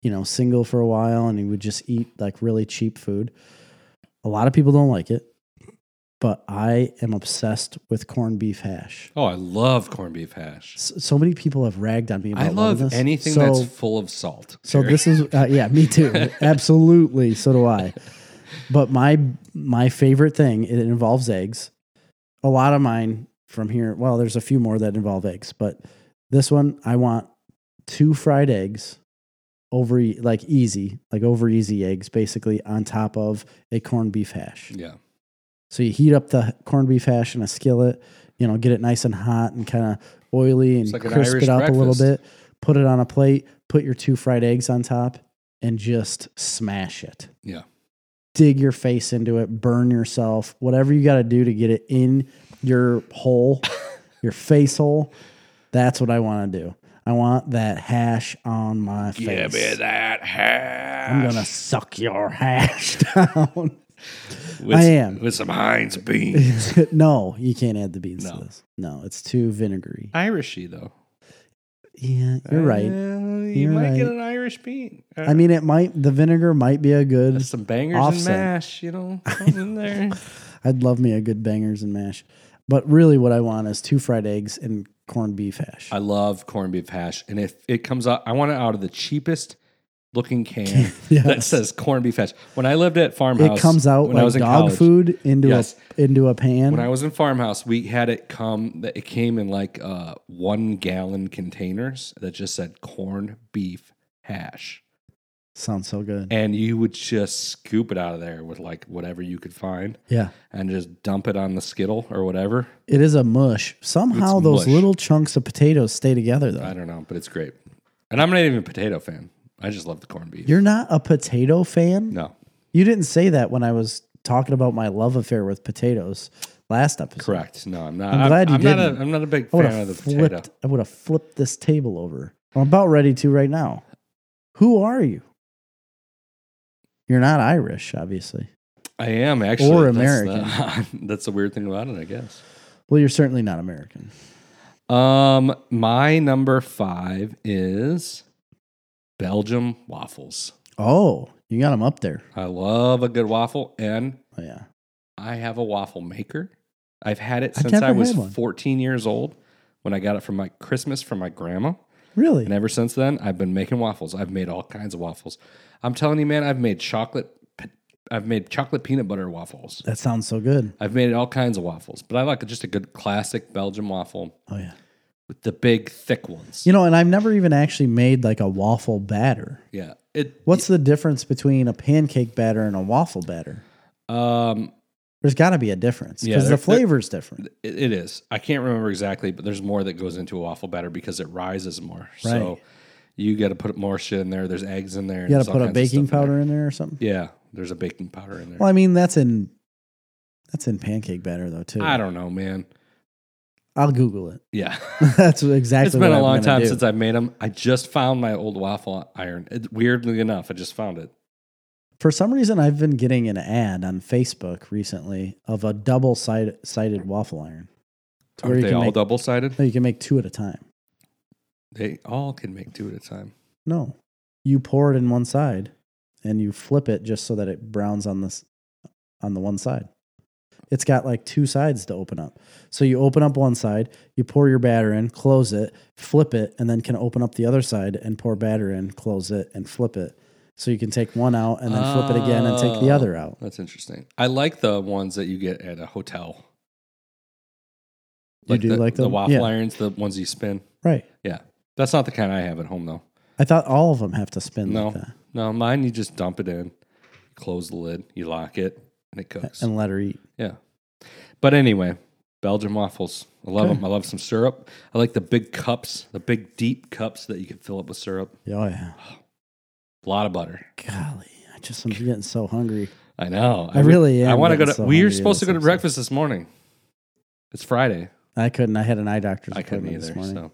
S1: you know, single for a while and he would just eat like really cheap food. A lot of people don't like it, but I am obsessed with corned beef hash.
S2: Oh, I love corned beef hash.
S1: S- So many people have ragged on me about
S2: I love
S1: this.
S2: anything
S1: So-
S2: that's full of salt.
S1: so
S2: Jerry.
S1: this is uh, yeah, me too. Absolutely, so do I. But my my favorite thing it involves eggs. A lot of mine from here. Well, there's a few more that involve eggs, but this one I want two fried eggs over e- like easy, like over easy eggs basically on top of a corned beef hash.
S2: yeah,
S1: So you heat up the corned beef hash in a skillet, you know, get it nice and hot and kind of oily and
S2: It's like an
S1: crisp
S2: Irish
S1: it up a little
S2: breakfast.
S1: bit. Put it on a plate, put your two fried eggs on top, and just smash it.
S2: yeah.
S1: Dig your face into it, burn yourself, whatever you got to do to get it in your hole, your face hole. That's what I want to do. I want that hash on my face.
S2: that hash.
S1: I'm going to suck your hash down.
S2: With,
S1: I am.
S2: with some Heinz beans.
S1: no, you can't add the beans
S2: No.
S1: to this. No, it's too vinegary.
S2: Irishy though.
S1: Yeah, you're right.
S2: Uh, you
S1: You're
S2: might get
S1: right.
S2: an Irish bean. Uh,
S1: I mean, it might the vinegar might be a good.
S2: There's some bangers
S1: offset.
S2: and mash, you know, in there.
S1: I'd love me a good bangers and mash, but really, what I want is two fried eggs and corned beef hash.
S2: I love corned beef hash, and if it comes out, I want it out of the cheapest looking can
S1: Yes.
S2: that says corned beef hash. When I lived at farmhouse,
S1: it comes out
S2: when
S1: like
S2: I was in
S1: dog
S2: college,
S1: food into
S2: Yes.
S1: a into a pan.
S2: When I was in farmhouse, we had it come. It came in like uh, one gallon containers that just said corned beef hash,
S1: Sounds so good.
S2: and you would just scoop it out of there with like whatever you could find,
S1: yeah,
S2: and just dump it on the skittle or whatever.
S1: it is a mush. Somehow
S2: It's
S1: those
S2: mush.
S1: little chunks of potatoes stay together though.
S2: I don't know, but it's great. And I'm not even a potato fan. I just love the corned beef.
S1: You're not a potato fan.
S2: no,
S1: You didn't say that when I was talking about my love affair with potatoes last episode.
S2: correct. No, I'm not.
S1: I'm glad you
S2: I'm not
S1: didn't.
S2: a, I'm not a big
S1: I would
S2: fan of the
S1: have
S2: potato.
S1: flipped. I would have flipped this table over. I'm about ready to right now. Who are you? You're not Irish, obviously.
S2: I am actually
S1: Or
S2: That's the-
S1: American.
S2: that's the weird thing about it, I guess.
S1: Well, you're certainly not American.
S2: Um, my number five is Belgium waffles.
S1: Oh, you got him up there.
S2: I love a good waffle, and
S1: Oh yeah,
S2: I have a waffle maker. I've had it
S1: I've
S2: since I
S1: never
S2: was
S1: had one.
S2: 14 years old when I got it from my Christmas from my grandma.
S1: really?
S2: And ever since then, I've been making waffles. I've made all kinds of waffles. I'm telling you, man, I've made chocolate, pe- I've made chocolate peanut butter waffles.
S1: That sounds so good.
S2: I've made all kinds of waffles, but I like just a good classic Belgian waffle
S1: Oh yeah.
S2: with the big thick ones.
S1: You know, and I've never even actually made like a waffle batter.
S2: Yeah. It
S1: What's the difference between a pancake batter and a waffle batter?
S2: um
S1: There's got to be a difference
S2: Yeah,
S1: because
S2: they're-
S1: the flavor's different.
S2: it, it is. I can't remember exactly, but there's more that goes into a waffle batter because it rises more. So
S1: Right.
S2: you got to put more shit in there. There's eggs in there.
S1: You got
S2: There's
S1: to
S2: all
S1: put a
S2: kinds of
S1: baking
S2: stuff in
S1: powder in there or something.
S2: there. Yeah, there's a baking powder in there.
S1: Well, I mean that's in that's in pancake batter though too.
S2: I don't know, man.
S1: I'll Google it.
S2: Yeah.
S1: That's exactly.
S2: it's been
S1: what
S2: a
S1: I'm
S2: long
S1: gonna
S2: time
S1: do.
S2: since I've made them. I just found my old waffle iron. It, weirdly enough, I just found it.
S1: For some reason, I've been getting an ad on Facebook recently of a double sided sided waffle iron. To where
S2: Aren't
S1: you
S2: they
S1: can
S2: all
S1: make-
S2: double sided?
S1: No, you can make two at a time.
S2: They all can make two at a time.
S1: No, you pour it in one side, and you flip it just so that it browns on this on the one side. It's got like two sides to open up. So you open up one side, you pour your batter in, close it, flip it, and then can open up the other side and pour batter in, close it, and flip it. So you can take one out and then flip it again and take the
S2: Oh.
S1: other out.
S2: That's interesting. I like the ones that you get at a hotel.
S1: You do
S2: the,
S1: like
S2: the
S1: them?
S2: waffle
S1: Yeah.
S2: irons, the ones you spin.
S1: Right.
S2: Yeah, that's not the kind I have at home though.
S1: I thought all of them have to spin
S2: No,
S1: like that
S2: no, mine you just dump it in, close the lid, you lock it, and it cooks.
S1: and let her eat.
S2: yeah, but anyway, Belgian waffles. I love
S1: Okay.
S2: them. I love some syrup. I like the big cups, the big deep cups that you can fill up with syrup.
S1: Oh yeah.
S2: A lot of butter.
S1: Golly, I just am getting so hungry.
S2: I know.
S1: I really am
S2: I want to go
S1: getting
S2: to.
S1: so
S2: we were
S1: hungry
S2: supposed to go
S1: this
S2: to
S1: episode.
S2: breakfast this morning. It's Friday.
S1: I couldn't. I had an eye doctor's
S2: I couldn't
S1: appointment
S2: either.
S1: this morning.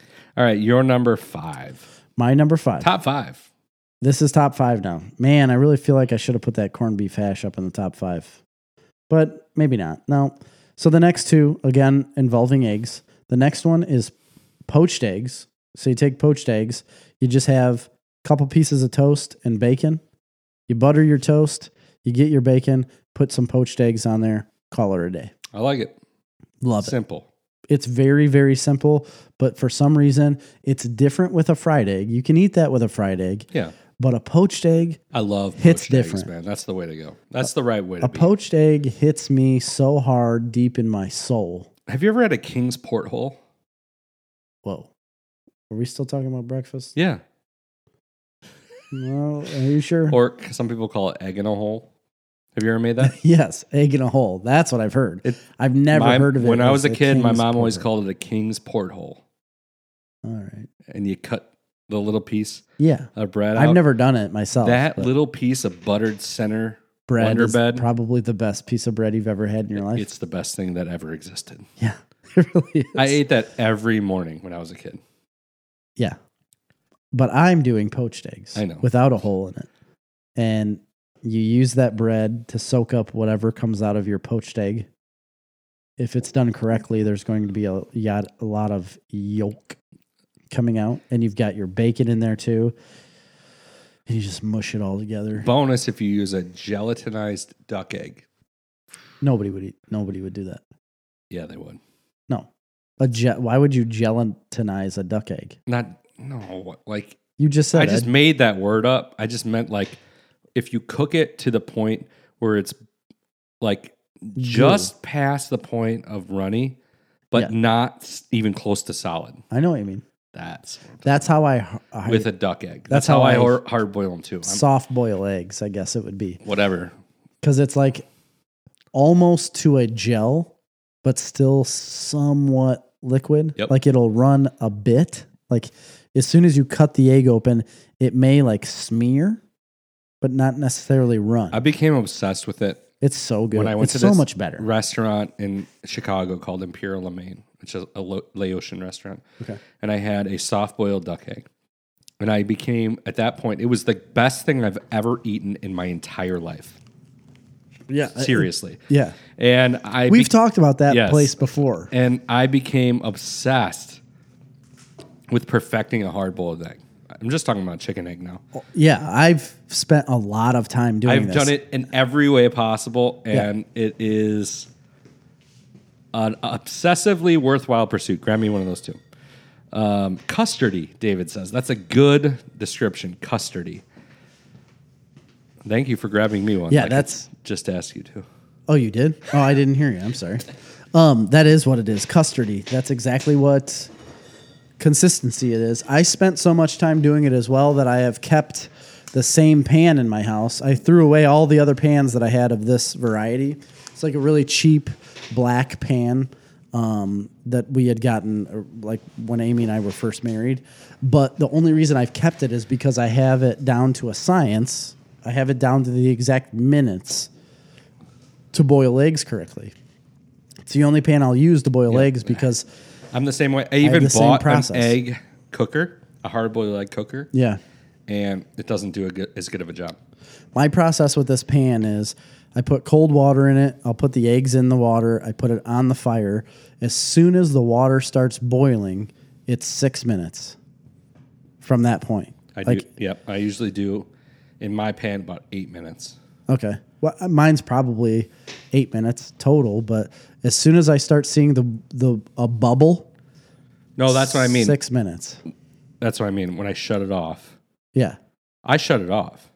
S2: So, all right, your number five,
S1: My number five.
S2: top five.
S1: This is top five now. Man, I really feel like I should have put that corned beef hash up in the top five, but maybe not. No. So the next two, again, involving eggs. The next one is poached eggs. So you take poached eggs, you just have a couple pieces of toast and bacon. You butter your toast, you get your bacon, put some poached eggs on there, call it a day.
S2: I like it.
S1: Love it.
S2: Simple.
S1: It's very, very simple, but for some reason, it's different with a fried egg. You can eat that with a fried egg,
S2: Yeah,
S1: but a poached egg,
S2: I love
S1: Hits
S2: poached eggs,
S1: different.
S2: man. That's the way to go. That's the right way to
S1: a
S2: be.
S1: poached egg hits me so hard deep in my soul.
S2: Have you ever had a King's porthole?
S1: Whoa. Are we still talking about breakfast?
S2: Yeah,
S1: No. Are you sure?
S2: or some people call it egg in a hole. Have you ever made that?
S1: yes, egg in a hole. That's what I've heard.
S2: It-
S1: I've never
S2: My-
S1: heard of it.
S2: When I
S1: as
S2: was a kid, my
S1: king's
S2: mom always
S1: porter.
S2: called it a King's porthole,
S1: All right.
S2: and you cut the little piece
S1: Yeah.
S2: of bread.
S1: I've
S2: out.
S1: never done it myself.
S2: that
S1: Oh, but
S2: little piece of buttered center
S1: bread
S2: Wonder
S1: is
S2: Bread.
S1: probably the best piece of bread you've ever had in your life.
S2: It's the best thing that ever existed.
S1: yeah. It really is.
S2: I ate that every morning when I was a kid.
S1: Yeah. But I'm doing poached eggs.
S2: I know.
S1: Without a hole in it. And you use that bread to soak up whatever comes out of your poached egg. If it's done correctly, there's going to be a, yod, a lot of yolk coming out. And you've got your bacon in there too. And you just mush it all together.
S2: Bonus if you use a gelatinized duck egg.
S1: nobody would eat. Nobody would do that.
S2: Yeah, they would.
S1: No. A ge- why would you gelatinize a duck egg?
S2: Not no, like
S1: You just said
S2: I just
S1: Ed.
S2: made that word up. I just meant like if you cook it to the point where it's like just past the point of runny, but not s- even close to solid.
S1: I know what you mean.
S2: That's
S1: That's how I, I
S2: with a duck egg.
S1: That's
S2: That's, how,
S1: how
S2: I,
S1: I-
S2: hor- hard boil them too. I'm,
S1: soft boil eggs, I guess it would be.
S2: whatever.
S1: Because it's like almost to a gel, but still somewhat liquid.
S2: Yep.
S1: Like it'll run a bit. Like as soon as you cut the egg open, it may like smear, but not necessarily run.
S2: I became obsessed with it
S1: it's so good.
S2: when I went
S1: it's
S2: to
S1: so
S2: this
S1: much better.
S2: restaurant in Chicago called Imperial Lemaine, which is a Lo- Laotian restaurant.
S1: Okay.
S2: And I had a soft boiled duck egg. And I became, at that point, it was the best thing I've ever eaten in my entire life.
S1: Yeah.
S2: Seriously.
S1: Uh, Yeah.
S2: And I
S1: We've
S2: be-
S1: talked about that
S2: Yes.
S1: place before.
S2: and I became obsessed with perfecting a hard boiled egg. I'm just talking about chicken egg now.
S1: Yeah. I've spent a lot of time doing
S2: I've
S1: this.
S2: done it in every way possible, and it is an obsessively worthwhile pursuit. Grab me one of those two. Um, custardy, David says. That's a good description. Custardy. Thank you for grabbing me one.
S1: Yeah,
S2: I
S1: that's-
S2: could just ask you to.
S1: Oh, you did? Oh, I didn't hear you. I'm sorry. Um, that is what it is. Custardy. That's exactly what consistency it is. I spent so much time doing it as well that I have kept the same pan in my house. I threw away all the other pans that I had of this variety. It's like a really cheap black pan um, that we had gotten uh, like when Amy and I were first married. But the only reason I've kept it is because I have it down to a science. I have it down to the exact minutes to boil eggs correctly. It's the only pan I'll use to boil
S2: Yeah.
S1: eggs because
S2: I'm the same way. I
S1: have
S2: even
S1: the same
S2: bought an
S1: process.
S2: egg cooker, a hard boiled egg cooker,
S1: yeah.
S2: and it doesn't do a good, as good of a job.
S1: My process with this pan is I put cold water in it. I'll put the eggs in the water. I put it on the fire. As soon as the water starts boiling, it's six minutes from that point.
S2: I
S1: like,
S2: do. Yep. I usually do in my pan about eight minutes.
S1: okay. Well, uh, mine's probably eight minutes total, but as soon as I start seeing the, the a bubble,
S2: No, that's what I mean.
S1: Six minutes.
S2: That's what I mean. When I shut it off,
S1: Yeah.
S2: I shut it off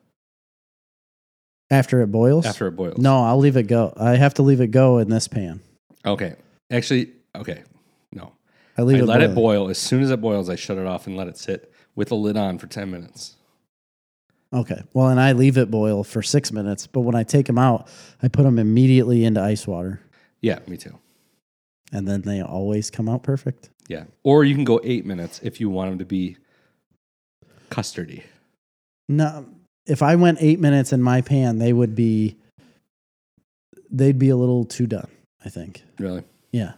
S1: After it boils?
S2: after it boils.
S1: No, I'll leave it go. I have to leave it go in this pan.
S2: Okay. Actually, okay. No.
S1: I leave
S2: I
S1: it
S2: let it
S1: boiling.
S2: boil. As soon as it boils, I shut it off and let it sit with the lid on for 10 minutes.
S1: Okay. Well, and I leave it boil for six minutes, but when I take them out, I put them immediately into ice water,
S2: Yeah, me too.
S1: and then they always come out perfect.
S2: Yeah. Or you can go eight minutes if you want them to be custardy.
S1: No, if I went eight minutes in my pan, they would be, they'd be a little too done. I think.
S2: Really?
S1: Yeah.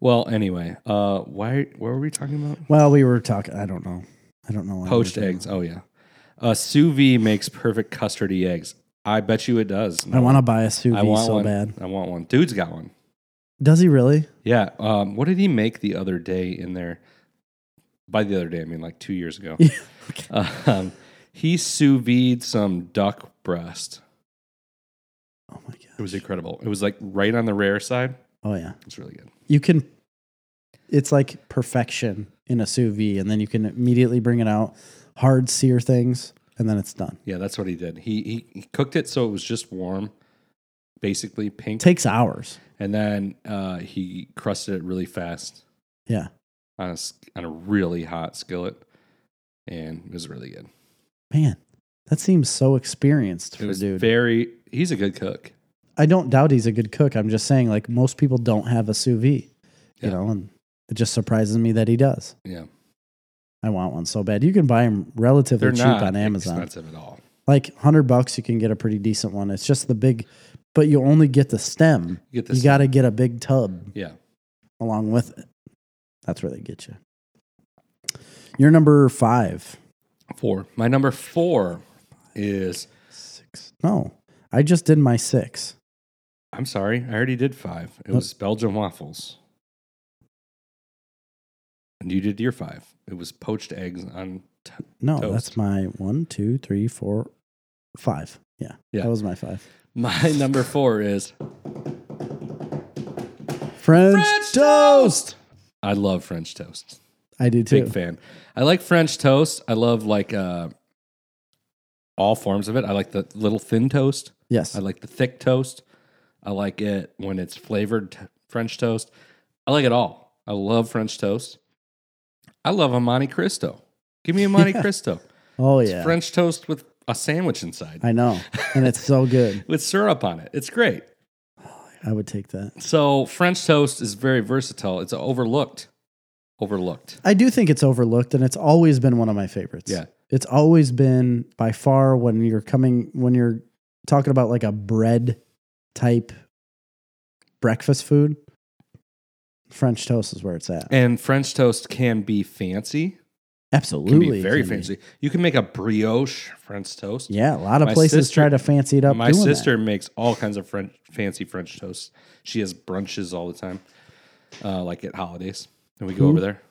S2: Well, anyway, uh, why? What were we talking about?
S1: Well, we were talking. I don't know. I don't know. why we were
S2: Poached
S1: talking
S2: eggs. Oh yeah, uh, sous vide makes perfect custardy eggs. I bet you it does.
S1: about- I want to buy a sous
S2: I
S1: vide
S2: want
S1: so
S2: one.
S1: bad.
S2: I want one. Dude's got one.
S1: Does he really?
S2: Yeah. Um, what did he make the other day in there? By the other day, I mean like two years ago.
S1: Yeah, okay.
S2: um, he sous vide some duck breast.
S1: Oh my
S2: It
S1: god.
S2: was incredible. It was like right on the rare side.
S1: Oh yeah.
S2: It's really good.
S1: You can. It's like perfection in a sous vide, and then you can immediately bring it out, hard sear things, and then it's done.
S2: Yeah, that's what he did. He he, he cooked it so it was just warm, basically pink,
S1: takes hours.
S2: and then uh, he crusted it really fast
S1: Yeah.
S2: on a s- on a really hot skillet, and it was really good.
S1: Man, that seems so experienced
S2: It
S1: for
S2: was
S1: dude.
S2: very. He's a good cook.
S1: I don't doubt he's a good cook. I'm just saying, like, most people don't have a sous vide,
S2: Yeah.
S1: you know, and it just surprises me that he does.
S2: Yeah,
S1: I want one so bad. You can buy them relatively
S2: they're
S1: cheap
S2: not
S1: on Amazon.
S2: expensive at all.
S1: Like, 100 bucks, you can get a pretty decent one. It's just the big, but you only get the stem.
S2: You get
S1: You
S2: this.
S1: got to get a big tub
S2: yeah.
S1: along with it. That's where they get you. You're number five.
S2: Four. My number four is.
S1: Six. No, I just did my six.
S2: I'm sorry, I already did five. It was Belgian waffles. And you did your five. It was poached eggs on. T-
S1: No,
S2: Toast.
S1: that's my one, two, three, four, five. Yeah,
S2: Yeah.
S1: that was my five.
S2: My number four is
S1: French, toast.
S2: French toast. I love French toast.
S1: I do
S2: Big
S1: too.
S2: fan. I like French toast. I love like uh, all forms of it. I like the little thin toast.
S1: Yes,
S2: I like the thick toast. I like it when it's flavored t- French toast. I like it all. I love French toast. I love a Monte Cristo. Give me a Monte
S1: Yeah.
S2: Cristo.
S1: oh
S2: It's
S1: yeah,
S2: French toast with a sandwich inside
S1: I know, and it's so good.
S2: with syrup on it. It's great.
S1: I would take that.
S2: So French toast is very versatile. It's overlooked. Overlooked.
S1: I do think it's overlooked, and it's always been one of my favorites.
S2: Yeah.
S1: it's always been by far when you're coming when you're talking about like a bread type breakfast food. French toast is where it's at.
S2: And French toast can be fancy. It can
S1: Absolutely,
S2: be very
S1: can
S2: fancy. You can make a brioche French toast.
S1: Yeah, a lot of
S2: My
S1: places
S2: sister-
S1: try to fancy it up.
S2: My
S1: doing that.
S2: sister makes all kinds of French, fancy French toast. She has brunches all the time, uh, like at holidays. And we go
S1: Who?
S2: over there.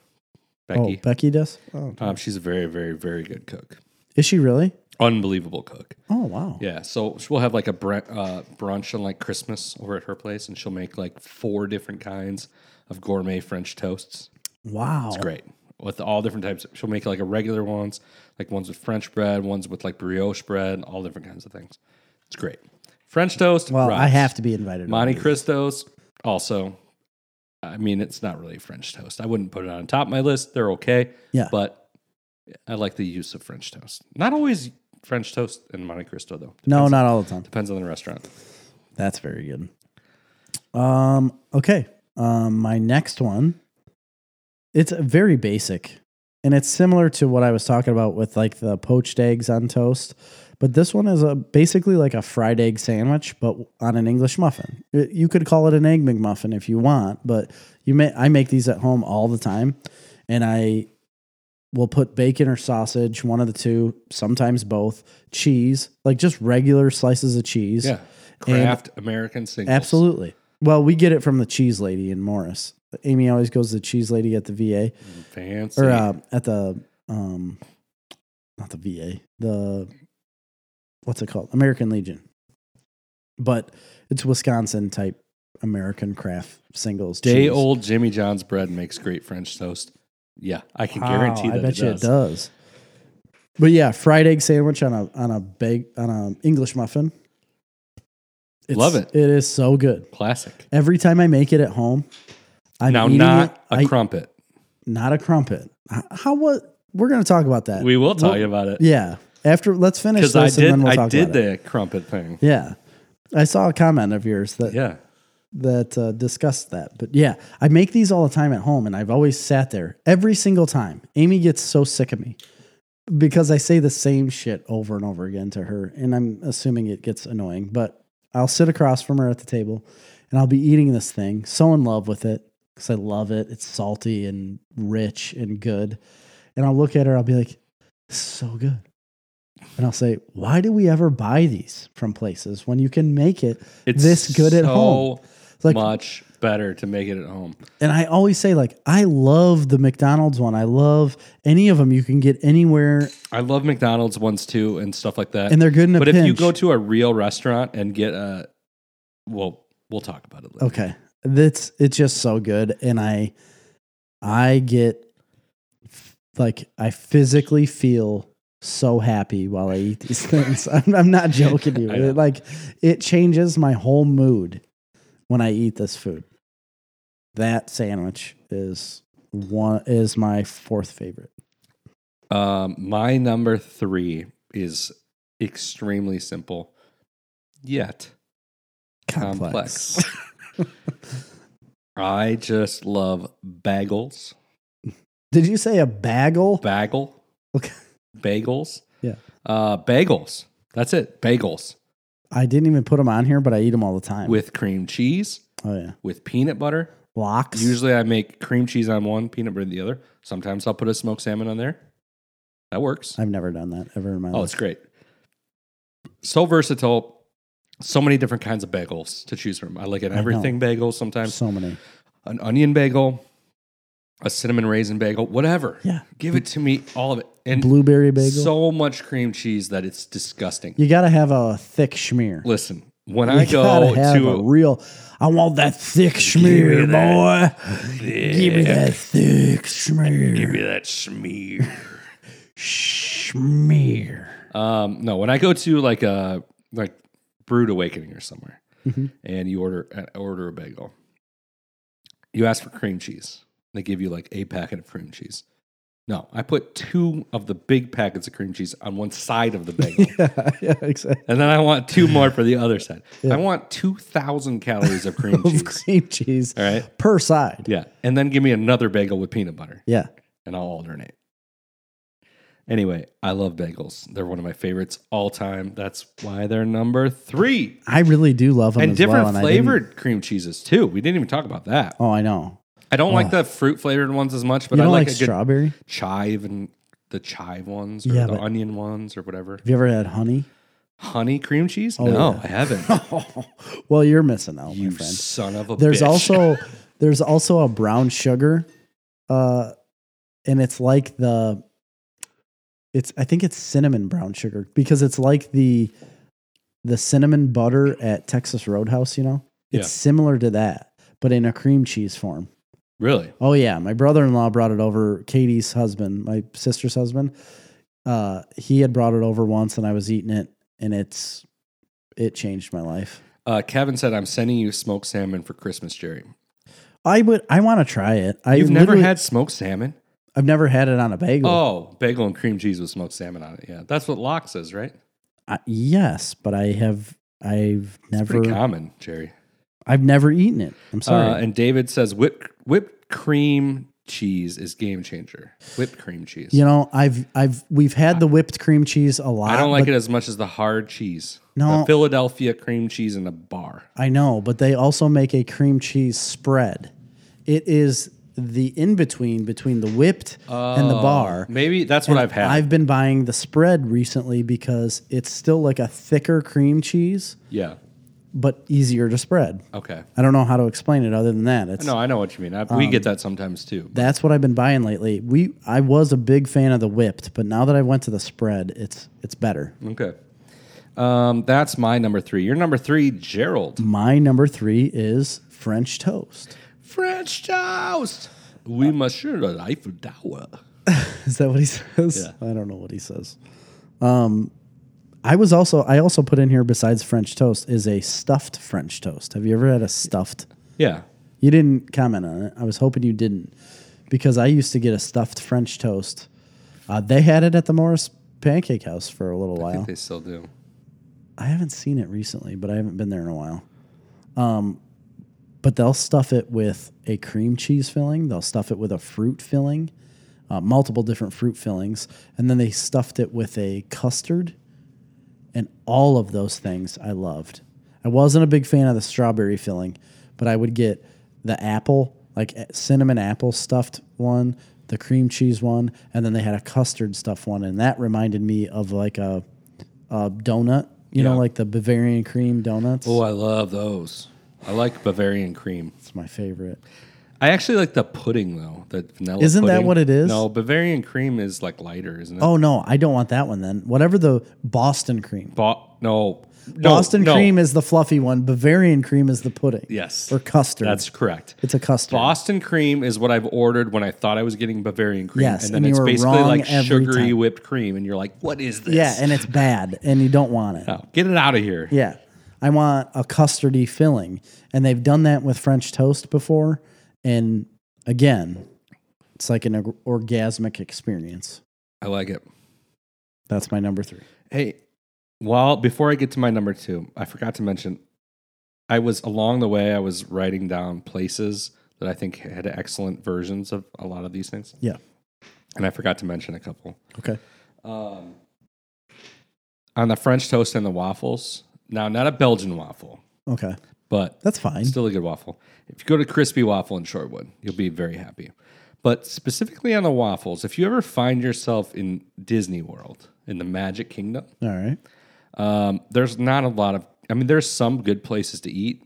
S1: Oh,
S2: Becky.
S1: Becky does. Oh,
S2: um, she's a very, very, very good cook.
S1: is she really?
S2: Unbelievable cook.
S1: Oh wow.
S2: Yeah. So we'll have like a bre- uh, brunch on like Christmas over at her place, and she'll make like four different kinds of gourmet French toasts.
S1: Wow.
S2: It's great with all different types. She'll make like a regular ones, like ones with French bread, ones with like brioche bread, all different kinds of things. It's great. French toast.
S1: Well, I
S2: rocks.
S1: have to be invited.
S2: Monte
S1: over.
S2: Cristos. Also, I mean, it's not really French toast. I wouldn't put it on top of my list. They're okay.
S1: Yeah.
S2: But I like the use of French toast. Not always French toast in Monte Cristo though.
S1: No, not all the time.
S2: Depends on the restaurant.
S1: That's very good. Um. Okay. Um. My next one. It's very basic. and it's similar to what I was talking about with like the poached eggs on toast. But this one is a basically like a fried egg sandwich, but on an English muffin. It- You could call it an egg McMuffin if you want, but you may I make these at home all the time, and I will put bacon or sausage, one of the two, sometimes both, cheese, like just regular slices of cheese.
S2: Yeah. Craft American singles.
S1: Absolutely. Well, we get it from the cheese lady in Morris. Amy always goes to the cheese lady at the VA
S2: Mm, Fancy.
S1: or uh, at the um, not the VA, the what's it called, American Legion. But it's Wisconsin type American craft singles.
S2: Day
S1: cheese.
S2: old Jimmy John's bread makes great French toast. Yeah, I can guarantee
S1: Wow,
S2: that
S1: I bet
S2: it,
S1: you
S2: does.
S1: it does. But yeah, fried egg sandwich on a on a bag on a English muffin.
S2: Love it.
S1: It is so good.
S2: Classic.
S1: Every time I make it at home, I'm
S2: now,
S1: eating
S2: not
S1: it-
S2: a
S1: I-
S2: crumpet.
S1: not a crumpet. H- How what? We're gonna talk about that.
S2: We will talk about it
S1: Yeah. After let's finish
S2: because
S1: this
S2: I
S1: and
S2: did.
S1: then we'll
S2: I
S1: talk
S2: did
S1: about it.
S2: the crumpet thing.
S1: Yeah. I saw a comment of yours that
S2: Yeah,
S1: that uh, discussed that. But yeah, I make these all the time at home and I've always sat there every single time. Amy gets so sick of me because I say the same shit over and over again to her and I'm assuming it gets annoying, but I'll sit across from her at the table and I'll be eating this thing, so in love with it cuz I love it. It's salty and rich and good. And I'll look at her, I'll be like, "This is "So good." And I'll say, "Why do we ever buy these from places when you can make it
S2: it's
S1: this good at
S2: so
S1: home?" It's like
S2: much better to make it at home.
S1: and I always say like I love the McDonald's one. I love any of them you can get anywhere,
S2: I love McDonald's ones too and stuff like that.
S1: and they're good in a
S2: but
S1: pinch.
S2: if you go to a real restaurant and get a, well, we'll talk about it later.
S1: okay, that's it's just so good, and I, I get like I physically feel so happy while I eat these things. I'm, I'm not joking you.
S2: I know.
S1: It, like it changes my whole mood when I eat this food. That sandwich is one is my fourth favorite.
S2: Um, my number three is extremely simple, yet complex. I just love bagels.
S1: Did you say a bagel?
S2: Bagel.
S1: Okay.
S2: Bagels.
S1: Yeah.
S2: Uh, bagels. That's it. Bagels
S1: I didn't even put them on here, but I eat them all the time.
S2: with cream cheese,
S1: oh yeah,
S2: with peanut butter.
S1: locks.
S2: Usually I make cream cheese on one, peanut butter on the other. Sometimes I'll put a smoked salmon on there. That works.
S1: I've never done that ever in my
S2: Oh,
S1: life.
S2: it's great. So versatile. So many different kinds of bagels to choose from. I like an
S1: I know.
S2: everything bagel sometimes,
S1: so many.
S2: an onion bagel, a cinnamon raisin bagel, whatever.
S1: Yeah,
S2: Give it to me, all of it. And
S1: blueberry bagel.
S2: so much cream cheese that it's disgusting.
S1: you got to have a thick schmear.
S2: Listen, when
S1: you
S2: I go
S1: gotta have a
S2: to
S1: real. I want that thick schmear,
S2: that
S1: boy. Give me that thick schmear.
S2: give me that smear.
S1: schmear.
S2: Um, no, when I go to like a like Brood Awakening or somewhere,
S1: Mhm.
S2: and you order uh, order a bagel, you ask for cream cheese. They give you like a packet of cream cheese. No, I put two of the big packets of cream cheese on one side of the bagel,
S1: yeah, yeah, exactly.
S2: and then I want two more for the other side.
S1: Yeah. Oh
S2: I want two thousand calories of cream
S1: Of
S2: cheese.
S1: cream cheese
S2: All right,
S1: per side.
S2: yeah, and then give me another bagel with peanut butter.
S1: Yeah.
S2: and I'll alternate. Anyway, I love bagels. They're one of my favorites all time. That's why they're number three.
S1: I really do love them
S2: And
S1: as
S2: different
S1: well, and I didn't-
S2: flavored cream cheeses too. We didn't even talk about that.
S1: Oh, I know.
S2: I don't like the fruit flavored ones as much, but
S1: you
S2: I
S1: don't like,
S2: like, a good
S1: strawberry?
S2: chive and the chive ones or
S1: Yeah,
S2: the
S1: but-
S2: onion ones or whatever.
S1: Have you ever had honey?
S2: Honey cream cheese? no,
S1: Oh, yeah.
S2: I haven't.
S1: well, you're missing out, my
S2: you
S1: friend.
S2: son of a
S1: There's
S2: bitch.
S1: also there's also a brown sugar, uh, and it's like the it's I think it's cinnamon brown sugar because it's like the the cinnamon butter at Texas Roadhouse. You know, it's
S2: Yeah.
S1: similar to that, but in a cream cheese form.
S2: really
S1: Oh yeah, my brother-in-law brought it over. Katie's husband, my sister's husband, uh, he had brought it over once, and I was eating it, and it's it changed my life.
S2: uh, Kevin said, I'm sending you smoked salmon for Christmas, Jerry.
S1: I would, I want to try it. I
S2: You've never
S1: literally-
S2: had smoked salmon?
S1: I've never had it on a bagel.
S2: Oh, bagel and cream cheese with smoked salmon on it. Yeah, that's what lox says, right?
S1: I- yes, but I have. I've
S2: Pretty
S1: never.
S2: common, Jerry.
S1: I've never eaten it. I'm
S2: Uh,
S1: sorry.
S2: and David says whipped whipped cream cheese is game changer. Whipped cream cheese.
S1: You know, I've I've we've had the whipped cream cheese a lot.
S2: I don't like
S1: but-
S2: it as much as the hard cheese.
S1: No.
S2: the Philadelphia cream cheese in a bar.
S1: I know, but they also make a cream cheese spread. It is the in between between the whipped and
S2: Oh.
S1: the bar.
S2: Maybe that's what I've had.
S1: I've been buying the spread recently because it's still like a thicker cream cheese,
S2: yeah.
S1: but easier to spread.
S2: Okay.
S1: I don't know how to explain it other than that. It's
S2: No, I know what you mean. I, we
S1: Um,
S2: get that sometimes too.
S1: that's what I've been buying lately. We I was a big fan of the whipped, but now that I went to the spread, it's it's better.
S2: Okay. Um, that's my number three. Your number three, Gerald.
S1: My number three is French toast.
S2: French toast. We must share the life of Dawa.
S1: Is that what he says? I don't know what he says. Um, I was also I also put in here besides French toast is a stuffed French toast. Have you ever had a stuffed?
S2: Yeah.
S1: You didn't comment on it. I was hoping you didn't because I used to get a stuffed French toast. Uh, they had it at the Morris Pancake House for a little
S2: I
S1: while.
S2: think they still do.
S1: I haven't seen it recently, but I haven't been there in a while. Um, but they'll stuff it with a cream cheese filling. They'll stuff it with a fruit filling, uh, multiple different fruit fillings, and then they stuffed it with a custard. And all of those things I loved. I wasn't a big fan of the strawberry filling, but I would get the apple, like eh, cinnamon apple stuffed one, the cream cheese one, and then they had a custard stuffed one, and that reminded me of like a, a donut. You know,
S2: Yeah.
S1: like the Bavarian cream donuts.
S2: Oh, I love those. I like Bavarian cream.
S1: It's my favorite.
S2: I actually like the pudding though. The vanilla.
S1: Isn't that
S2: pudding.
S1: what it is?
S2: No, Bavarian cream is like lighter, isn't it?
S1: Oh no, I don't want that one then. Whatever the Boston cream.
S2: Bo- no. No,
S1: Boston
S2: no.
S1: cream is the fluffy one. Bavarian cream is the pudding.
S2: Yes.
S1: Or custard.
S2: That's correct.
S1: it's a custard.
S2: Boston cream is what I've ordered when I thought I was getting Bavarian cream.
S1: Yes,
S2: and then
S1: and you
S2: it's
S1: were
S2: basically
S1: wrong
S2: like
S1: every
S2: sugary
S1: time.
S2: whipped cream, and you're like, what is this?
S1: Yeah, and it's bad and you don't want it.
S2: No, get it out of here.
S1: Yeah. I want a custardy filling. And they've done that with French toast before. And again, it's like an org- orgasmic experience.
S2: I like it.
S1: That's my number three.
S2: Hey, well, before I get to my number two, I forgot to mention I was along the way, I was writing down places that I think had excellent versions of a lot of these things.
S1: Yeah.
S2: And I forgot to mention a couple.
S1: Okay.
S2: Um, on the French toast and the waffles. Now, not a Belgian waffle,
S1: Okay.
S2: but
S1: That's fine.
S2: Still a good waffle. If you go to Crispy Waffle in Shorewood, you'll be very happy. But specifically on the waffles, if you ever find yourself in Disney World, in the Magic Kingdom,
S1: All right.
S2: um, there's not a lot of, I mean, there's some good places to eat.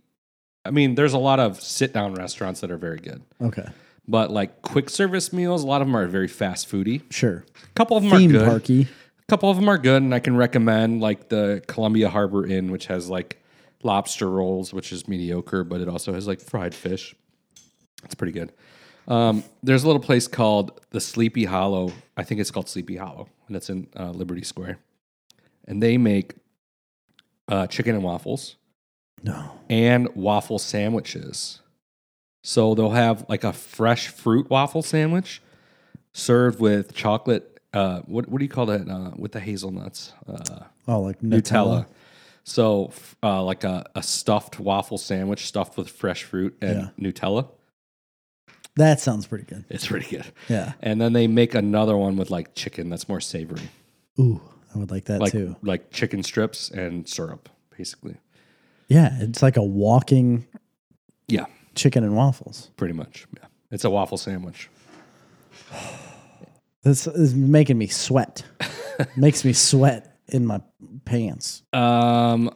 S2: I mean, there's a lot of sit down restaurants that are very good.
S1: Okay.
S2: But like quick service meals, a lot of them are very fast foody.
S1: Sure.
S2: A couple of them
S1: Theme
S2: are good.
S1: parky.
S2: A couple of them are good, and I can recommend like the Columbia Harbor Inn, which has like lobster rolls, which is mediocre, but it also has like fried fish. It's pretty good. Um, there's a little place called the Sleepy Hollow. I think it's called Sleepy Hollow, and it's in uh, Liberty Square. And they make uh, chicken and waffles
S1: No.
S2: and waffle sandwiches. So they'll have like a fresh fruit waffle sandwich served with chocolate. Uh, what what do you call that? Uh, with the hazelnuts, uh,
S1: Oh, like
S2: Nutella.
S1: Nutella.
S2: So f- uh, like a, a stuffed waffle sandwich stuffed with fresh fruit and Nutella.
S1: That sounds pretty good.
S2: It's pretty good.
S1: Yeah.
S2: And then they make another one with like chicken that's more savory,
S1: Ooh, I would like that
S2: like
S1: too.
S2: like chicken strips and syrup, basically.
S1: Yeah, it's like a walking
S2: Yeah.
S1: chicken and waffles.
S2: Pretty much. Yeah. It's a waffle sandwich.
S1: This is making me sweat. Makes me sweat in my pants.
S2: Um,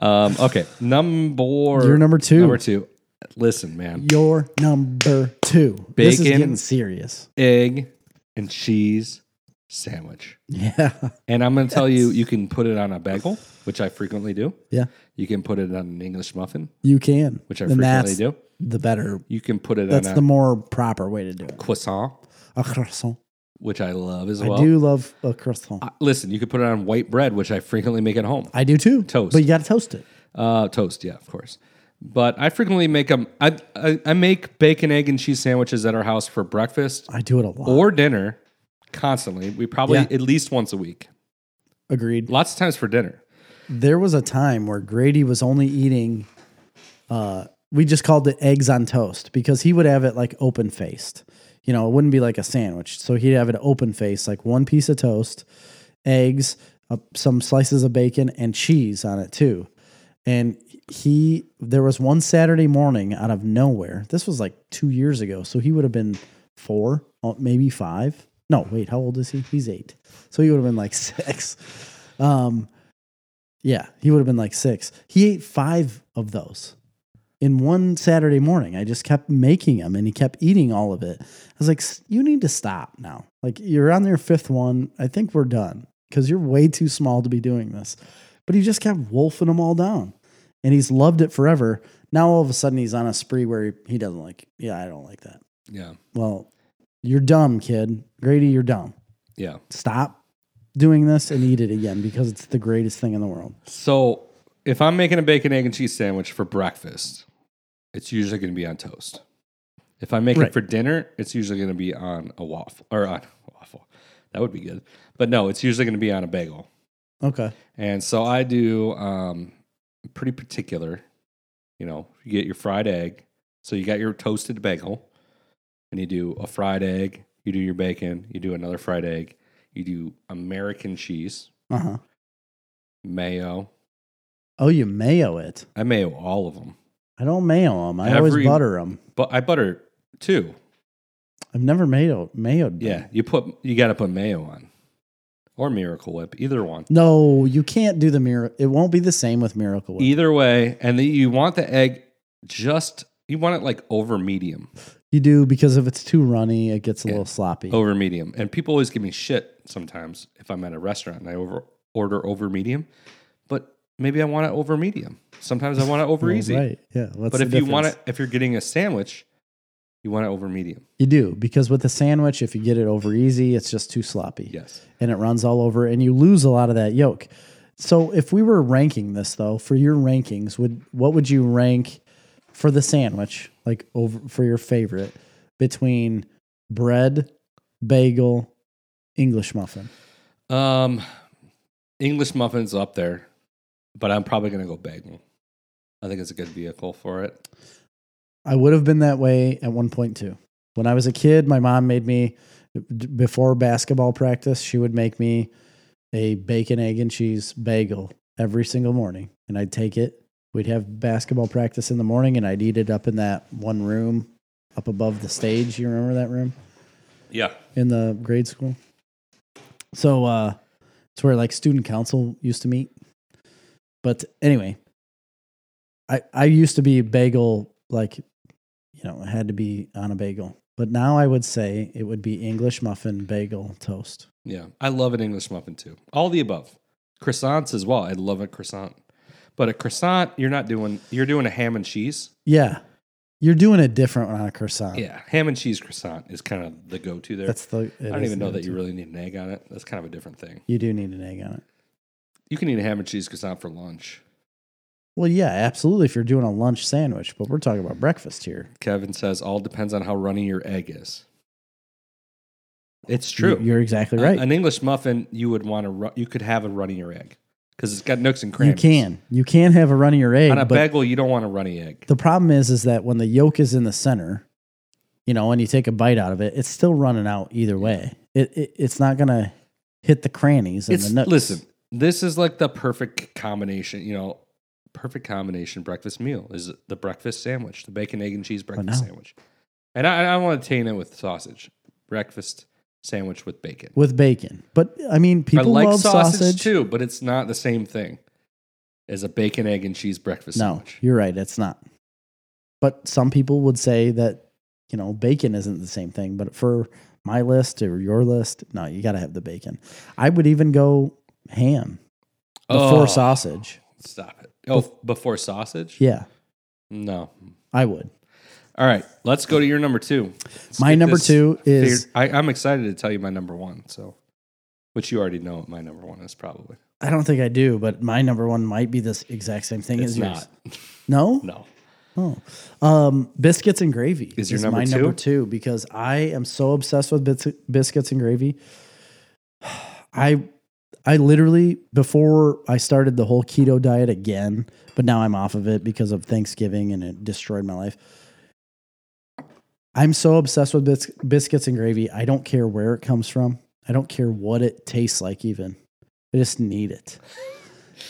S2: um, okay, number
S1: You're number two.
S2: Number two. Listen, man,
S1: Your number two. This is
S2: Bacon.
S1: getting serious.
S2: egg and cheese sandwich,
S1: Yeah.
S2: and I'm going to tell you, you can put it on a bagel, which I frequently do.
S1: Yeah.
S2: You can put it on an English muffin,
S1: You can.
S2: which I
S1: And
S2: frequently
S1: that's
S2: do.
S1: the better.
S2: You can put it on
S1: That's
S2: a
S1: the more proper way to do it.
S2: croissant,
S1: A croissant.
S2: which I love as well.
S1: I do love a croissant.
S2: Uh, Listen, you could put it on white bread, which I frequently make at home.
S1: I do too.
S2: Toast.
S1: But you got to toast it.
S2: Uh, toast, yeah, of course. But I frequently make them. I, I I make bacon, egg, and cheese sandwiches at our house for breakfast
S1: I do it a lot.
S2: or dinner, constantly. We probably
S1: Yeah.
S2: at least once a week.
S1: Agreed.
S2: Lots of times for dinner.
S1: There was a time where Grady was only eating uh, we just called it eggs on toast because he would have it like open faced. You know, it wouldn't be like a sandwich. So he'd have it open faced, like one piece of toast, eggs, uh, some slices of bacon, and cheese on it too. And he, there was one Saturday morning out of nowhere. This was like two years ago. So he would have been four, uh, maybe five. No, wait, how old is he? He's eight. So he would have been like six. Um, yeah, he would have been like six. He ate five of those in one Saturday morning. I just kept making them and he kept eating all of it. I was like, "S- you need to stop now. Like, you're on your fifth one. I think we're done because you're way too small to be doing this. But he just kept wolfing them all down and he's loved it forever. Now, all of a sudden, he's on a spree where he, he doesn't like, yeah, I don't like that.
S2: Yeah.
S1: Well, you're dumb, kid. Grady, you're dumb.
S2: Yeah.
S1: Stop doing this and eat it again because it's the greatest thing in the world.
S2: So if I'm making a bacon, egg, and cheese sandwich for breakfast, it's usually going to be on toast. If I make
S1: Right.
S2: it for dinner, it's usually going to be on a waffle or on waffle. That would be good. But no, it's usually going to be on a bagel.
S1: Okay.
S2: And so I do um, pretty particular. You know, you get your fried egg. So you got your toasted bagel, and you do a fried egg. You do your bacon. You do another fried egg. You do American cheese,
S1: Uh huh.
S2: mayo.
S1: Oh, you mayo it.
S2: I mayo all of them.
S1: I don't mayo them. I always
S2: Every-
S1: butter them.
S2: But I butter too.
S1: I've never mayo mayoed. them.
S2: Yeah, you put you got to put mayo on, or Miracle Whip, either one.
S1: No, you can't do the miracle. It won't be the same with Miracle Whip.
S2: Either way, and then you want the egg just you want it like over medium,
S1: You do because if it's too runny, it gets a
S2: Yeah.
S1: little sloppy.
S2: over medium. And people always give me shit sometimes if I'm at a restaurant and I over order over medium, but maybe I want it over medium. Sometimes I want it over
S1: Well,
S2: easy.
S1: Right. Yeah. What's
S2: but
S1: the
S2: if you want
S1: difference?
S2: it, if you're getting a sandwich, you want it over medium.
S1: you do because with a sandwich, if you get it over easy, it's just too sloppy.
S2: Yes.
S1: and it runs all over and you lose a lot of that yolk. So if we were ranking this though, for your rankings, would what would you rank for the sandwich, like over for your favorite between bread, bagel, English muffin?
S2: Um, English muffins up there, but I'm probably gonna go bagel. I think it's a good vehicle for it.
S1: I would have been that way at one point too. When I was a kid, my mom made me d- before basketball practice, she would make me a bacon, egg, and cheese bagel every single morning. And I'd take it. We'd have basketball practice in the morning and I'd eat it up in that one room up above the stage. You remember that room
S2: Yeah,
S1: in the grade school? So uh it's where like student council used to meet. But anyway, I I used to be bagel like you know, it had to be on a bagel. But now I would say it would be English muffin, bagel, toast.
S2: yeah. I love an English muffin too. All the above, croissants as well. I love a croissant, but a croissant you're not doing. You're doing a ham and cheese.
S1: Yeah. You're doing it different on a croissant.
S2: Yeah, ham and cheese croissant is kind of the go-to there.
S1: That's the
S2: I don't even know that you really need an egg on it. That's kind of a different thing.
S1: You do need an egg on it.
S2: You can eat a ham and cheese croissant for lunch.
S1: Well, yeah, absolutely if you're doing a lunch sandwich, but we're talking about breakfast here.
S2: Kevin says all depends on how runny your egg is. It's
S1: You-
S2: true.
S1: You're exactly
S2: A-
S1: right.
S2: an English muffin, you would want to. Ru- you could have a runnier egg because it's got nooks and
S1: you
S2: crannies.
S1: can. You can have a runnier egg.
S2: on a
S1: but
S2: bagel, you don't want a runny egg.
S1: the problem is is that when the yolk is in the center you know and you take a bite out of it it's still running out either way it, it it's not gonna hit the crannies and
S2: It's
S1: the nooks.
S2: listen. This is like the perfect combination. You know, perfect combination breakfast meal is the breakfast sandwich, the bacon, egg, and cheese
S1: Oh,
S2: breakfast
S1: no.
S2: sandwich. And I, I want to taint it with sausage. Breakfast sandwich with bacon.
S1: with bacon but i mean people
S2: I like
S1: love sausage,
S2: sausage, too, but it's not the same thing as a bacon, egg, and cheese breakfast
S1: no
S2: sandwich.
S1: you're right it's not but some people would say that you know bacon isn't the same thing but for my list or your list no you gotta have the bacon i would even go ham before
S2: Oh,
S1: sausage
S2: Stop it. Oh, before sausage?
S1: yeah
S2: No.
S1: i would
S2: All right, let's go to your number two. Let's
S1: My
S2: get
S1: number
S2: this
S1: two is-
S2: figured- I, I'm excited to tell you my number one. So, which you already know what my number one is probably.
S1: I don't think I do, but my number one might be this exact same thing
S2: It's
S1: as yours.
S2: not.
S1: No,
S2: No.
S1: Oh. um, biscuits and gravy
S2: Is your
S1: my
S2: number two?
S1: number two because I am so obsessed with bis- biscuits and gravy. I I literally before I started the whole keto diet again, but now I'm off of it because of Thanksgiving and it destroyed my life. I'm so obsessed with bis- biscuits and gravy. I don't care where it comes from. I don't care what it tastes like even. I just need it.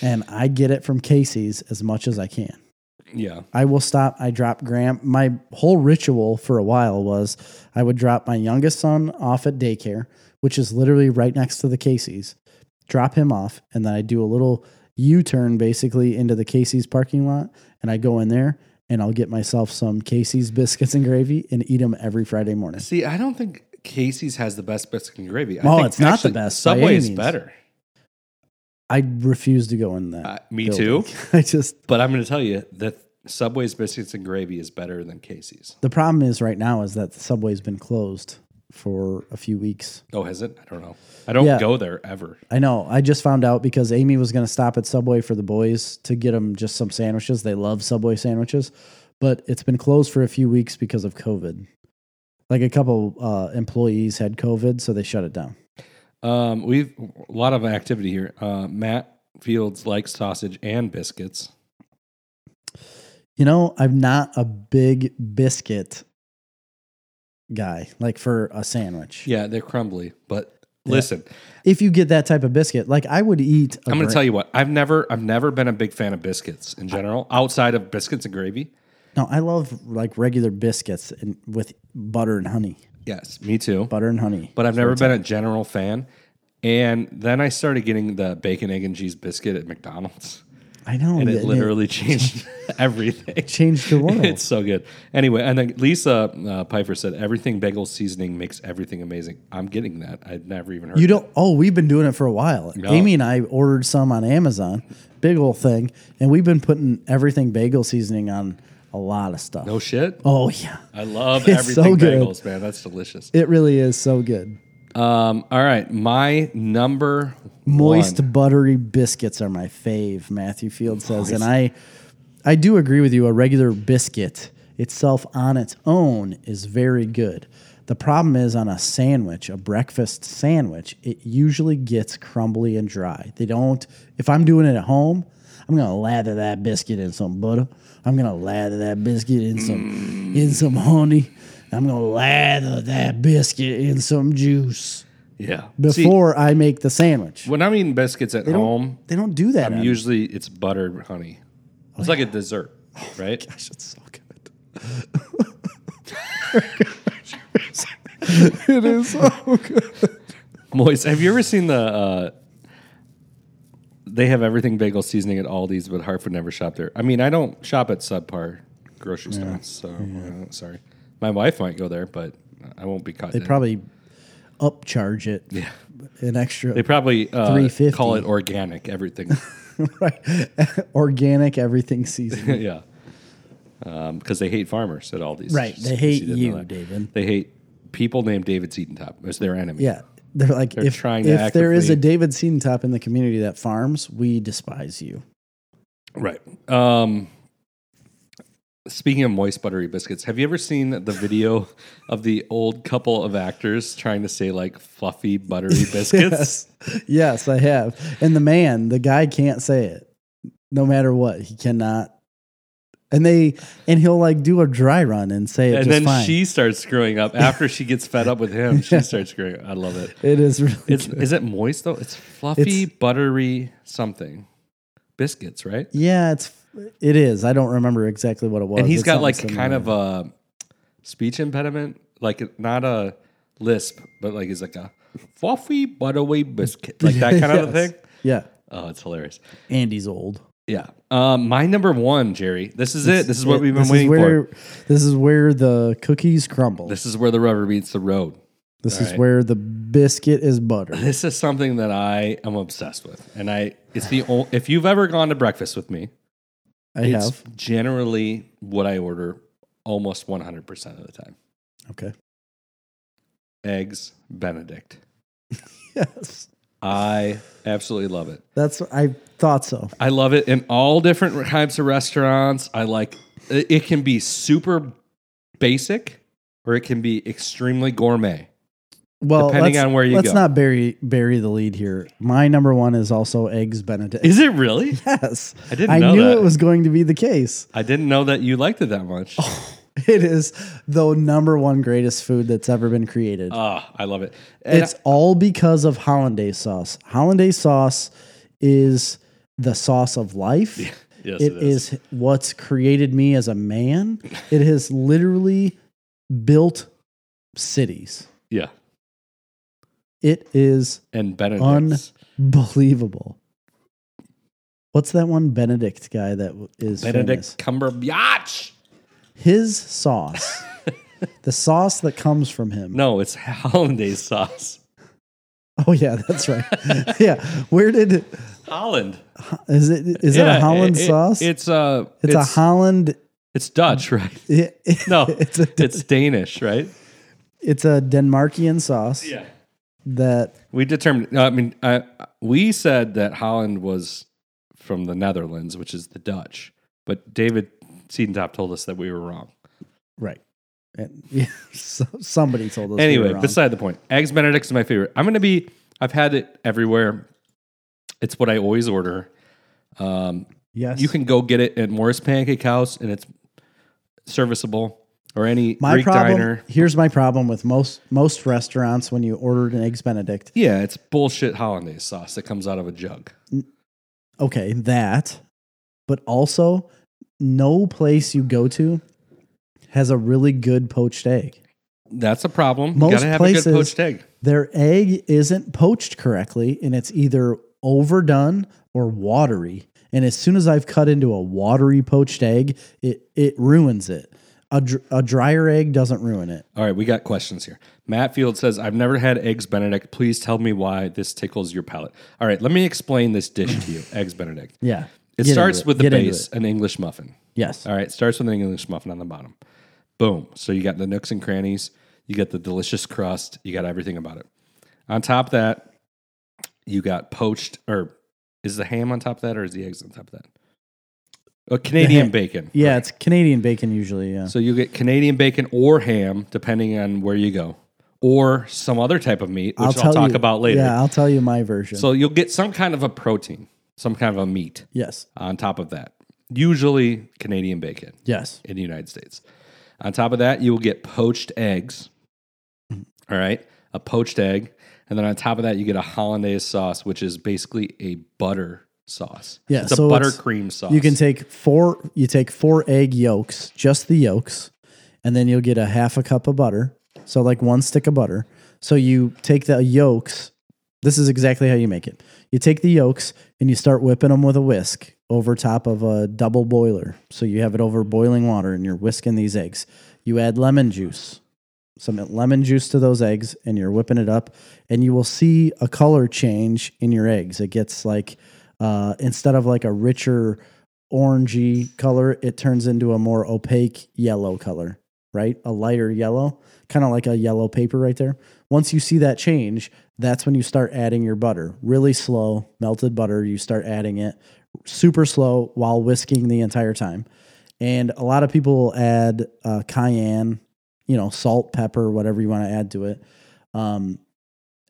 S1: And I get it from Casey's as much as I can.
S2: Yeah.
S1: I will stop. I drop Graham. My whole ritual for a while was I would drop my youngest son off at daycare, which is literally right next to the Casey's, drop him off, and then I do a little U turn basically into the Casey's parking lot. And I go in there and I'll get myself some Casey's biscuits and gravy and eat them every Friday morning.
S2: See, I don't think Casey's has the best biscuit and gravy. I
S1: Well,
S2: think
S1: it's not the best by any
S2: Subway is
S1: means.
S2: better.
S1: I refuse to go in that.
S2: Uh, me
S1: building.
S2: too.
S1: I just,
S2: But I'm going to tell you that Subway's biscuits and gravy is better than Casey's.
S1: the problem is right now is that the subway's been closed for a few weeks.
S2: Oh, has it? I don't know. I don't
S1: Yeah.
S2: go there ever.
S1: I know. I just found out because Amy was going to stop at Subway for the boys to get them just some sandwiches. They love Subway sandwiches, but it's been closed for a few weeks because of COVID. Like a couple uh, employees had COVID, so they shut it down.
S2: Um, we've a lot of activity here. Uh, Matt Fields likes sausage and biscuits.
S1: You know, I'm not a big biscuit guy, like for a sandwich.
S2: Yeah, they're crumbly. But
S1: Yeah.
S2: listen,
S1: If you get that type of biscuit, like I would eat. i
S2: I'm going to tell you what. I've never, I've never been a big fan of biscuits in general, outside of biscuits and gravy.
S1: No, I love like regular biscuits and with butter and honey.
S2: Yes, me too.
S1: Butter and honey.
S2: but I've never been a general fan. And then I started getting the bacon, egg, and cheese biscuit at McDonald's,
S1: I know.
S2: and
S1: yeah,
S2: it
S1: yeah.
S2: literally changed everything.
S1: changed the world.
S2: It's so good. Anyway, and then Lisa uh, Piper said, "Everything bagel seasoning makes everything amazing." I'm getting that. I'd never even heard.
S1: You
S2: of
S1: don't. Oh, we've been doing it for a while. Amy and I ordered some on Amazon, big old thing, and we've been putting everything bagel seasoning on a lot of stuff.
S2: it. No shit.
S1: Oh yeah,
S2: I love
S1: It's
S2: everything
S1: so good.
S2: bagels, man. That's delicious.
S1: it really is so good.
S2: Um, all right, my number
S1: Moist
S2: one.
S1: buttery biscuits are my fave. Matthew Field says, and I, I do agree with you. A regular biscuit itself on its own is very good. The problem is on a sandwich, a breakfast sandwich, it usually gets crumbly and dry. They don't. If I'm doing it at home, I'm gonna lather that biscuit in some butter. I'm gonna lather that biscuit in some in some honey. I'm gonna lather that biscuit in some juice
S2: Yeah. See,
S1: before I make the sandwich.
S2: when I'm eating biscuits at home,
S1: They don't do that. on-
S2: usually it's butter honey. It's like a dessert,
S1: Oh
S2: right?
S1: Gosh, it's so good. it is so good.
S2: Moist. Have you ever seen the? Uh, they have everything bagel seasoning at Aldi's, but Hartford never shop there. I mean, I don't shop at subpar grocery stores, so uh, sorry. My wife might go there, but I won't be caught.
S1: They
S2: dead.
S1: probably upcharge it. Yeah. An extra
S2: they probably uh,
S1: 350.
S2: call it organic everything.
S1: right. organic everything season.
S2: yeah, because they hate farmers at Aldi's.
S1: Right, they
S2: In case
S1: hate
S2: didn't know
S1: you,
S2: that.
S1: David.
S2: They hate people named David Seatentop as their enemy.
S1: Yeah. They're like if,
S2: trying to
S1: if there is a
S2: actively-
S1: David Seedentop in the community that farms, we despise you.
S2: Right. Um, speaking of moist buttery biscuits, have you ever seen the video of the old couple of actors trying to say like fluffy buttery biscuits?
S1: Yes. Yes, I have. And the man, the guy can't say it. No matter what. He cannot. And they and he'll like do a dry run and say it
S2: And
S1: just
S2: then
S1: fine.
S2: she starts screwing up. After she gets fed up with him, she starts screwing up. I love it.
S1: it is really
S2: It's
S1: good.
S2: is it moist though? It's fluffy
S1: It's-
S2: buttery something. Biscuits, right?
S1: Yeah, it's it is. I don't remember exactly what it was.
S2: and he's
S1: It's
S2: got
S1: something
S2: like kind
S1: similar.
S2: of a speech impediment, like not a lisp, but like he's like a fluffy buttery biscuit, like that kind of
S1: Yes.
S2: a thing.
S1: Yeah.
S2: Oh, it's hilarious.
S1: Andy's old.
S2: Yeah. Um, my number one, Jerry. This is it. This is what
S1: It-
S2: we've been
S1: this is
S2: waiting
S1: where,
S2: for.
S1: This is where the cookies crumble. This,
S2: This is where the rubber meets the road.
S1: is
S2: right.
S1: where the biscuit is buttered.
S2: This is something that I am obsessed with, and I it's the only, if you've ever gone to breakfast with me,
S1: I
S2: it's
S1: have.
S2: generally what I order almost one hundred percent of the time:
S1: Okay.
S2: eggs Benedict.
S1: Yes.
S2: I absolutely love it.
S1: That's I thought so.
S2: I love it in all different types of restaurants. I like it it can be super basic or it can be extremely gourmet.
S1: Well,
S2: Depending
S1: let's-
S2: on where you
S1: let's
S2: go.
S1: not bury bury the lead here. My number one is also eggs Benedict.
S2: Is it really?
S1: yes,
S2: I didn't
S1: I
S2: know
S1: knew
S2: that.
S1: it was going to be the case.
S2: I didn't know that you liked it that much. Oh,
S1: It is the number one greatest food that's ever been created.
S2: Ah, I love it. And
S1: it's all because of hollandaise sauce. Hollandaise sauce is the sauce of life.
S2: yes,
S1: it is. what's created me as a man. It has literally built cities.
S2: Yeah,
S1: It is
S2: and Benedict.
S1: believable. What's that one Benedict guy that w- is famous?
S2: Benedict Cumberbatch.
S1: His sauce, the sauce that comes from him.
S2: No, it's hollandaise sauce.
S1: Oh yeah, that's right. yeah, where did
S2: Holland.
S1: is it? Is
S2: Yeah,
S1: it a Holland
S2: it- it-
S1: sauce?
S2: It's uh,
S1: it's, a Holland.
S2: It's Dutch, right?
S1: It,
S2: No,
S1: it's a
S2: it's Danish, right?
S1: it's a Denmarkian sauce that
S2: We determined. I mean, I, we said that Holland was from the Netherlands, which is the Dutch, but David Seedentop told us that we were wrong.
S1: right. And, yeah, so, somebody told us. we
S2: anyway,
S1: were wrong.
S2: beside the point, eggs Benedict is my favorite. I'm gonna be. I've had it everywhere. It's what I always order. Um,
S1: yes,
S2: you can go get it at Morris Pancake House, and it's serviceable or any
S1: My
S2: Greek
S1: problem.
S2: diner.
S1: Here's my problem with most most restaurants when you ordered an eggs Benedict.
S2: Yeah, it's bullshit hollandaise sauce that comes out of a jug.
S1: Okay, that, but also no place you go to has a really good poached egg.
S2: That's a problem.
S1: Most
S2: you gotta have a
S1: places-
S2: good poached egg.
S1: Their egg isn't poached correctly and it's either overdone or watery. And as soon as I've cut into a watery poached egg, it, it ruins it. A, dr- a drier egg doesn't ruin it.
S2: All right, we got questions here. Matt Field says, I've never had eggs Benedict. Please tell me why this tickles your palate. All right, let me explain this dish to you, eggs Benedict.
S1: Yeah.
S2: It
S1: Get
S2: starts
S1: into
S2: with the
S1: Get into
S2: base,
S1: it.
S2: an English muffin.
S1: Yes.
S2: All right, it starts with an English muffin on the bottom. Boom. So you got the nooks and crannies, you got the delicious crust, you got everything about it. On top of that, you got poached, or is the ham on top of that, or is the eggs on top of that? Oh, Canadian bacon.
S1: Yeah, it's Canadian bacon usually. Yeah.
S2: So you get Canadian bacon or ham, depending on where you go, or some other type of meat, which I'll, talk
S1: you,
S2: about later.
S1: Yeah, I'll tell you my version.
S2: So you'll get some kind of a protein, some kind of a meat
S1: yes.
S2: on top of that. Usually Canadian bacon
S1: Yes.
S2: in the United States. On top of that, you will get poached eggs. All right, a poached egg, and then on top of that, you get a hollandaise sauce, which is basically a butter sauce.
S1: Yeah,
S2: it's a
S1: so it's-
S2: buttercream sauce.
S1: You can take four you take four egg yolks, just the yolks, and then you'll get a half a cup of butter. So like one stick of butter. So you take the yolks. This is exactly how you make it. You take the yolks and you start whipping them with a whisk over top of a double boiler. So you have it over boiling water and you're whisking these eggs. You add lemon juice. Some lemon juice to those eggs and you're whipping it up and you will see a color change in your eggs. It gets like uh, instead of like a richer orangey color, it turns into a more opaque yellow color, right? A lighter yellow, kind of like a yellow paper right there. Once you see that change, that's when you start adding your butter. Really slow, melted butter, you start adding it super slow while whisking the entire time. And a lot of people will add uh, cayenne, you know, salt, pepper, whatever you want to add to it. Um,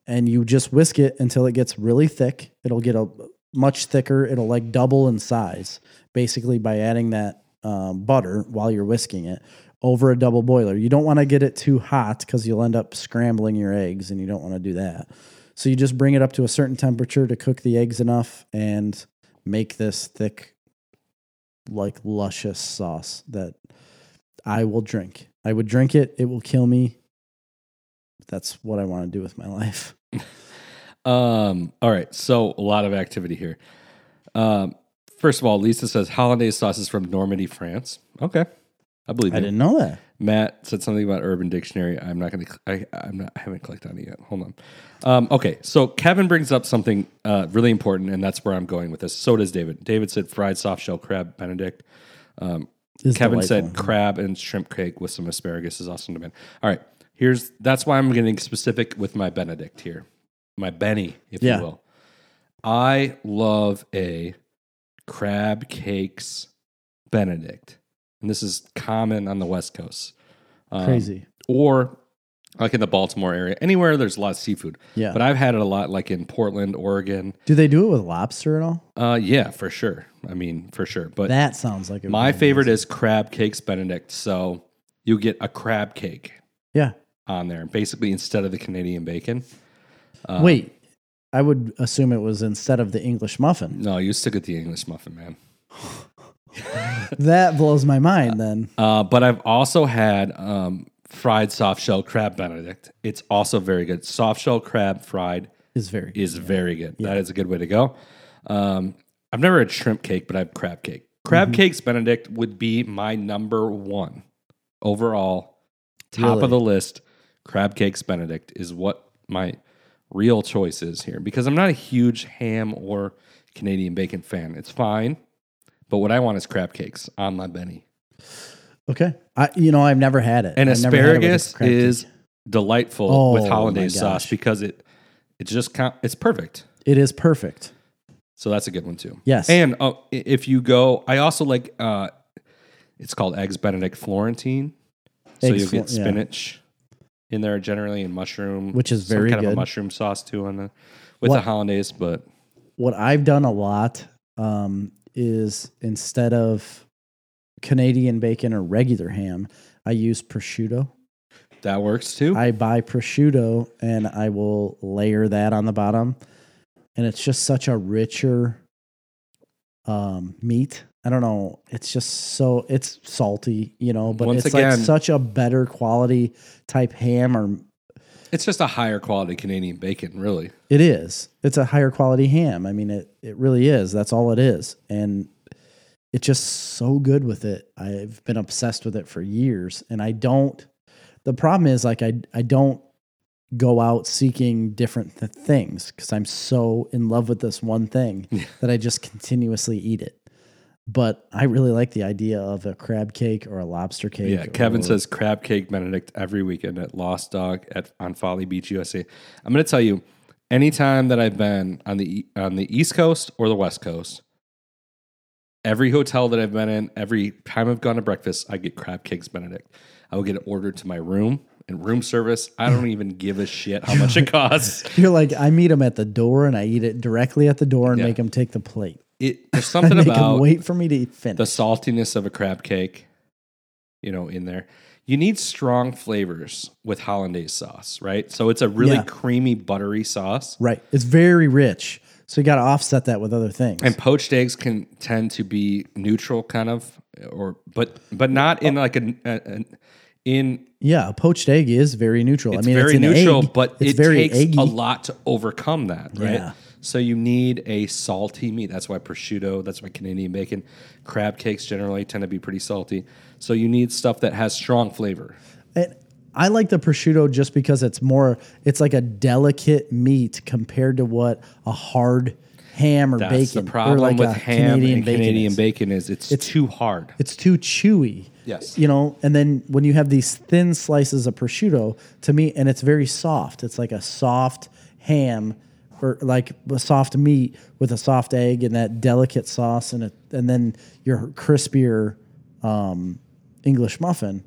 S1: and you just whisk it until it gets really thick. It'll get a much thicker. It'll like double in size basically by adding that um, butter while you're whisking it over a double boiler. You don't want to get it too hot because you'll end up scrambling your eggs, and you don't want to do that. So you just bring it up to a certain temperature to cook the eggs enough and make this thick, like luscious sauce that I will drink. I would drink it. It will kill me. That's what I want to do with my life.
S2: Um, all right, so a lot of activity here. Um, first of all, Lisa says hollandaise sauce is from Normandy, France. Okay, I believe
S1: I
S2: you.
S1: didn't know that.
S2: Matt said something about Urban Dictionary. I'm not going to. I I'm not. I haven't clicked on it yet. Hold on. Um, okay, so Kevin brings up something uh, really important, and that's where I'm going with this. So does David. David said fried soft shell crab Benedict.
S1: It's
S2: Kevin
S1: delightful.
S2: said crab and shrimp cake with some asparagus is also in demand. All right, here's that's why I'm getting specific with my Benedict here, my Benny, if
S1: Yeah.
S2: you will. I love a crab cakes Benedict, and this is common on the West Coast. Um,
S1: crazy.
S2: or like in the Baltimore area, anywhere there's a lot of seafood.
S1: Yeah.
S2: But I've had it a lot, like in Portland, Oregon.
S1: Do they do it with lobster and all?
S2: Uh, yeah, for sure. I mean, for sure. But
S1: That sounds like it would
S2: my
S1: be
S2: favorite
S1: amazing.
S2: is crab cakes Benedict. So you get a crab cake
S1: Yeah.
S2: on there, basically instead of the Canadian bacon. uh,
S1: Wait, I would assume it was instead of the English muffin.
S2: No, you stick with the English muffin, man.
S1: That blows my mind. Then
S2: Uh, but I've also had um, fried soft shell crab Benedict. It's also very good. Soft shell crab fried
S1: is very
S2: is very good. That is a good way to go. Um, I've never had shrimp cake, but I have crab cake.
S1: Mm-hmm.
S2: Crab cakes Benedict would be my number one overall, top
S1: Really?
S2: of the list. Crab cakes Benedict is what my real choice is here because I'm not a huge ham or Canadian bacon fan. It's fine, but what I want is crab cakes on my Benny.
S1: okay. I you know I've never had it.
S2: And
S1: I've never had it with a
S2: asparagus
S1: crab cake.
S2: is delightful
S1: Oh,
S2: with
S1: my
S2: hollandaise sauce
S1: gosh.
S2: because it it's just con- it's perfect.
S1: it is perfect.
S2: So that's a good one too.
S1: Yes.
S2: And uh, i- if you go, I also like uh, it's called eggs Benedict Florentine. so
S1: Eggs
S2: you get
S1: Flo- yeah.
S2: spinach in there generally and mushroom,
S1: Which is
S2: some
S1: very
S2: kind of
S1: good.
S2: a mushroom sauce too on the with the
S1: What-
S2: hollandaise. But
S1: What I've done a lot um, is instead of Canadian bacon or regular ham, I use prosciutto.
S2: that works too.
S1: I buy prosciutto and I will layer that on the bottom. And it's just such a richer um, meat. I don't know. It's just so it's salty, you know, but
S2: Once
S1: it's
S2: again-
S1: like such a better quality type ham or
S2: it's just a higher quality Canadian bacon, really.
S1: it is. It's a higher quality ham. I mean it it really is. That's all it is. And it's just so good with it. I've been obsessed with it for years and I don't the problem is like I I don't go out seeking different th- things cuz I'm so in love with this one thing that I just continuously eat it. But I really like the idea of a crab cake or a lobster cake.
S2: Yeah, Kevin
S1: or-
S2: says crab cake Benedict every weekend at Lost Dog at on Folly Beach, USA. I'm going to tell you, anytime that I've been on the e- on the East Coast or the West Coast, every hotel that I've been in, every time I've gone to breakfast, I get crab cakes Benedict. I will get it ordered to my room and room service. I don't even give a shit how much it costs.
S1: you're like I meet them at the door and I eat it directly at the door and
S2: Yeah.
S1: make them take the plate.
S2: It
S1: And
S2: there's something
S1: make
S2: about
S1: them wait for me to finish.
S2: the saltiness of a crab cake, you know, in there. You need strong flavors with hollandaise sauce, right? So it's a really
S1: Yeah.
S2: creamy, buttery sauce.
S1: Right. It's very rich. So you got to offset that with other things.
S2: And poached eggs can tend to be neutral, kind of, or but but not in like a, a, an- in
S1: yeah, a poached egg is very neutral. I
S2: it's
S1: mean,
S2: very
S1: it's an
S2: neutral,
S1: egg.
S2: but
S1: it's
S2: it
S1: very
S2: takes
S1: eggy.
S2: a lot to overcome that, right?
S1: Yeah.
S2: So you need a salty meat. That's why prosciutto. That's why Canadian bacon, crab cakes generally tend to be pretty salty. So you need stuff that has strong flavor.
S1: And I like the prosciutto just because it's more. It's like a delicate meat compared to what a hard ham or
S2: That's
S1: bacon
S2: the problem
S1: or like
S2: with
S1: a
S2: ham
S1: Canadian
S2: and
S1: bacon.
S2: Canadian
S1: is.
S2: bacon is it's, too hard.
S1: It's too chewy.
S2: Yes.
S1: You know, and then when you have these thin slices of prosciutto, to me, and it's very soft. It's like a soft ham or like a soft meat with a soft egg and that delicate sauce and it and then your crispier um, English muffin.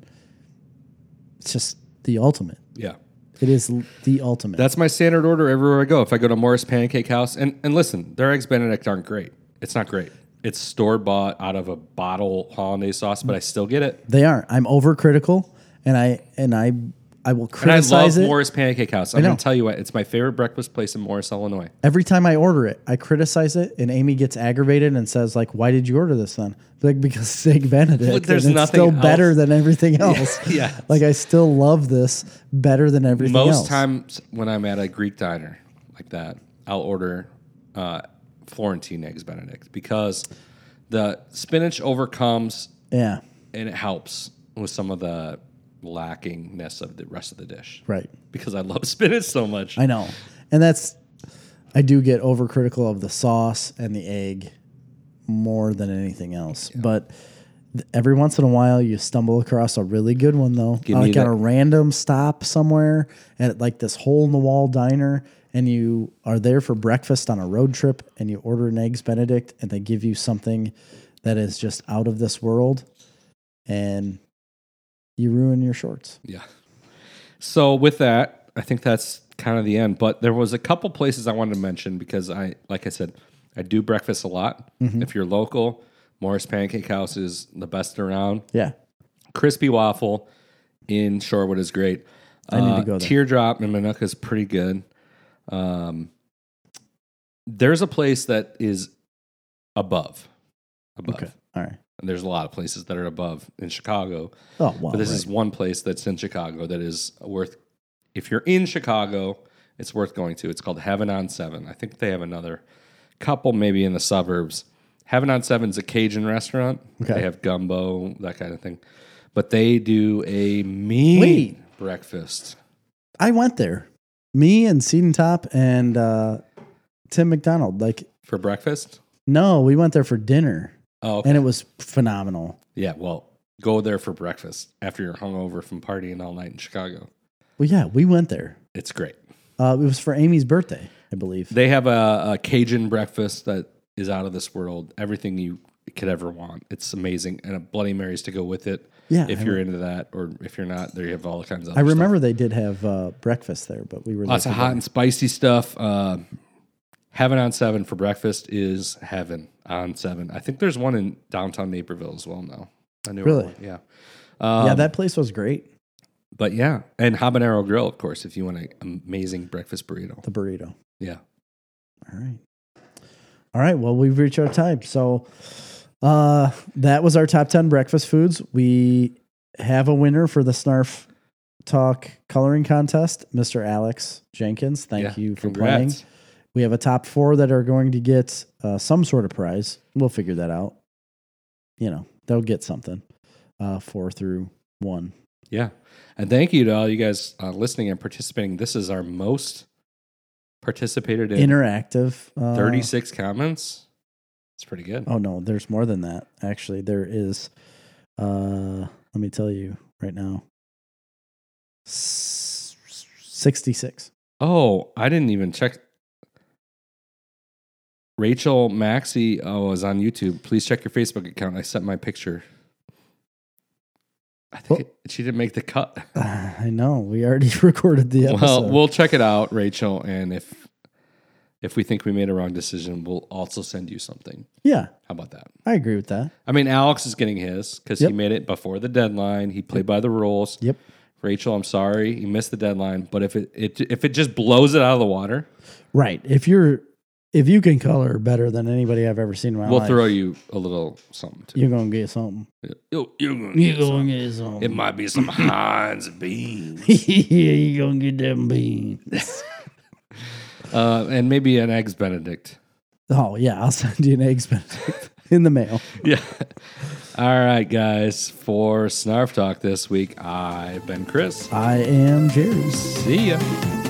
S1: It's just the ultimate.
S2: Yeah.
S1: It is l- the ultimate.
S2: That's my standard order everywhere I go. If I go to Morris Pancake House, and, and listen, their eggs Benedict aren't great. It's not great. It's store bought out of a bottle hollandaise sauce, but I still get it.
S1: they aren't. I'm overcritical and I and I I will
S2: And I love
S1: criticize it.
S2: Morris Pancake House. I'm
S1: know.
S2: going to tell you what, it's my favorite breakfast place in Morris, Illinois.
S1: Every time I order it, I criticize it, and Amy gets aggravated and says, "Like, why did you order this then?" Be Like, because it's egg Benedict.
S2: Well, there's
S1: and it's
S2: nothing
S1: still
S2: else.
S1: better than everything else.
S2: yeah.
S1: Like, I still love this better than everything
S2: Most
S1: else.
S2: times when I'm at a Greek diner like that, I'll order uh, Florentine eggs Benedict because the spinach overcomes
S1: yeah,
S2: and it helps with some of the lackingness of the rest of the dish.
S1: right.
S2: Because I love spinach so much.
S1: I know, and that's I do get overcritical of the sauce and the egg more than anything else, but. th- Every once in a while, you stumble across a really good one though,
S2: Give me
S1: like at
S2: that-
S1: a random stop somewhere at like this hole in the wall diner, and you are there for breakfast on a road trip, and you order an eggs Benedict, and they give you something that is just out of this world, and you ruin your shorts.
S2: yeah. So with that, I think that's kind of the end. But there was a couple places I wanted to mention because I, like I said, I do breakfast a lot.
S1: Mm-hmm.
S2: If you're local, Morris Pancake House is the best around.
S1: Yeah.
S2: Crispy waffle in Shorewood is great. Uh,
S1: I need to go there.
S2: Teardrop in Minooka is pretty good. Um, there's a place that is above, above.
S1: Okay. All right.
S2: And there's a lot of places that are above in Chicago.
S1: Oh well.
S2: But this is
S1: right.
S2: one place that's in Chicago that is worth. If you're in Chicago, it's worth going to. It's called Heaven on Seven. I think they have another couple, maybe in the suburbs. Heaven on Seven's a Cajun restaurant.
S1: Okay.
S2: They have gumbo, that kind of thing. But they do a mean
S1: Wait.
S2: breakfast.
S1: I went there. Me and Seaton Top and uh, Tim McDonald. Like
S2: For breakfast?
S1: no, we went there for dinner,
S2: Oh, okay.
S1: and it was phenomenal.
S2: yeah. Well, go there for breakfast after you're hungover from partying all night in Chicago.
S1: Well, yeah, we went there.
S2: It's great.
S1: Uh, it was for Amy's birthday, I believe.
S2: They have a, a Cajun breakfast that is out of this world. Everything you could ever want. It's amazing, and a Bloody Marys to go with it.
S1: Yeah,
S2: if
S1: I
S2: you're into that, or if you're not, there you have all kinds of.
S1: I
S2: other stuff.
S1: remember they did have uh, breakfast there, but we were
S2: lots
S1: there
S2: of
S1: for
S2: hot and spicy stuff. Uh, heaven on Seven for breakfast is Heaven on Seven. I think there's one in downtown Naperville as well now. I knew
S1: Really?
S2: one, yeah.
S1: dinner.
S2: Um,
S1: yeah, that place was great.
S2: But yeah, and Habanero Grill, of course, if you want an amazing breakfast burrito.
S1: The burrito.
S2: Yeah.
S1: All right. All right. Well, we've reached our time. So uh that was our top 10 breakfast foods. We have a winner for the Snarf Talk coloring contest, Mr. Alex Jenkins. Thank
S2: Yeah.
S1: you for
S2: Congrats.
S1: playing. We have a top four that are going to get uh, some sort of prize. We'll figure that out. You know, they'll get something. Uh, four through one.
S2: Yeah. And thank you to all you guys uh, listening and participating. This is our most participated in
S1: Interactive. Uh,
S2: 36 comments. It's pretty good.
S1: Oh no, there's more than that. Actually, there is. Uh, let me tell you right now. S- Sixty-six.
S2: Oh, I didn't even check. Rachel Maxey oh, is on YouTube. Please check your Facebook account. I sent my picture. I think it- she didn't make the cut.
S1: Ah, I know. We already recorded the episode.
S2: Well, we'll check it out, Rachel, and if if we think we made a wrong decision, we'll also send you something.
S1: yeah,
S2: How about that?
S1: I agree with that.
S2: I mean, Alex is getting his because
S1: Yep.
S2: he made it before the deadline. He played by the rules.
S1: Yep.
S2: Rachel, I'm sorry you missed the deadline, but if it, it if it just blows it out of the water,
S1: Right. If you're, if you can color better than anybody I've ever seen in my
S2: we'll
S1: life,
S2: throw you a little something. Too.
S1: You're gonna get something.
S2: You, you're gonna
S1: You're
S2: get some-
S1: gonna get something.
S2: It might be some Heinz beans,
S1: you're gonna get them beans.
S2: uh, and maybe an eggs Benedict.
S1: oh yeah, I'll send you an eggs Benedict in the mail.
S2: Yeah. All right, guys. For Snarf Talk this week, I've been Chris.
S1: I am Jerry's.
S2: See ya.